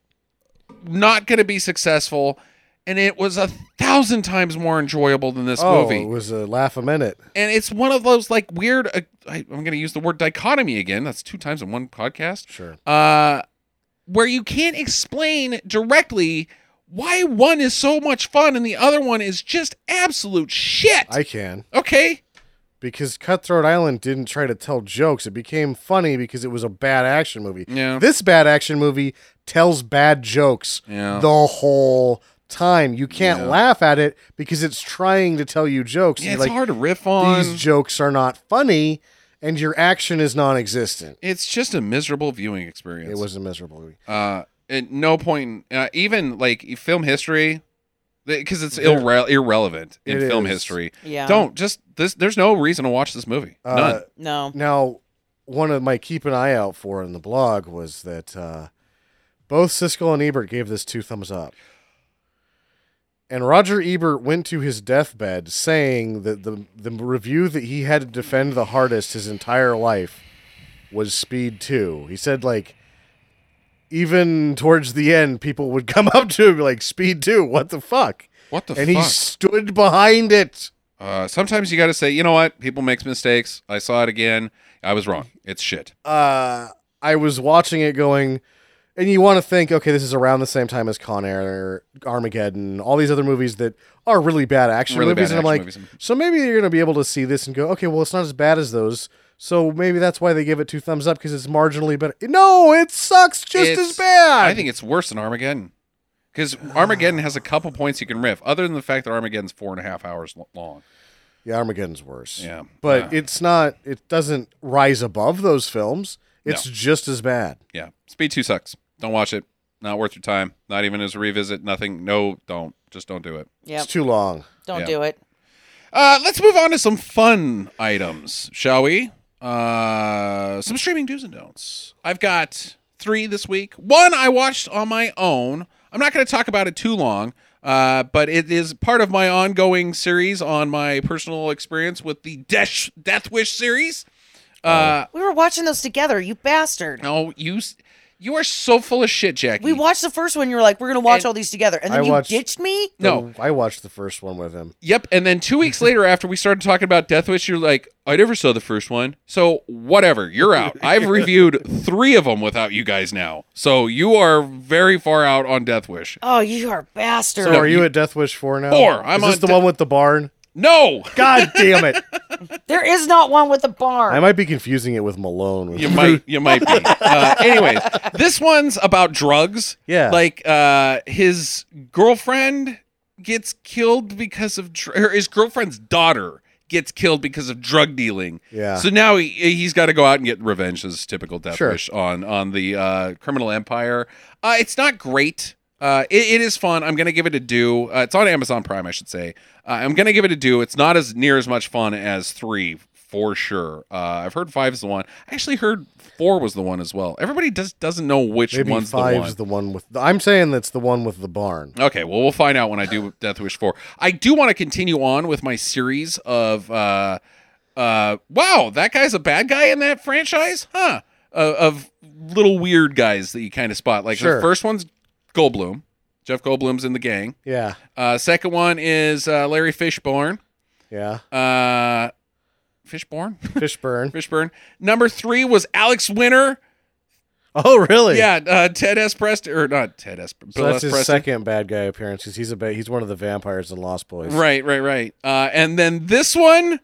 Speaker 1: not going to be successful. And it was a thousand times more enjoyable than this
Speaker 6: oh,
Speaker 1: movie
Speaker 6: it was a laugh a minute.
Speaker 1: and it's one of those like weird uh, I, i'm going to use the word dichotomy again that's two times in one podcast
Speaker 6: Sure.
Speaker 1: uh where you can't explain directly why one is so much fun and the other one is just absolute shit
Speaker 6: I can.
Speaker 1: okay
Speaker 6: because Cutthroat Island didn't try to tell jokes. It became funny because it was a bad action movie.
Speaker 1: Yeah.
Speaker 6: This bad action movie tells bad jokes
Speaker 1: Yeah.
Speaker 6: the whole time. You can't laugh at it because it's trying to tell you jokes.
Speaker 1: yeah,
Speaker 6: You're
Speaker 1: it's
Speaker 6: like,
Speaker 1: hard to riff on
Speaker 6: These jokes are not funny, and your action is non-existent.
Speaker 1: it's just a miserable viewing experience
Speaker 6: It was a miserable movie.
Speaker 1: uh at no point uh, even like film history because it's irre- irrelevant in
Speaker 6: It
Speaker 1: film
Speaker 6: is.
Speaker 1: history
Speaker 7: Yeah.
Speaker 1: don't just this there's no reason to watch this movie
Speaker 6: Uh,
Speaker 1: none
Speaker 7: No.
Speaker 6: Now, one of my keep an eye out for in the blog was that uh, both Siskel and Ebert gave this two thumbs up. And Roger Ebert went to his deathbed saying that the, the review that he had to defend the hardest his entire life was Speed 2. He said, like, even towards the end, people would come up to him like, Speed 2, what the fuck?
Speaker 1: what the
Speaker 6: and
Speaker 1: fuck?
Speaker 6: he stood behind it.
Speaker 1: Uh, sometimes you got to say, you know what? People makes mistakes. I saw it again. I was wrong. It's shit.
Speaker 6: uh, I was watching it going, and you want to think, okay, this is around the same time as Con Air, Armageddon, all these other movies that are really bad action
Speaker 1: Really bad
Speaker 6: movies. and I'm like,
Speaker 1: action movies. mm-hmm.
Speaker 6: so maybe you're going to be able to see this and go, okay, well, it's not as bad as those. So maybe that's why they give it two thumbs up because it's marginally better. No, it sucks just
Speaker 1: It's-
Speaker 6: as bad.
Speaker 1: I think it's worse than Armageddon. Because Armageddon has a couple points you can riff, other than the fact that Armageddon's four and a half hours lo- long.
Speaker 6: yeah, Armageddon's worse.
Speaker 1: Yeah. Uh,
Speaker 6: But it's not, it doesn't rise above those films. It's
Speaker 1: No.
Speaker 6: just as bad.
Speaker 1: Yeah. Speed 2 sucks. Don't watch it. Not worth your time. Not even as a revisit. Nothing. No, don't. Just don't do it.
Speaker 7: Yep.
Speaker 6: It's too long.
Speaker 7: Don't
Speaker 1: yeah.
Speaker 7: do it.
Speaker 1: Uh, let's move on to some fun items, shall we? Uh, some streaming do's and don'ts. I've got three this week. One I watched on my own. I'm not going to talk about it too long, uh, but it is part of my ongoing series on my personal experience with the Death, Death Wish series. Uh,
Speaker 7: We were watching those together, you bastard.
Speaker 1: no, you s- you are so full of shit, Jackie.
Speaker 7: We watched the first one. You were like, we're gonna watch
Speaker 1: And-
Speaker 7: all these together, and
Speaker 6: I
Speaker 7: then you
Speaker 6: watched-
Speaker 7: ditched me.
Speaker 1: No.
Speaker 6: I watched the first one with him.
Speaker 1: Yep. And then two weeks later, after we started talking about Death Wish, you're like, I never saw the first one. So whatever, you're out. I've reviewed three of them without you guys now. So you are very far out on Death Wish.
Speaker 7: Oh, you are bastard.
Speaker 6: So are you at Death Wish 4 now?
Speaker 1: Four. I'm
Speaker 6: Is this
Speaker 1: on
Speaker 6: the
Speaker 1: de-
Speaker 6: one with the barn?
Speaker 1: No,
Speaker 6: God damn it.
Speaker 7: there is not one with a barn.
Speaker 6: I might be confusing it with Malone.
Speaker 1: you might, you might be. Uh, anyways, this one's about drugs.
Speaker 6: Yeah.
Speaker 1: Like uh, his girlfriend gets killed because of dr- or his girlfriend's daughter gets killed because of drug dealing.
Speaker 6: Yeah.
Speaker 1: So now he he's got to go out and get revenge as typical death
Speaker 6: Sure.
Speaker 1: wish on on the uh, criminal empire. Uh, it's not great. Uh, it, it is fun. I'm gonna give it a do. Uh, it's on Amazon Prime, I should say. Uh, I'm gonna give it a do. It's not as near as much fun as three for sure. Uh, I've heard five is the one. I actually heard four was the one as well. Everybody just doesn't know which
Speaker 6: Maybe
Speaker 1: one's the one.
Speaker 6: five's the one. with. I'm saying that's the one with the barn.
Speaker 1: Okay, well, we'll find out when I do Death Wish 4. I do want to continue on with my series of, uh, uh, wow, that guy's a bad guy in that franchise? Huh. Uh, of little weird guys that you kind of spot. Like the
Speaker 6: Sure.
Speaker 1: first one's Goldblum. Jeff Goldblum's in the gang.
Speaker 6: Yeah,
Speaker 1: Uh, second one is uh, Larry Fishburne.
Speaker 6: yeah.
Speaker 1: Uh, Fishburne?
Speaker 6: Fishburne.
Speaker 1: Fishburne. Number three was Alex Winter.
Speaker 6: oh, really?
Speaker 1: Yeah, uh, Ted S. Preston, or not Ted S.
Speaker 6: So
Speaker 1: Bill
Speaker 6: that's
Speaker 1: S.
Speaker 6: his
Speaker 1: Preston.
Speaker 6: second bad guy appearance because he's a ba- he's one of the vampires in Lost Boys.
Speaker 1: Right, right, right. Uh, and then this one,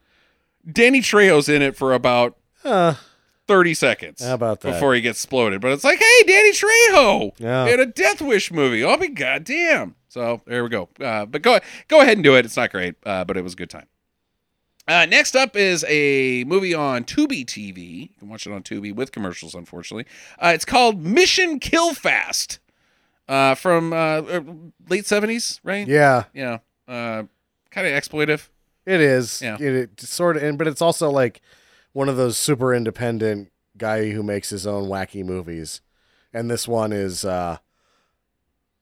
Speaker 1: Danny Trejo's in it for about
Speaker 6: Uh,
Speaker 1: 30 seconds.
Speaker 6: How about that?
Speaker 1: Before he gets exploded. But it's like, hey, Danny Trejo
Speaker 6: Yeah.
Speaker 1: in a Death Wish movie. I'll be goddamn. So there we go. Uh, but go go ahead and do it. It's not great, uh, but it was a good time. Uh, next up is a movie on Tubi TV. You can watch it on Tubi with commercials, unfortunately. Uh, it's called Mission Kill Fast uh, from uh, uh, late 70s, right?
Speaker 6: yeah,
Speaker 1: Yeah. Uh, kind of exploitive.
Speaker 6: it is.
Speaker 1: Yeah.
Speaker 6: It, sort of, and but it's also like one of those super independent guy who makes his own wacky movies, and this one is uh,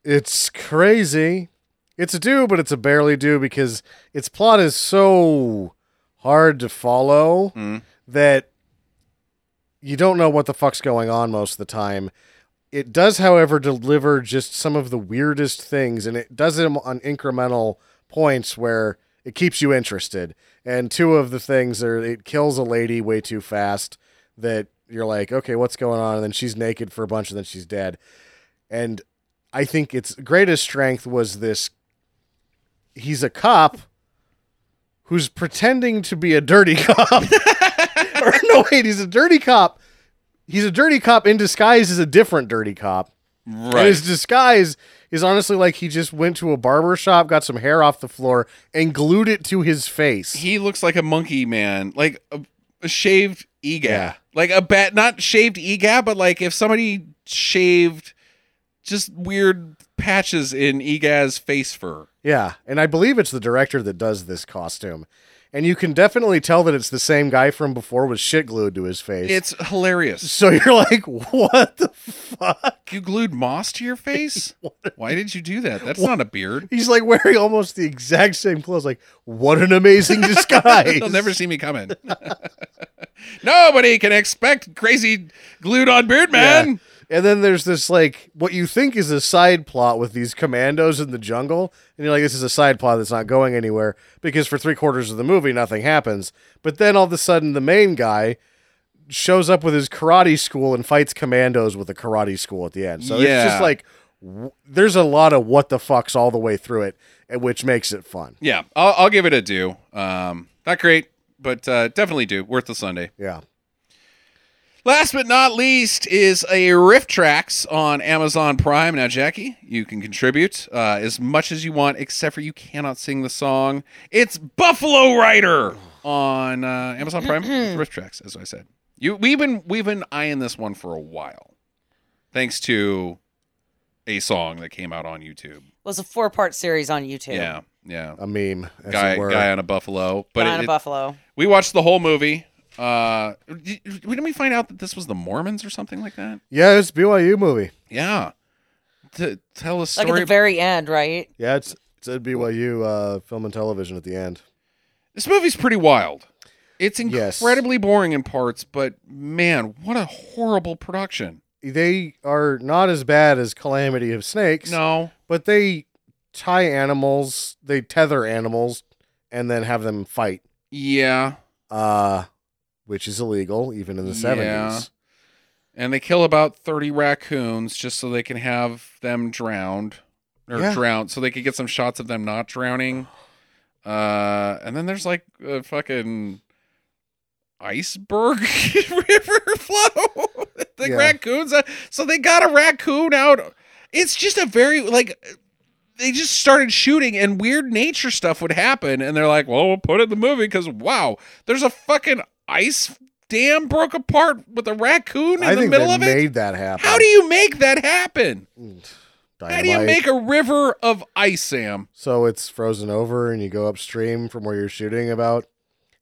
Speaker 6: it's crazy. It's a do, but it's a barely do because its plot is so hard to follow.
Speaker 1: Mm.
Speaker 6: that you don't know what the fuck's going on most of the time. It does, however, deliver just some of the weirdest things, and it does it on incremental points where it keeps you interested. And two of the things are it kills a lady way too fast that you're like, okay, what's going on? And then she's naked for a bunch, and then she's dead. And I think its greatest strength was this he's a cop who's pretending to be a dirty cop. or no, wait, he's a dirty cop. He's a dirty cop in disguise as a different dirty cop. And his disguise is honestly like he just went to a barber shop, got some hair off the floor, and glued it to his face.
Speaker 1: He looks like a monkey man, like a, a shaved egad.
Speaker 6: Yeah.
Speaker 1: Like a bat, not shaved egad, but like if somebody shaved just weird patches in egad's face fur.
Speaker 6: Yeah, and I believe it's the director that does this costume. And you can definitely tell that it's the same guy from before with shit glued to his face.
Speaker 1: It's hilarious.
Speaker 6: so you're like, what the fuck?
Speaker 1: You glued moss to your face? Why did you do that? That's not a beard.
Speaker 6: He's like wearing almost the exact same clothes. Like, what an amazing disguise!
Speaker 1: They'll never see me coming. Nobody can expect crazy glued on beard
Speaker 6: Yeah.
Speaker 1: man.
Speaker 6: And then there's this like what you think is a side plot with these commandos in the jungle, and you're like, this is a side plot that's not going anywhere because for three quarters of the movie nothing happens. But then all of a sudden the main guy shows up with his karate school and fights commandos with a karate school at the end. So it's
Speaker 1: Yeah.
Speaker 6: just like w- there's a lot of what the fucks all the way through it, eh, which makes it fun.
Speaker 1: Yeah, I'll, I'll give it a do. Um, not great, but uh, definitely do. Worth the Sunday.
Speaker 6: Yeah.
Speaker 1: Last but not least is a Rift Tracks on Amazon Prime. Now, Jackie, you can contribute uh, as much as you want, except for you cannot sing the song. It's Buffalo Rider on uh, Amazon Prime with Rift Tracks, as I said. You, we've been we've been eyeing this one for a while, thanks to a song that came out on YouTube.
Speaker 7: was a four part series on YouTube.
Speaker 1: Yeah, yeah.
Speaker 6: A meme, as
Speaker 1: guy,
Speaker 6: it were.
Speaker 1: guy on a buffalo, but
Speaker 7: But
Speaker 1: it-
Speaker 7: on
Speaker 1: it-
Speaker 7: a buffalo.
Speaker 1: we watched the whole movie. Uh, did, didn't we find out that this was the Mormons or something like that?
Speaker 6: yeah, it's a BYU movie.
Speaker 1: Yeah. To tell a
Speaker 7: Like
Speaker 1: story.
Speaker 7: at the very end, right?
Speaker 6: Yeah, it's it's a BYU uh, film and television at the end.
Speaker 1: this movie's pretty wild. It's
Speaker 6: Yes.
Speaker 1: incredibly boring in parts, but man, what a horrible production.
Speaker 6: They are not as bad as Calamity of Snakes.
Speaker 1: No.
Speaker 6: but they tie animals, they tether animals, and then have them fight,
Speaker 1: Yeah.
Speaker 6: uh, which is illegal even in the
Speaker 1: Yeah.
Speaker 6: seventies.
Speaker 1: And they kill about 30 raccoons just so they can have them drowned or
Speaker 6: Yeah.
Speaker 1: drowned so they could get some shots of them not drowning. Uh, and then there's like a fucking iceberg river flow. the
Speaker 6: Yeah.
Speaker 1: raccoons. uh, So they got a raccoon out. It's just a very like they just started shooting and weird nature stuff would happen and they're like well we'll put it in the movie because wow there's a fucking ice dam broke apart with a raccoon in
Speaker 6: I
Speaker 1: the
Speaker 6: think
Speaker 1: middle
Speaker 6: they
Speaker 1: of it
Speaker 6: made that happen.
Speaker 1: how do you make that happen how do you
Speaker 6: Dynamite.
Speaker 1: make a river of ice sam
Speaker 6: so it's frozen over, and you go upstream from where you're shooting about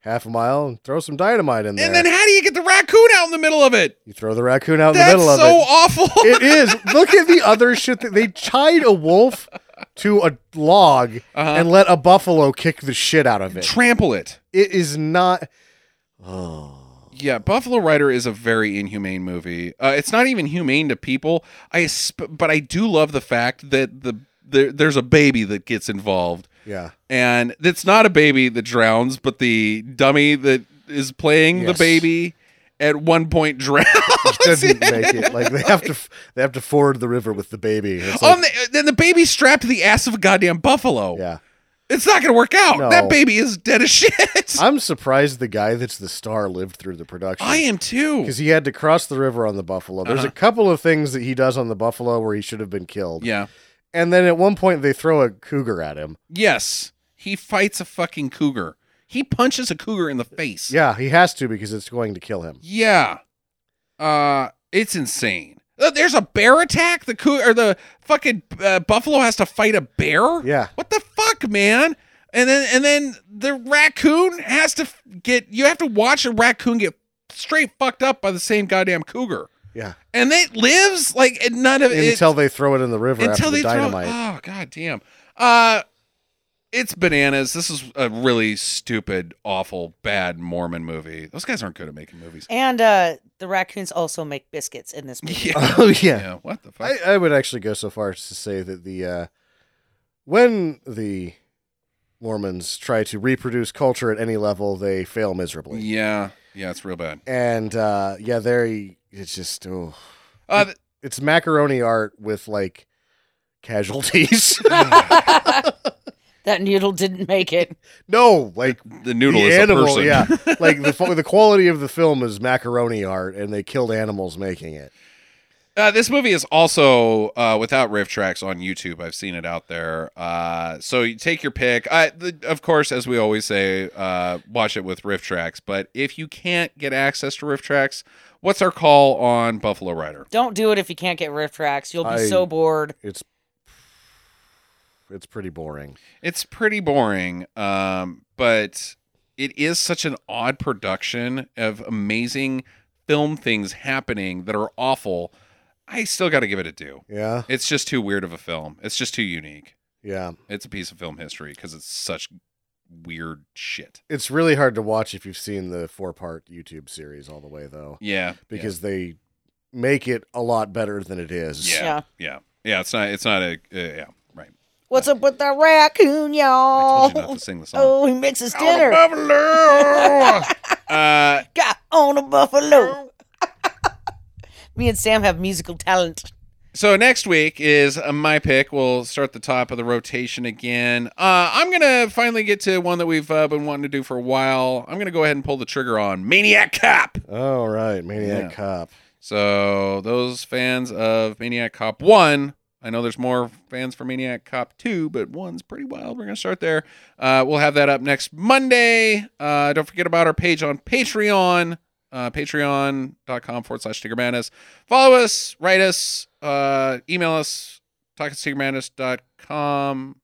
Speaker 6: half a mile, and throw some dynamite in there.
Speaker 1: and then how do you get the raccoon out in the middle of it
Speaker 6: you throw the raccoon out in the
Speaker 1: that's
Speaker 6: middle of
Speaker 1: so
Speaker 6: it.
Speaker 1: awful
Speaker 6: it is. Look at the other shit that they tied a wolf to a log
Speaker 1: Uh-huh.
Speaker 6: and let a buffalo kick the shit out of it.
Speaker 1: trample it
Speaker 6: It is not.
Speaker 1: yeah buffalo rider is a very inhumane movie uh, it's not even humane to people i sp- but i do love the fact that the there, there's a baby that gets involved
Speaker 6: Yeah.
Speaker 1: and it's not a baby that drowns, but the dummy that is playing the
Speaker 6: Yes.
Speaker 1: baby at one point drowns.
Speaker 6: doesn't make it. Like they have to, they have to ford the river with the baby. It's like,
Speaker 1: On the, then the baby strapped to the ass of a goddamn buffalo.
Speaker 6: yeah,
Speaker 1: It's not going to work out.
Speaker 6: No.
Speaker 1: That baby is dead as shit. i
Speaker 6: I'm surprised the guy that's the star lived through the production.
Speaker 1: am too.
Speaker 6: because he had to cross the river on the buffalo. There's
Speaker 1: Uh-huh.
Speaker 6: a couple of things that he does on the buffalo where he should have been killed.
Speaker 1: Yeah.
Speaker 6: and then at one point they throw a cougar at him.
Speaker 1: Yes. He fights a fucking cougar. He punches a cougar in the face.
Speaker 6: Yeah, he has to because it's going to kill him.
Speaker 1: Yeah. Uh, it's insane. Uh, There's a bear attack. The coo- or the fucking uh, buffalo has to fight a bear.
Speaker 6: Yeah.
Speaker 1: What the fuck, man? And then and then the raccoon has to f- get. You have to watch a raccoon get straight fucked up by the same goddamn cougar.
Speaker 6: Yeah,
Speaker 1: And it lives like and none of it
Speaker 6: until they throw it in the river after the dynamite.
Speaker 1: Throw, oh god damn. Uh it's bananas. This is a really stupid, awful, bad Mormon movie. Those guys aren't good at making movies.
Speaker 7: And uh, the raccoons also make biscuits in this movie.
Speaker 1: Yeah.
Speaker 6: oh yeah.
Speaker 1: yeah. What the fuck?
Speaker 6: I, I would actually go so far as to say that the uh, when the Mormons try to reproduce culture at any level, they fail miserably.
Speaker 1: yeah. Yeah, it's real bad.
Speaker 6: And uh, yeah, they it's just oh,
Speaker 1: Uh, th-
Speaker 6: it's macaroni art with like casualties.
Speaker 7: That noodle didn't make it.
Speaker 6: no, like
Speaker 1: the noodle
Speaker 6: the
Speaker 1: is
Speaker 6: animal,
Speaker 1: a person.
Speaker 6: yeah. Like the fo- the quality of the film is macaroni art, and they killed animals making it.
Speaker 1: Uh, this movie is also uh, without riff tracks on YouTube. I've seen it out there. Uh, so you take your pick. I, the, of course, as we always say, uh, watch it with riff tracks. But if you can't get access to riff tracks, what's our call on Buffalo Rider?
Speaker 7: Don't do it if you can't get riff tracks. You'll be
Speaker 6: I-
Speaker 7: so bored.
Speaker 6: It's it's pretty boring.
Speaker 1: It's pretty boring, um, but it is such an odd production of amazing film things happening that are awful. I still got to give it a do.
Speaker 6: Yeah,
Speaker 1: It's just too weird of a film. It's just too unique.
Speaker 6: yeah.
Speaker 1: It's a piece of film history because it's such weird shit.
Speaker 6: It's really hard to watch if you've seen the four part YouTube series all the way though,
Speaker 1: Yeah,
Speaker 6: because they make it a lot better than it is.
Speaker 1: yeah, yeah,
Speaker 7: Yeah.
Speaker 1: yeah, yeah. It's not. It's not a. Uh, yeah, right.
Speaker 7: What's up with that raccoon,
Speaker 1: I
Speaker 7: y'all?
Speaker 1: told you not to sing the song.
Speaker 7: Oh, he makes his dinner.
Speaker 1: Buffalo! uh,
Speaker 7: God on a buffalo. Me and Sam have musical talent.
Speaker 1: So next week is uh, my pick. We'll start the top of the rotation again. Uh, I'm gonna finally get to one that we've uh, been wanting to do for a while. I'm gonna go ahead and pull the trigger on Maniac Cop.
Speaker 6: All right, Maniac
Speaker 1: Yeah.
Speaker 6: Cop.
Speaker 1: So those fans of Maniac Cop One, I know there's more fans for Maniac Cop Two, but One's pretty wild. We're gonna start there. Uh, we'll have that up next Monday. Uh, don't forget about our page on Patreon. Uh, patreon.com forward slash Tigger Madness. Follow us, write us, uh, email us, talk at tinkermadness.com,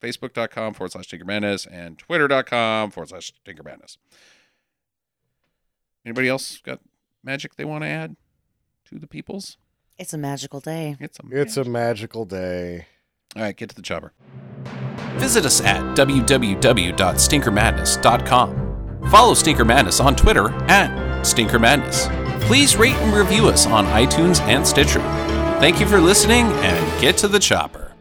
Speaker 1: facebook.com forward slash Tigger Madness, and twitter.com forward slash Tigger Madness. Anybody else got magic they want to add? to the peoples.
Speaker 7: It's a magical day.
Speaker 1: It's a
Speaker 6: It's a magical day.
Speaker 1: all right. Get to the chopper.
Speaker 8: Visit us at www.stinkermadness.com. Follow Stinker Madness on Twitter at Stinker Madness. Please rate and review us on iTunes and Stitcher. Thank you for listening and get to the chopper.